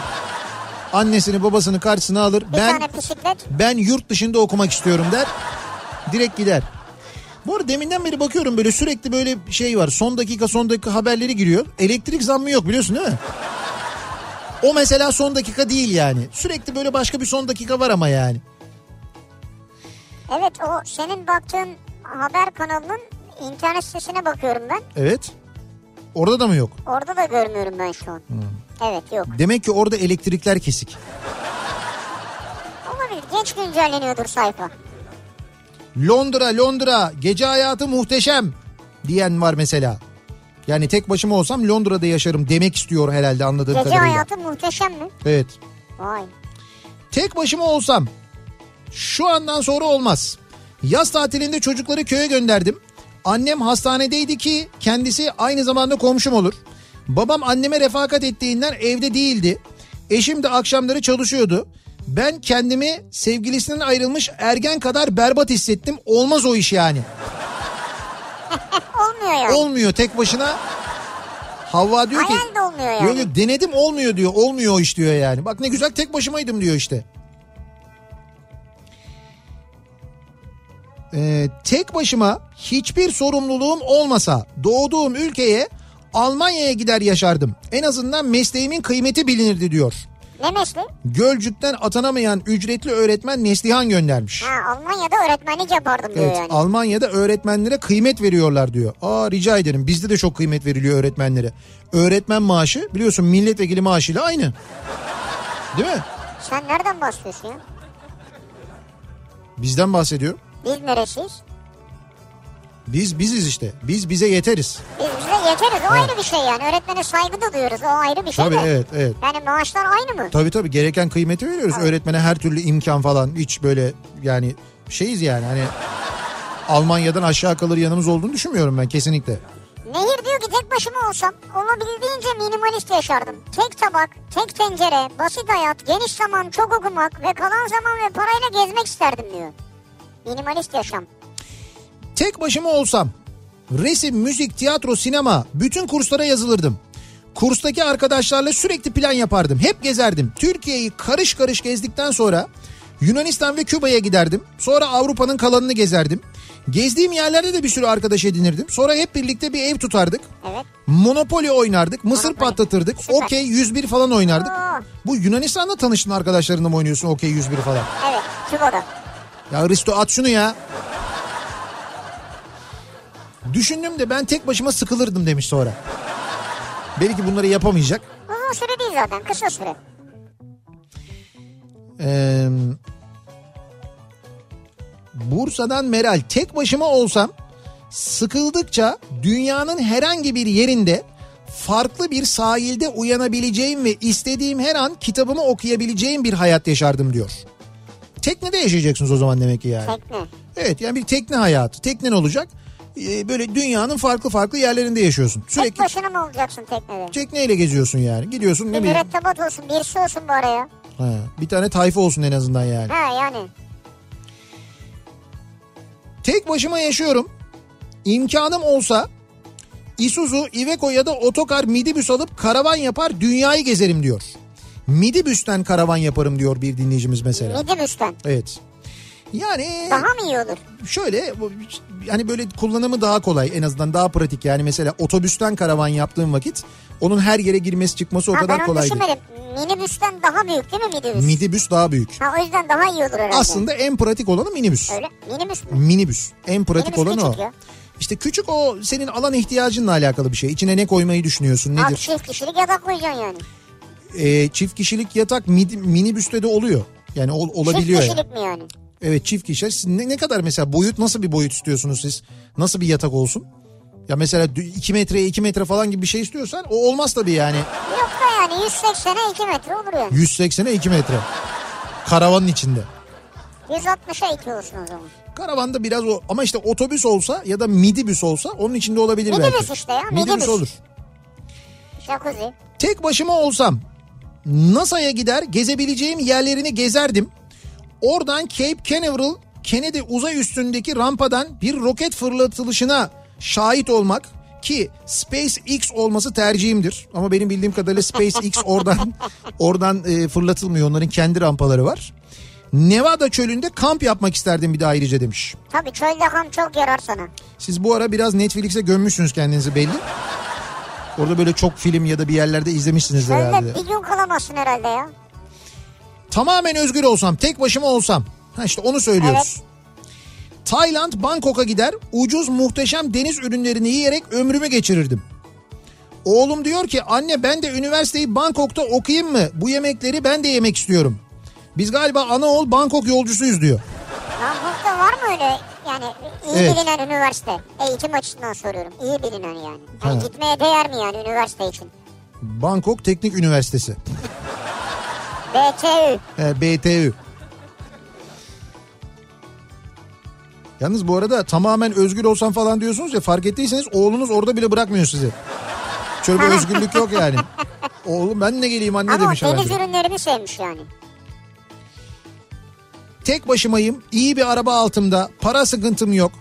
S1: Annesini babasını karşısına alır.
S2: Bir
S1: ben
S2: tane bisiklet.
S1: ben yurt dışında okumak istiyorum der. Direkt gider. Bu arada deminden beri bakıyorum böyle sürekli böyle şey var. Son dakika son dakika haberleri giriyor. Elektrik zammı yok biliyorsun değil mi? O mesela son dakika değil yani. Sürekli böyle başka bir son dakika var ama yani.
S2: Evet o senin baktığın haber kanalının internet sitesine bakıyorum ben.
S1: Evet. Orada da mı yok?
S2: Orada da görmüyorum ben şu an.
S1: Hmm.
S2: Evet yok.
S1: Demek ki orada elektrikler kesik.
S2: Olabilir. Geç güncelleniyordur sayfa.
S1: Londra Londra gece hayatı muhteşem diyen var mesela. Yani tek başıma olsam Londra'da yaşarım demek istiyor herhalde anladığım
S2: Gece
S1: kadarıyla.
S2: hayatı muhteşem mi?
S1: Evet.
S2: Vay.
S1: Tek başıma olsam şu andan sonra olmaz. Yaz tatilinde çocukları köye gönderdim. Annem hastanedeydi ki kendisi aynı zamanda komşum olur. Babam anneme refakat ettiğinden evde değildi. Eşim de akşamları çalışıyordu. Ben kendimi sevgilisinden ayrılmış ergen kadar berbat hissettim. Olmaz o iş yani.
S2: Olmuyor yani.
S1: Olmuyor tek başına. Havva diyor ki
S2: Hayal de olmuyor yani.
S1: Yok yok denedim olmuyor diyor. Olmuyor o iş diyor yani. Bak ne güzel tek başımaydım diyor işte. e, tek başıma hiçbir sorumluluğum olmasa doğduğum ülkeye Almanya'ya gider yaşardım. En azından mesleğimin kıymeti bilinirdi diyor.
S2: Ne mesleği?
S1: Gölcük'ten atanamayan ücretli öğretmen Neslihan göndermiş.
S2: Ha, Almanya'da öğretmenlik yapardım diyor
S1: Evet,
S2: yani.
S1: Almanya'da öğretmenlere kıymet veriyorlar diyor. Aa rica ederim. Bizde de çok kıymet veriliyor öğretmenlere. Öğretmen maaşı biliyorsun milletvekili maaşıyla aynı. Değil mi?
S2: Sen nereden bahsediyorsun ya?
S1: Bizden bahsediyorum.
S2: Biz neresiyiz?
S1: Biz biziz işte. Biz bize yeteriz.
S2: Biz bize yeteriz. O ayrı bir şey yani. Öğretmene saygı da duyuyoruz. O ayrı bir şey
S1: Tabii
S2: de.
S1: evet evet.
S2: Yani maaşlar aynı mı?
S1: Tabii tabii gereken kıymeti veriyoruz. Öğretmene her türlü imkan falan hiç böyle yani şeyiz yani hani Almanya'dan aşağı kalır yanımız olduğunu düşünmüyorum ben kesinlikle.
S2: Nehir diyor ki tek başıma olsam olabildiğince minimalist yaşardım. Tek tabak, tek tencere, basit hayat, geniş zaman, çok okumak ve kalan zaman ve parayla gezmek isterdim diyor. Minimalist yaşam.
S1: Tek başıma olsam resim, müzik, tiyatro, sinema bütün kurslara yazılırdım. Kurstaki arkadaşlarla sürekli plan yapardım. Hep gezerdim. Türkiye'yi karış karış gezdikten sonra Yunanistan ve Küba'ya giderdim. Sonra Avrupa'nın kalanını gezerdim. Gezdiğim yerlerde de bir sürü arkadaş edinirdim. Sonra hep birlikte bir ev tutardık.
S2: Evet.
S1: Monopoly oynardık. Mısır
S2: Monopoly.
S1: patlatırdık.
S2: Süper.
S1: Okey 101 falan oynardık.
S2: Aa.
S1: Bu Yunanistan'da tanıştığın arkadaşlarınla mı oynuyorsun okey 101 falan?
S2: Evet. Küba'da.
S1: Ya Risto at şunu ya. Düşündüm de ben tek başıma sıkılırdım demiş sonra. Belki bunları yapamayacak.
S2: Uzun süre değil zaten. Kısa süre.
S1: Ee, Bursa'dan Meral tek başıma olsam sıkıldıkça dünyanın herhangi bir yerinde farklı bir sahilde uyanabileceğim ve istediğim her an kitabımı okuyabileceğim bir hayat yaşardım diyor. Teknede yaşayacaksınız o zaman demek ki yani.
S2: Tekne.
S1: Evet yani bir tekne hayatı. Teknen olacak. Ee, böyle dünyanın farklı farklı yerlerinde yaşıyorsun.
S2: Tek
S1: Sürekli
S2: başına mı olacaksın teknede?
S1: tekneyle geziyorsun yani. Gidiyorsun ne
S2: Bir
S1: bileyim.
S2: mürettebat olsun, birisi olsun bu araya.
S1: Ha, bir tane tayfa olsun en azından yani.
S2: Ha yani.
S1: Tek başıma yaşıyorum. İmkanım olsa Isuzu, Iveco ya da otokar midibüs alıp karavan yapar dünyayı gezerim diyor. Midibüsten karavan yaparım diyor bir dinleyicimiz mesela.
S2: Midibüsten.
S1: Evet. Yani
S2: Daha mı iyi olur?
S1: şöyle bu- hani böyle kullanımı daha kolay en azından daha pratik yani mesela otobüsten karavan yaptığın vakit onun her yere girmesi çıkması o
S2: ha, ben
S1: kadar
S2: onu
S1: kolay değil.
S2: düşünmedim. Minibüsten daha büyük değil mi minibüs?
S1: Minibüs daha büyük.
S2: ha o yüzden daha iyi olur herhalde.
S1: Aslında en pratik olanı minibüs.
S2: Öyle. Minibüs mü?
S1: Minibüs en pratik
S2: Minibüs
S1: olanı
S2: küçük
S1: o.
S2: ya.
S1: İşte küçük o senin alan ihtiyacınla alakalı bir şey. İçine ne koymayı düşünüyorsun
S2: Abi
S1: nedir?
S2: çift kişilik yatak koyacaksın yani.
S1: Ee, çift kişilik yatak mid- minibüste de oluyor. Yani ol- olabiliyor.
S2: çift
S1: yani.
S2: kişilik mi yani?
S1: Evet çift kişiler. Siz Ne, ne kadar mesela boyut nasıl bir boyut istiyorsunuz siz? Nasıl bir yatak olsun? Ya mesela 2 metreye 2 metre falan gibi bir şey istiyorsan o olmaz tabii yani.
S2: Yok da yani 180'e 2 metre olur yani.
S1: 180'e 2 metre. Karavanın içinde.
S2: 160'a 2 olsun o zaman.
S1: Karavanda biraz o ama işte otobüs olsa ya da midibüs olsa onun içinde olabilir
S2: Midibüs
S1: belki.
S2: işte ya,
S1: Midibüs
S2: midibüs.
S1: olur.
S2: Jacuzzi.
S1: Tek başıma olsam NASA'ya gider gezebileceğim yerlerini gezerdim. Oradan Cape Canaveral Kennedy uzay üstündeki rampadan bir roket fırlatılışına şahit olmak ki SpaceX olması tercihimdir. Ama benim bildiğim kadarıyla SpaceX oradan oradan e, fırlatılmıyor. Onların kendi rampaları var. Nevada çölünde kamp yapmak isterdim bir de ayrıca demiş.
S2: Tabii çölde ham çok yarar sana.
S1: Siz bu ara biraz Netflix'e gömmüşsünüz kendinizi belli. Orada böyle çok film ya da bir yerlerde izlemişsiniz herhalde.
S2: Çölde bir gün kalamazsın herhalde ya.
S1: Tamamen özgür olsam, tek başıma olsam. Ha işte onu söylüyoruz. Tayland, Bangkok'a gider, ucuz muhteşem deniz ürünlerini yiyerek ömrümü geçirirdim. Oğlum diyor ki anne ben de üniversiteyi Bangkok'ta okuyayım mı? Bu yemekleri ben de yemek istiyorum. Biz galiba ana oğul Bangkok yolcusuyuz diyor.
S2: Bangkok'ta var mı öyle yani iyi
S1: Evet.
S2: bilinen üniversite? Eğitim açısından soruyorum. İyi bilinen yani. Hani
S1: Ha.
S2: gitmeye değer mi yani üniversite için?
S1: Bangkok Teknik Üniversitesi.
S2: BTÜ.
S1: He, BTÜ. Yalnız bu arada tamamen özgür olsam falan diyorsunuz ya fark ettiyseniz oğlunuz orada bile bırakmıyor sizi. Şöyle bir özgürlük yok yani. Oğlum ben ne geleyim anne
S2: Ama o
S1: demiş
S2: deniz
S1: herhalde.
S2: ürünlerini sevmiş yani.
S1: Tek başımayım iyi bir araba altımda para sıkıntım yok.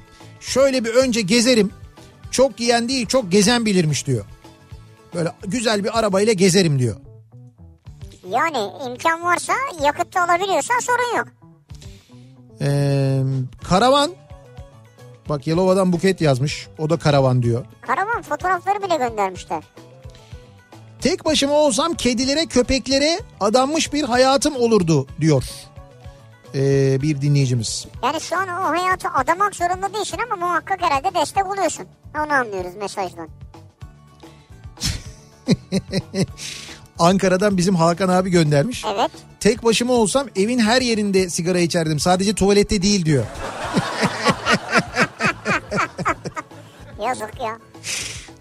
S1: Şöyle bir önce gezerim. Çok giyen değil çok gezen bilirmiş diyor. Böyle güzel bir arabayla gezerim diyor.
S2: Yani imkan varsa yakıtta olabiliyorsa sorun yok.
S1: Ee, karavan Bak Yalova'dan Buket yazmış. O da karavan diyor.
S2: Karavan fotoğrafları bile göndermişler.
S1: Tek başıma olsam kedilere köpeklere adanmış bir hayatım olurdu diyor. Ee, bir dinleyicimiz.
S2: Yani şu an o hayatı adamak zorunda değilsin ama muhakkak herhalde destek oluyorsun. Onu anlıyoruz mesajdan.
S1: Ankara'dan bizim Hakan abi göndermiş.
S2: Evet.
S1: Tek başıma olsam evin her yerinde sigara içerdim. Sadece tuvalette değil diyor.
S2: Yazık ya.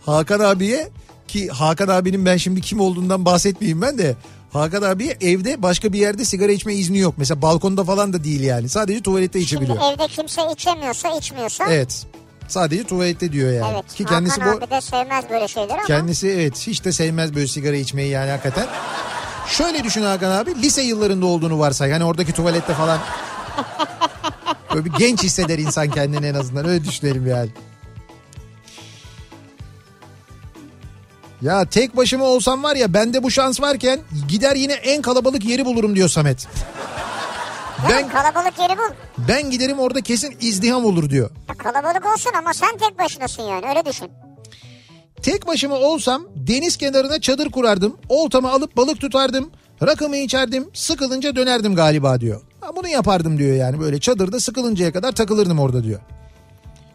S1: Hakan abiye ki Hakan abinin ben şimdi kim olduğundan bahsetmeyeyim ben de. Hakan abiye evde başka bir yerde sigara içme izni yok. Mesela balkonda falan da değil yani. Sadece tuvalette
S2: Şimdi
S1: içebiliyor.
S2: evde kimse içemiyorsa içmiyorsa.
S1: Evet. Sadece tuvalette diyor yani.
S2: Evet.
S1: Ki kendisi
S2: Hakan
S1: bu
S2: abi de sevmez böyle şeyleri ama.
S1: Kendisi evet hiç de sevmez böyle sigara içmeyi yani hakikaten. Şöyle düşün Hakan abi lise yıllarında olduğunu varsay. Hani oradaki tuvalette falan. Böyle bir genç hisseder insan kendini en azından öyle düşünelim yani. Ya tek başıma olsam var ya bende bu şans varken gider yine en kalabalık yeri bulurum diyor Samet. Ben
S2: Yani Kalabalık yeri bul.
S1: ben giderim orada kesin izdiham olur diyor.
S2: Ya Kalabalık olsun ama sen tek başınasın yani öyle düşün.
S1: Tek başıma olsam deniz kenarına çadır kurardım. Oltamı alıp balık tutardım. Rakımı içerdim. Sıkılınca dönerdim galiba diyor. Ha, bunu yapardım diyor yani böyle çadırda sıkılıncaya kadar takılırdım orada diyor.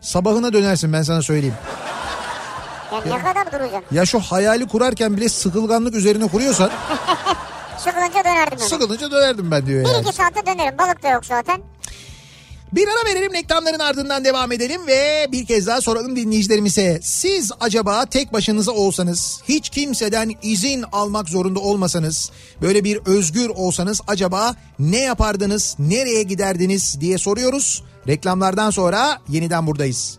S1: Sabahına dönersin ben sana söyleyeyim.
S2: Yani ne kadar duracaksın?
S1: Ya şu hayali kurarken bile sıkılganlık üzerine kuruyorsan
S2: Sıkılınca dönerdim hemen.
S1: sıkılınca dönerdim ben diyor
S2: Bir
S1: yani.
S2: iki saatte dönerim. Balık da yok zaten.
S1: Bir ara verelim reklamların ardından devam edelim ve bir kez daha soralım dinleyicilerimize. Siz acaba tek başınıza olsanız, hiç kimseden izin almak zorunda olmasanız, böyle bir özgür olsanız acaba ne yapardınız, nereye giderdiniz diye soruyoruz. Reklamlardan sonra yeniden buradayız.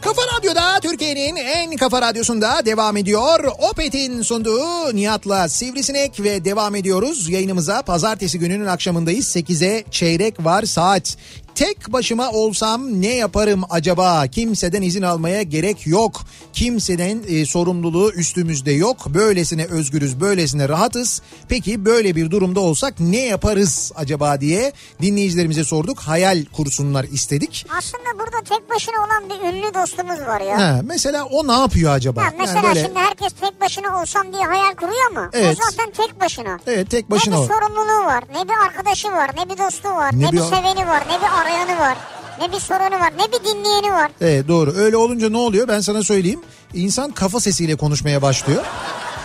S1: Kafa Radyo'da Türkiye'nin en kafa radyosunda devam ediyor. Opet'in sunduğu Nihat'la Sivrisinek ve devam ediyoruz. Yayınımıza pazartesi gününün akşamındayız. 8'e çeyrek var saat. Tek başıma olsam ne yaparım acaba? Kimseden izin almaya gerek yok. Kimseden e, sorumluluğu üstümüzde yok. Böylesine özgürüz, böylesine rahatız. Peki böyle bir durumda olsak ne yaparız acaba diye dinleyicilerimize sorduk. Hayal kursunlar istedik.
S2: Aslında burada tek başına olan bir ünlü dostumuz var ya.
S1: Ha, mesela o ne yapıyor acaba?
S2: Ya
S1: Yani
S2: mesela
S1: böyle-
S2: şimdi herkes tek başına olsam diye hayal kuruyor mu?
S1: Evet.
S2: O zaten tek başına.
S1: Evet tek başına
S2: ne
S1: o.
S2: bir sorumluluğu var, ne bir arkadaşı var, ne bir dostu var,
S1: Ne
S2: ne,
S1: bir-
S2: bir seveni var, ne bir arayanı var, ne bir sorunu var, ne bir dinleyeni var.
S1: Evet Ee, doğru. Öyle olunca ne oluyor? Ben sana söyleyeyim. İnsan kafa sesiyle konuşmaya başlıyor.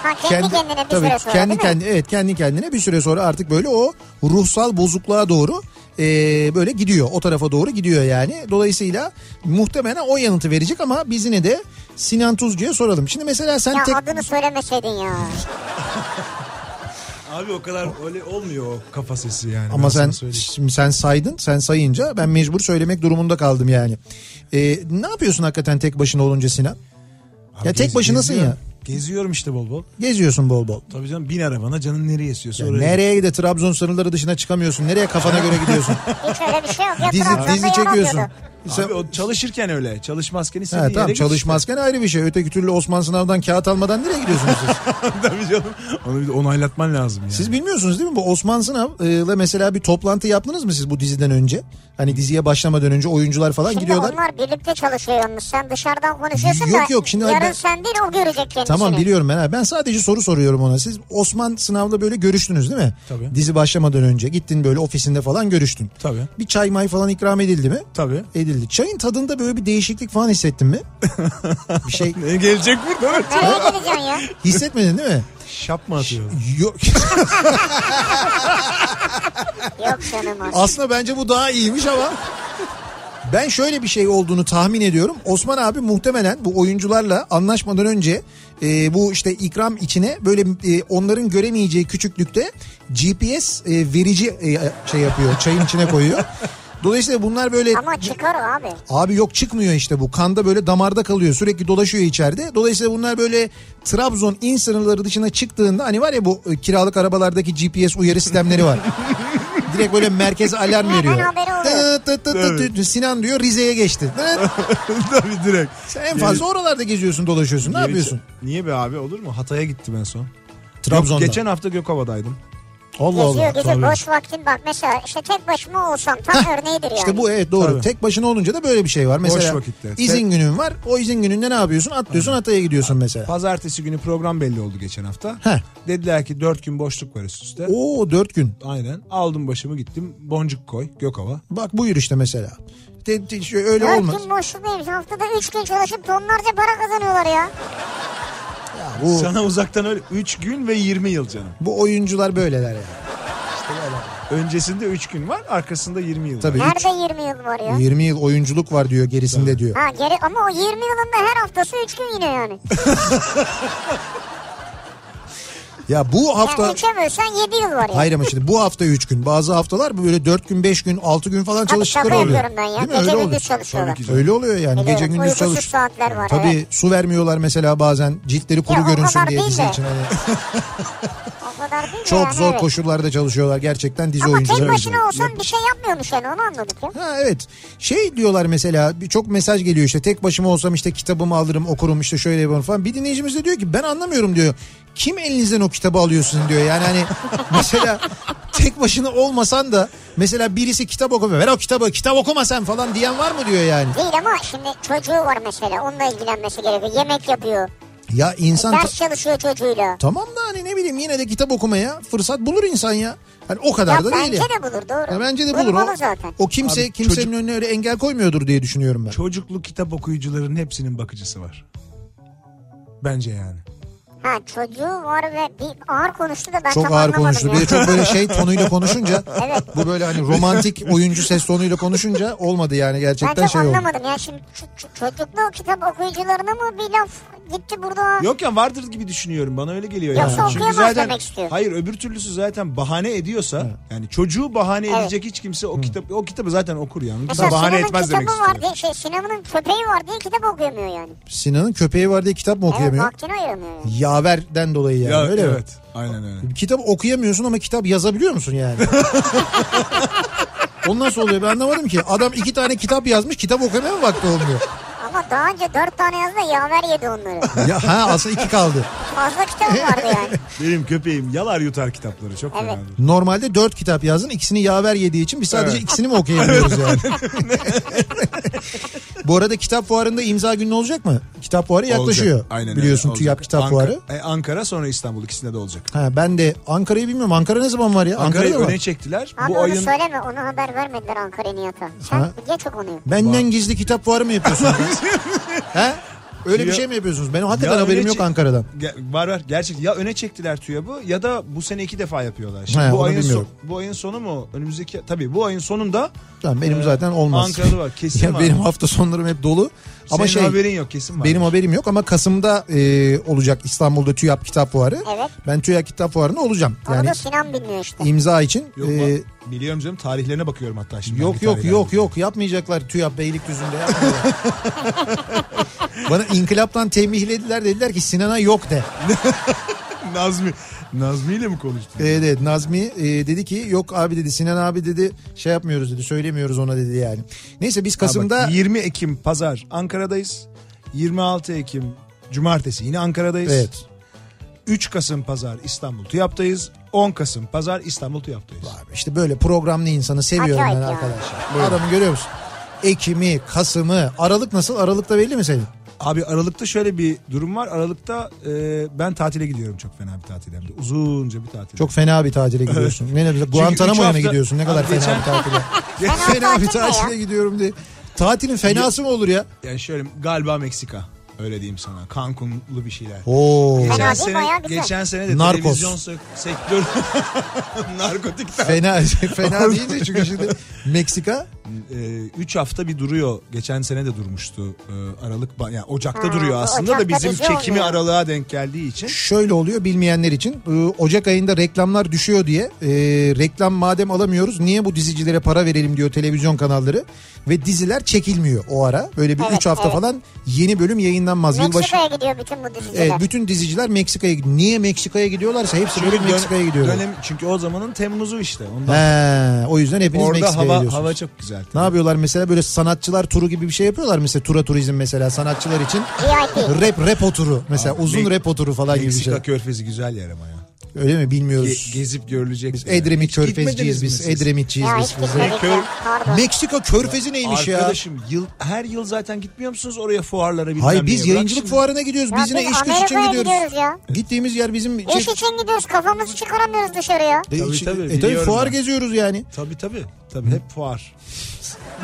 S2: Ha, kendi, kendine bir
S1: tabii,
S2: süre sonra
S1: kendi
S2: değil mi?
S1: kendi evet kendi kendine bir süre sonra artık böyle o ruhsal bozukluğa doğru eee, böyle gidiyor. O tarafa doğru gidiyor yani. Dolayısıyla muhtemelen o yanıtı verecek ama biz yine de Sinan Tuzcu'ya soralım. Şimdi mesela sen
S2: Ya
S1: tek
S2: adını söylemeseydin ya.
S5: Abi o kadar öyle olmuyor o kafa sesi yani. ben
S1: Ama sen
S5: sana söyleyeyim.
S1: şimdi sen saydın, sen sayınca ben mecbur söylemek durumunda kaldım yani. Ee, ne yapıyorsun hakikaten tek başına olunca Sinan?
S5: Abi
S1: ya tek
S5: gez-
S1: başınasın ya.
S5: geziyorum. Geziyorum işte bol bol.
S1: Geziyorsun bol bol.
S5: Tabii canım bin arabana canın nereye esiyorsa
S1: Ya
S5: oraya.
S1: nereye de Trabzon sınırları dışına çıkamıyorsun? Nereye kafana göre gidiyorsun?
S2: Hiç öyle bir şey yok. Ya
S1: dizi
S2: Trabzon'da
S1: dizi
S2: yer
S1: çekiyorsun.
S2: alıyordu.
S5: Abi
S1: Sen-
S5: o çalışırken öyle. Çalışmazken istediğin
S1: Ha, tamam
S5: yere
S1: çalışmazken ayrı bir şey. Öteki türlü Osman Sınav'dan kağıt almadan nereye gidiyorsunuz siz?
S5: git. Tabii canım. Onu bir de onaylatman lazım yani.
S1: siz bilmiyorsunuz değil mi? Bu Osman Sınav'la mesela bir toplantı yaptınız mı siz bu diziden önce? Hani diziye başlamadan önce oyuncular falan
S2: Şimdi
S1: gidiyorlar.
S2: onlar birlikte çalışıyor yalnız. Sen dışarıdan konuşuyorsun
S1: Yok,
S2: da
S1: yok, şimdi
S2: yarın
S1: ben-
S2: sen değil o görecek kendisini.
S5: şey.
S1: Tamam biliyorum ben. abi. Ben sadece soru soruyorum ona. Siz Osman sınavda böyle görüştünüz değil mi?
S5: Tabii.
S1: Dizi başlamadan önce gittin böyle ofisinde falan görüştün.
S5: Tabii.
S1: Bir çay may falan ikram edildi mi?
S5: Tabii.
S1: Edildi. Çayın tadında böyle bir değişiklik falan hissettin mi? bir şey
S5: Ne E, gelecek burada?
S2: Nereye gideceksin ya?
S1: hissetmedin değil mi?
S5: Şap mı atıyor?
S1: Yok.
S2: Yok canım aslında.
S1: Aslında bence bu daha iyiymiş ama ben şöyle bir şey olduğunu tahmin ediyorum. Osman abi muhtemelen bu oyuncularla anlaşmadan önce e, bu işte ikram içine böyle e, onların göremeyeceği küçüklükte GPS e, verici e, şey yapıyor. Çayın içine koyuyor. Dolayısıyla bunlar böyle
S2: Ama çıkar o abi.
S1: abi yok çıkmıyor işte bu. Kanda böyle damarda kalıyor. Sürekli dolaşıyor içeride. Dolayısıyla bunlar böyle Trabzon in sınırları dışına çıktığında hani var ya bu e, kiralık arabalardaki GPS uyarı sistemleri var. Direkt böyle merkeze alarm
S2: Hemen
S1: veriyor.
S2: haberi oluyor.
S1: Tıt tıt tıt tıt
S5: Tabii.
S1: tıt. Sinan diyor Rize'ye geçti. Tıt.
S5: Tabii direkt.
S1: Sen en fazla oralarda geziyorsun dolaşıyorsun. Ne
S5: Geri-
S1: yapıyorsun?
S5: Niye be abi olur mu? Hatay'a gittim en son.
S1: Trabzon'da.
S5: Yok, geçen hafta Gökova'daydım.
S1: Allah
S2: Geziyor
S1: Allah.
S2: geziyor.
S5: tabii.
S2: Boş vaktin bak mesela işte tek başıma olsam tam örneğidir yani.
S1: İşte bu evet doğru.
S5: Tabii.
S1: Tek başına olunca da böyle bir şey var. Mesela
S5: vakitte.
S1: izin günün var. O izin gününde ne yapıyorsun? Atlıyorsun Hatay'a gidiyorsun mesela.
S5: Pazartesi günü program belli oldu geçen hafta.
S1: Heh.
S5: Dediler ki dört gün boşluk var üst üste.
S1: Oo dört gün.
S5: Aynen. Aldım başımı gittim. Boncuk koy. Gökova.
S1: Bak buyur işte mesela. De, de- şöyle öyle
S2: Dört
S1: olmaz.
S2: gün boşluk neymiş haftada üç gün çalışıp tonlarca para kazanıyorlar ya.
S1: Bu,
S5: Sana uzaktan öyle 3 gün ve 20 yıl canım.
S1: bu oyuncular böyleler yani.
S5: Öncesinde 3 gün var, arkasında 20 yıl. var.
S1: Tabii. üç-
S2: Nerede 20 yıl var ya?
S1: 20 yıl oyunculuk var diyor gerisinde diyor.
S2: Ha geri ama o 20 yılında her haftası 3 gün yine yani.
S1: Ya bu
S2: yani
S1: hafta
S2: 3'e bölsen 7 yıl var ya.
S1: Hayır ama şimdi bu hafta 3 gün. Bazı haftalar böyle 4 gün, 5 gün, 6 gün falan
S2: Tabii şaka
S1: çalıştıkları oluyor.
S2: yapıyorum ben
S1: Değil
S2: ya.
S1: mi?
S2: Gece
S1: Öyle
S2: gündüz
S1: oluyor.
S2: çalışıyorlar.
S5: Tabii ki.
S1: Öyle oluyor yani.
S2: Biliyorum,
S1: Gece gündüz
S2: uykusuz
S1: çalış.
S2: saatler var,
S1: Tabii
S2: evet.
S1: su vermiyorlar mesela bazen ciltleri kuru
S2: Ya o
S1: görünsün
S2: kadar
S1: diye
S2: değil
S1: dizi
S2: de.
S1: için. Hani
S2: O kadar değil de
S1: çok
S2: yani,
S1: zor
S2: evet.
S1: koşullarda çalışıyorlar gerçekten dizi
S2: Ama
S1: oyuncuları.
S2: tek başına
S1: Öyle.
S2: olsan bir şey yapmıyormuş yani onu anladık ya.
S1: Ha evet. Şey diyorlar mesela bir çok mesaj geliyor işte tek başıma olsam işte kitabımı alırım okurum işte şöyle yaparım falan. Bir dinleyicimiz de diyor ki ben anlamıyorum diyor. Kim elinizden o kitabı alıyorsun diyor. Yani hani mesela tek başına olmasan da mesela birisi kitap okumuyor. Ver o kitabı kitap okuma sen falan diyen var mı diyor yani.
S2: Değil ama şimdi çocuğu var mesela onunla ilgilenmesi gerekiyor. Yemek yapıyor.
S1: Ya insan ta-
S2: Ders çalışıyor çocuğuyla.
S1: tamam da hani ne bileyim yine de kitap okumaya fırsat bulur insan ya. Hani o kadar
S2: Ya
S1: da değil.
S2: bence
S1: ya.
S2: de bulur doğru.
S1: Ya bence de bulur. O,
S2: Bulmalı zaten.
S1: o kimse
S5: Abi
S1: kimsenin
S5: çocuk-
S1: önüne öyle engel koymuyordur diye düşünüyorum ben.
S5: Çocuklu kitap okuyucuların hepsinin bakıcısı var. Bence yani.
S2: Ha çocuğu var ve bir ağır konuştu da ben
S1: Çok
S2: tam
S1: ağır
S2: anlamadım
S1: konuştu.
S2: ya.
S1: Bir de çok böyle şey tonuyla konuşunca
S2: Evet.
S1: bu böyle hani romantik oyuncu ses tonuyla konuşunca olmadı yani
S2: Ben
S1: gerçekten
S2: çok
S1: şey oldu.
S2: anlamadım ya şimdi ç- ç- çocuklu kitap okuyucularına mı bir laf gitti burada?
S5: Yok ya vardır gibi düşünüyorum. Bana öyle geliyor
S2: Yoksa
S5: yani.
S2: okuyamaz
S5: zaten
S2: demek istiyor.
S5: Hayır, öbür türlüsü zaten bahane ediyorsa yani çocuğu bahane
S2: Evet. E
S5: edecek hiç kimse o kitap o kitabı zaten okur yani.
S2: Mesela
S5: Kimse bahane
S2: Sinan'ın
S5: etmez demek
S2: kitabı
S5: istiyor.
S2: var diye şey Sinan'ın köpeği var diye kitap okuyamıyor yani.
S1: Sinan'ın köpeği var diye kitap mı
S2: Evet
S1: okuyamıyor?
S2: vaktini ayıramıyor yani.
S1: Yaverden dolayı yani
S5: Ya,
S1: öyle mi?
S5: evet. Aynen öyle.
S1: Kitap okuyamıyorsun ama kitap yazabiliyor musun yani? O nasıl oluyor ben anlamadım ki. Adam iki tane kitap yazmış kitap okumaya mı vakti olmuyor?
S2: Ama daha önce dört tane yazdı da yaver yedi onları.
S1: Ya, ha aslında iki kaldı.
S2: Fazla kitap vardı yani.
S5: Benim köpeğim yalar yutar kitapları çok
S2: Evet.
S5: önemli.
S1: Normalde dört kitap yazdın ikisini yaver yediği için biz sadece ikisini mi okuyabiliyoruz yani? Bu arada kitap fuarında imza günü olacak mı? Kitap fuarı yaklaşıyor.
S5: Olacak. Aynen öyle,
S1: Biliyorsun
S5: olacak.
S1: TÜYAP kitap
S5: Anka-
S1: fuarı.
S5: e, Ankara sonra İstanbul ikisinde de olacak.
S1: Ha, ben de Ankara'yı bilmiyorum. Ankara ne zaman var ya? Ankara'da
S5: Ankara'yı
S1: mı var.
S5: öne çektiler.
S2: Abi
S5: Bu
S2: onu
S5: ayın
S2: söyleme onu haber vermediler Ankara Niyat'a. Sen
S1: Ha.
S2: geç o konuyu.
S1: Benden gizli kitap fuarı mı yapıyorsunuz? He? Öyle bir şey mi yapıyorsunuz? Benim hakikaten
S5: Ya
S1: haberim
S5: öne
S1: yok
S5: çek-
S1: Ankara'dan.
S5: Ge- var var gerçek ya öne çektiler TÜYAB'ı ya da bu sene iki defa yapıyorlar. Şimdi
S1: He, onu
S5: bu ayın
S1: bilmiyorum.
S5: son- bu ayın sonu mu? Önümüzdeki tabii bu ayın sonunda
S1: Tamam benim zaten olmaz.
S5: Ankara'da var, kesin
S1: Ya
S5: var.
S1: Benim hafta sonlarım hep dolu. Ama
S5: senin
S1: şey
S5: haberin yok kesin var.
S1: Benim haberim yok ama Kasım'da e, olacak İstanbul'da TÜYAP Kitap Fuarı.
S2: Evet.
S1: Ben TÜYAP Kitap Fuarı'nda olacağım.
S2: Onu
S1: Yani
S2: da Sinan bilmiyor işte.
S1: imza için.
S5: Yok,
S1: e,
S5: lan, biliyorum canım tarihlerine bakıyorum hatta şimdi.
S1: yok
S5: hangi
S1: yok
S5: tarihler
S1: yok
S5: olduğunu.
S1: yok yapmayacaklar TÜYAP Beylikdüzü'nde yapmıyorlar. Bana inkılaptan tembihlediler dediler ki Sinan'a yok de.
S5: Nazmi Nazmi ile mi konuştun?
S1: Evet, evet Nazmi e, dedi ki yok abi dedi Sinan abi dedi şey yapmıyoruz dedi söylemiyoruz ona dedi yani. Neyse biz Kasım'da...
S5: Ha bak, 20 Ekim pazar Ankara'dayız. 26 Ekim cumartesi yine Ankara'dayız.
S1: Evet.
S5: 3 Kasım pazar İstanbul TÜYAP'tayız. 10 Kasım pazar İstanbul TÜYAP'tayız.
S1: Abi İşte böyle programlı insanı seviyorum
S2: Acayip
S1: ben
S2: ya.
S1: arkadaşlar. Adamı görüyor musun? Ekim'i, Kasım'ı, Aralık nasıl? Aralık'ta belli mi senin?
S5: Abi Aralık'ta şöyle bir durum var. Aralık'ta e, ben tatile gidiyorum çok fena bir tatil hem de. Uzunca bir tatil.
S1: Çok fena bir tatile gidiyorsun. Ne ne güzel. Guantanamo'ya mı
S5: üç hafta-
S1: gidiyorsun? Ne kadar
S5: Abi
S1: fena
S5: geçen-
S1: bir tatile.
S2: Fena
S1: fena bir
S2: tatil ne
S1: tatile gidiyorum diye. Tatilin fenası mı olur ya?
S5: Yani şöyle galiba Meksika. Öyle diyeyim sana. Cancun'lu bir şeyler.
S1: Oo.
S2: Fena değil,
S5: sene,
S2: bayağı güzel.
S5: geçen sene de
S1: Narcos.
S5: televizyon sek- sektörü narkotik
S1: Fena fena deyince çünkü şimdi Meksika
S5: 3 Ee, hafta bir duruyor. Geçen sene de durmuştu. E, Aralık ba- yani Ocak'ta
S2: Ha,
S5: duruyor
S2: bu
S5: aslında da
S2: Ocak'ta
S5: bizim
S2: bize
S5: çekimi
S2: olmuyor.
S5: aralığa denk geldiği için.
S1: Şöyle oluyor bilmeyenler için Ee, Ocak ayında reklamlar düşüyor diye e, reklam madem alamıyoruz niye bu dizicilere para verelim diyor televizyon kanalları ve diziler çekilmiyor o ara böyle bir 3
S2: Evet,
S1: hafta
S2: evet.
S1: falan yeni bölüm yayınlanmaz. Yılbaşı,
S2: Meksika'ya gidiyor bütün bu diziciler.
S1: Evet, bütün diziciler Meksika'ya gidiyor. Niye Meksika'ya gidiyorlarsa hepsi böyle
S5: dön-
S1: Meksika'ya gidiyorlar.
S5: dönem- çünkü o zamanın Temmuz'u işte. Ondan
S1: He, o yüzden hepiniz
S5: orada
S1: Meksika'ya
S5: hava
S1: gidiyorsunuz.
S5: hava çok güzel.
S1: Ne yapıyorlar mesela böyle sanatçılar turu gibi bir şey yapıyorlar mesela tura turizm mesela sanatçılar için
S2: VIP.
S1: rap repo turu mesela
S5: Abi,
S1: uzun
S5: Mek-
S1: repo turu falan gibi bir şey.
S5: Meksika körfezi güzel yer ama ya.
S1: Öyle mi bilmiyoruz.
S5: Ge- gezip görülecek.
S1: Biz
S5: yani.
S1: Edremit
S5: Hiç
S1: körfezciyiz
S5: gitmediniz mi
S1: biz.
S5: siz?
S1: Edremitçiyiz
S2: Ya
S1: biz.
S2: hiç
S1: biz.
S2: gitmedik ya. Pardon.
S1: Meksika körfezi neymiş şey ya?
S5: Arkadaşım yıl her yıl zaten gitmiyor musunuz oraya fuarlara bilmem
S1: Hayır
S5: neye?
S1: biz
S5: Bırak
S1: yayıncılık
S5: şimdi.
S1: fuarına gidiyoruz.
S2: Ya
S1: Biz yine
S2: biz
S1: iş güç için
S2: Amerika'ya gidiyoruz
S1: gidiyoruz. Şey-
S2: ya.
S1: Gittiğimiz yer bizim için.
S2: İş için gidiyoruz kafamızı çıkaramıyoruz dışarıya.
S1: E,
S5: Tabii,
S1: için-
S5: tabii,
S1: e, tabii
S5: biliyorum
S1: fuar
S5: ben.
S1: geziyoruz yani.
S5: Tabii tabii. Tabii hep fuar.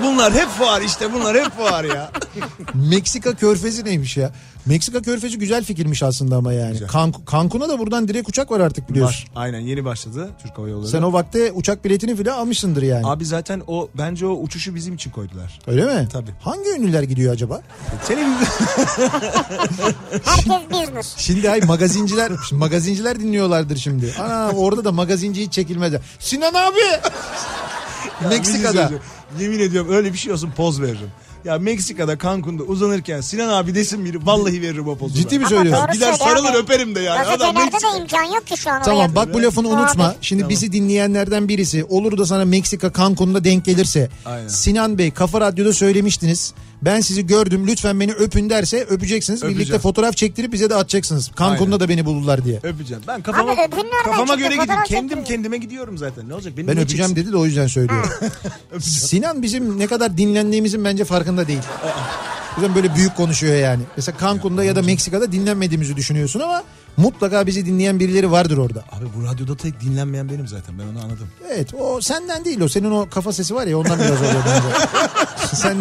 S5: bunlar hep fuar işte bunlar hep fuar ya.
S1: Meksika körfezi neymiş ya? Meksika körfezi güzel fikirmiş aslında ama yani. Cancun- Cancun'a da buradan direkt uçak var artık biliyorsun.
S5: Var. Aynen yeni başladı Türk Hava Yolları.
S1: Sen o vakte uçak biletini bile almışsındır yani.
S5: Abi zaten o bence o uçuşu bizim için koydular.
S1: Öyle mi?
S5: Tabii.
S1: Hangi ünlüler gidiyor acaba?
S5: Televizyon
S2: Herkes business.
S1: Şimdi ay magazinciler şimdi magazinciler dinliyorlardır şimdi. Ana orada da magazinci hiç çekilmez. Sinan abi. Meksika'da.
S5: şey Yemin ediyorum öyle bir şey olsun poz veririm. Ya Meksika'da Cancun'da uzanırken Sinan abi desin biri vallahi veririm o pozu.
S1: Ciddi mi
S5: ben.
S1: söylüyorsun?
S2: doğru
S5: Gider
S2: söylüyor
S5: sarılır
S2: abi.
S5: öperim de yani. Adam
S2: Gazetelerde
S5: Meksika.
S2: de imkan yok ki şu an.
S1: Tamam
S2: oraya.
S1: bak bu lafını unutma.
S2: Abi.
S1: Şimdi bizi dinleyenlerden birisi olur da sana Meksika Cancun'da denk gelirse.
S5: Aynen.
S1: Sinan Bey Kafa Radyo'da söylemiştiniz. Ben sizi gördüm lütfen beni öpün derse öpeceksiniz. Birlikte
S5: Öpeceğim.
S1: fotoğraf çektirip bize de atacaksınız. Cancun'da
S5: Aynen.
S1: da beni bulurlar diye.
S5: Öpeceğim. Ben kafama,
S2: Abi öpün nereden
S5: kafama
S2: çıktı?
S5: göre gidiyorum.
S2: Fotoğraf
S5: Kendim
S2: çektireyim.
S5: kendime gidiyorum zaten. Ne olacak? Benim
S1: Ben
S5: ne
S1: öpeceğim dedi de o yüzden söylüyorum. Sinan bizim ne kadar dinlendiğimizin bence farkında değil. O yüzden böyle büyük konuşuyor yani. Mesela Cancun'da ya da Meksika'da dinlenmediğimizi düşünüyorsun ama mutlaka bizi dinleyen birileri vardır orada.
S5: Abi bu radyoda tek dinlenmeyen benim zaten. Ben onu anladım.
S1: Evet o senden değil o senin o kafa sesi var ya ondan biraz oluyor bence. Sen,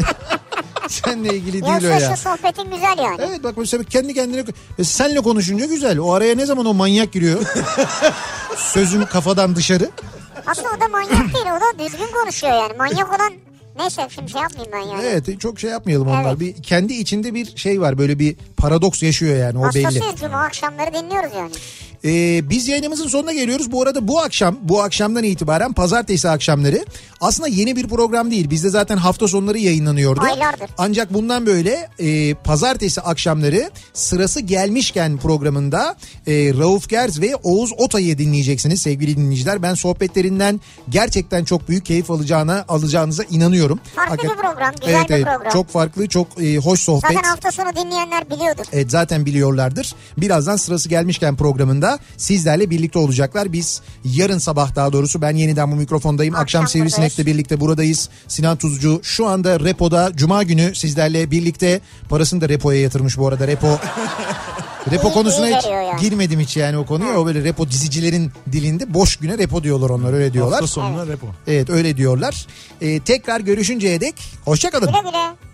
S1: senle ilgili değil o
S2: Yoksa
S1: ya.
S2: şu sohbetin güzel yani.
S1: Evet bak mesela kendi kendine e, senle konuşunca güzel. O araya ne zaman o manyak giriyor? Sözüm kafadan dışarı.
S2: Aslında o da manyak değil o da düzgün konuşuyor yani. Manyak olan neyse şimdi şey yapmayayım ben yani.
S1: Evet çok şey yapmayalım onlar.
S2: Evet.
S1: Bir kendi içinde bir şey var böyle bir paradoks yaşıyor yani o belli.
S2: Hastasıyız cuma akşamları dinliyoruz yani.
S1: Ee, biz yayınımızın sonuna geliyoruz. Bu arada bu akşam, bu akşamdan itibaren pazartesi akşamları aslında yeni bir program değil. Bizde zaten hafta sonları yayınlanıyordu.
S2: Aylardır.
S1: Ancak bundan böyle e, pazartesi akşamları sırası gelmişken programında e, Rauf Gerz ve Oğuz Otay'ı dinleyeceksiniz sevgili dinleyiciler. Ben sohbetlerinden gerçekten çok büyük keyif alacağına alacağınıza inanıyorum.
S2: Farklı bir program, güzel
S1: evet,
S2: bir
S1: evet.
S2: program.
S1: Çok farklı, çok e, hoş sohbet.
S2: Zaten hafta sonu dinleyenler biliyordur.
S1: Evet zaten biliyorlardır. Birazdan sırası gelmişken programında sizlerle birlikte olacaklar. Biz yarın sabah daha doğrusu ben yeniden bu mikrofondayım. Akşam,
S2: Akşam
S1: Sivrisinek'le
S2: buradayız.
S1: birlikte buradayız. Sinan Tuzcu şu anda repoda cuma günü sizlerle birlikte parasını da repoya yatırmış bu arada repo. repo
S2: İyi-
S1: konusuna
S2: iyi
S1: hiç
S2: veriyor yani.
S1: girmedim hiç yani o konuya. O böyle repo dizicilerin dilinde boş güne repo diyorlar onlar öyle diyorlar.
S5: Hafta sonuna repo.
S1: Evet öyle diyorlar. Ee, tekrar E, görüşünceye dek hoşçakalın.
S2: Güle güle.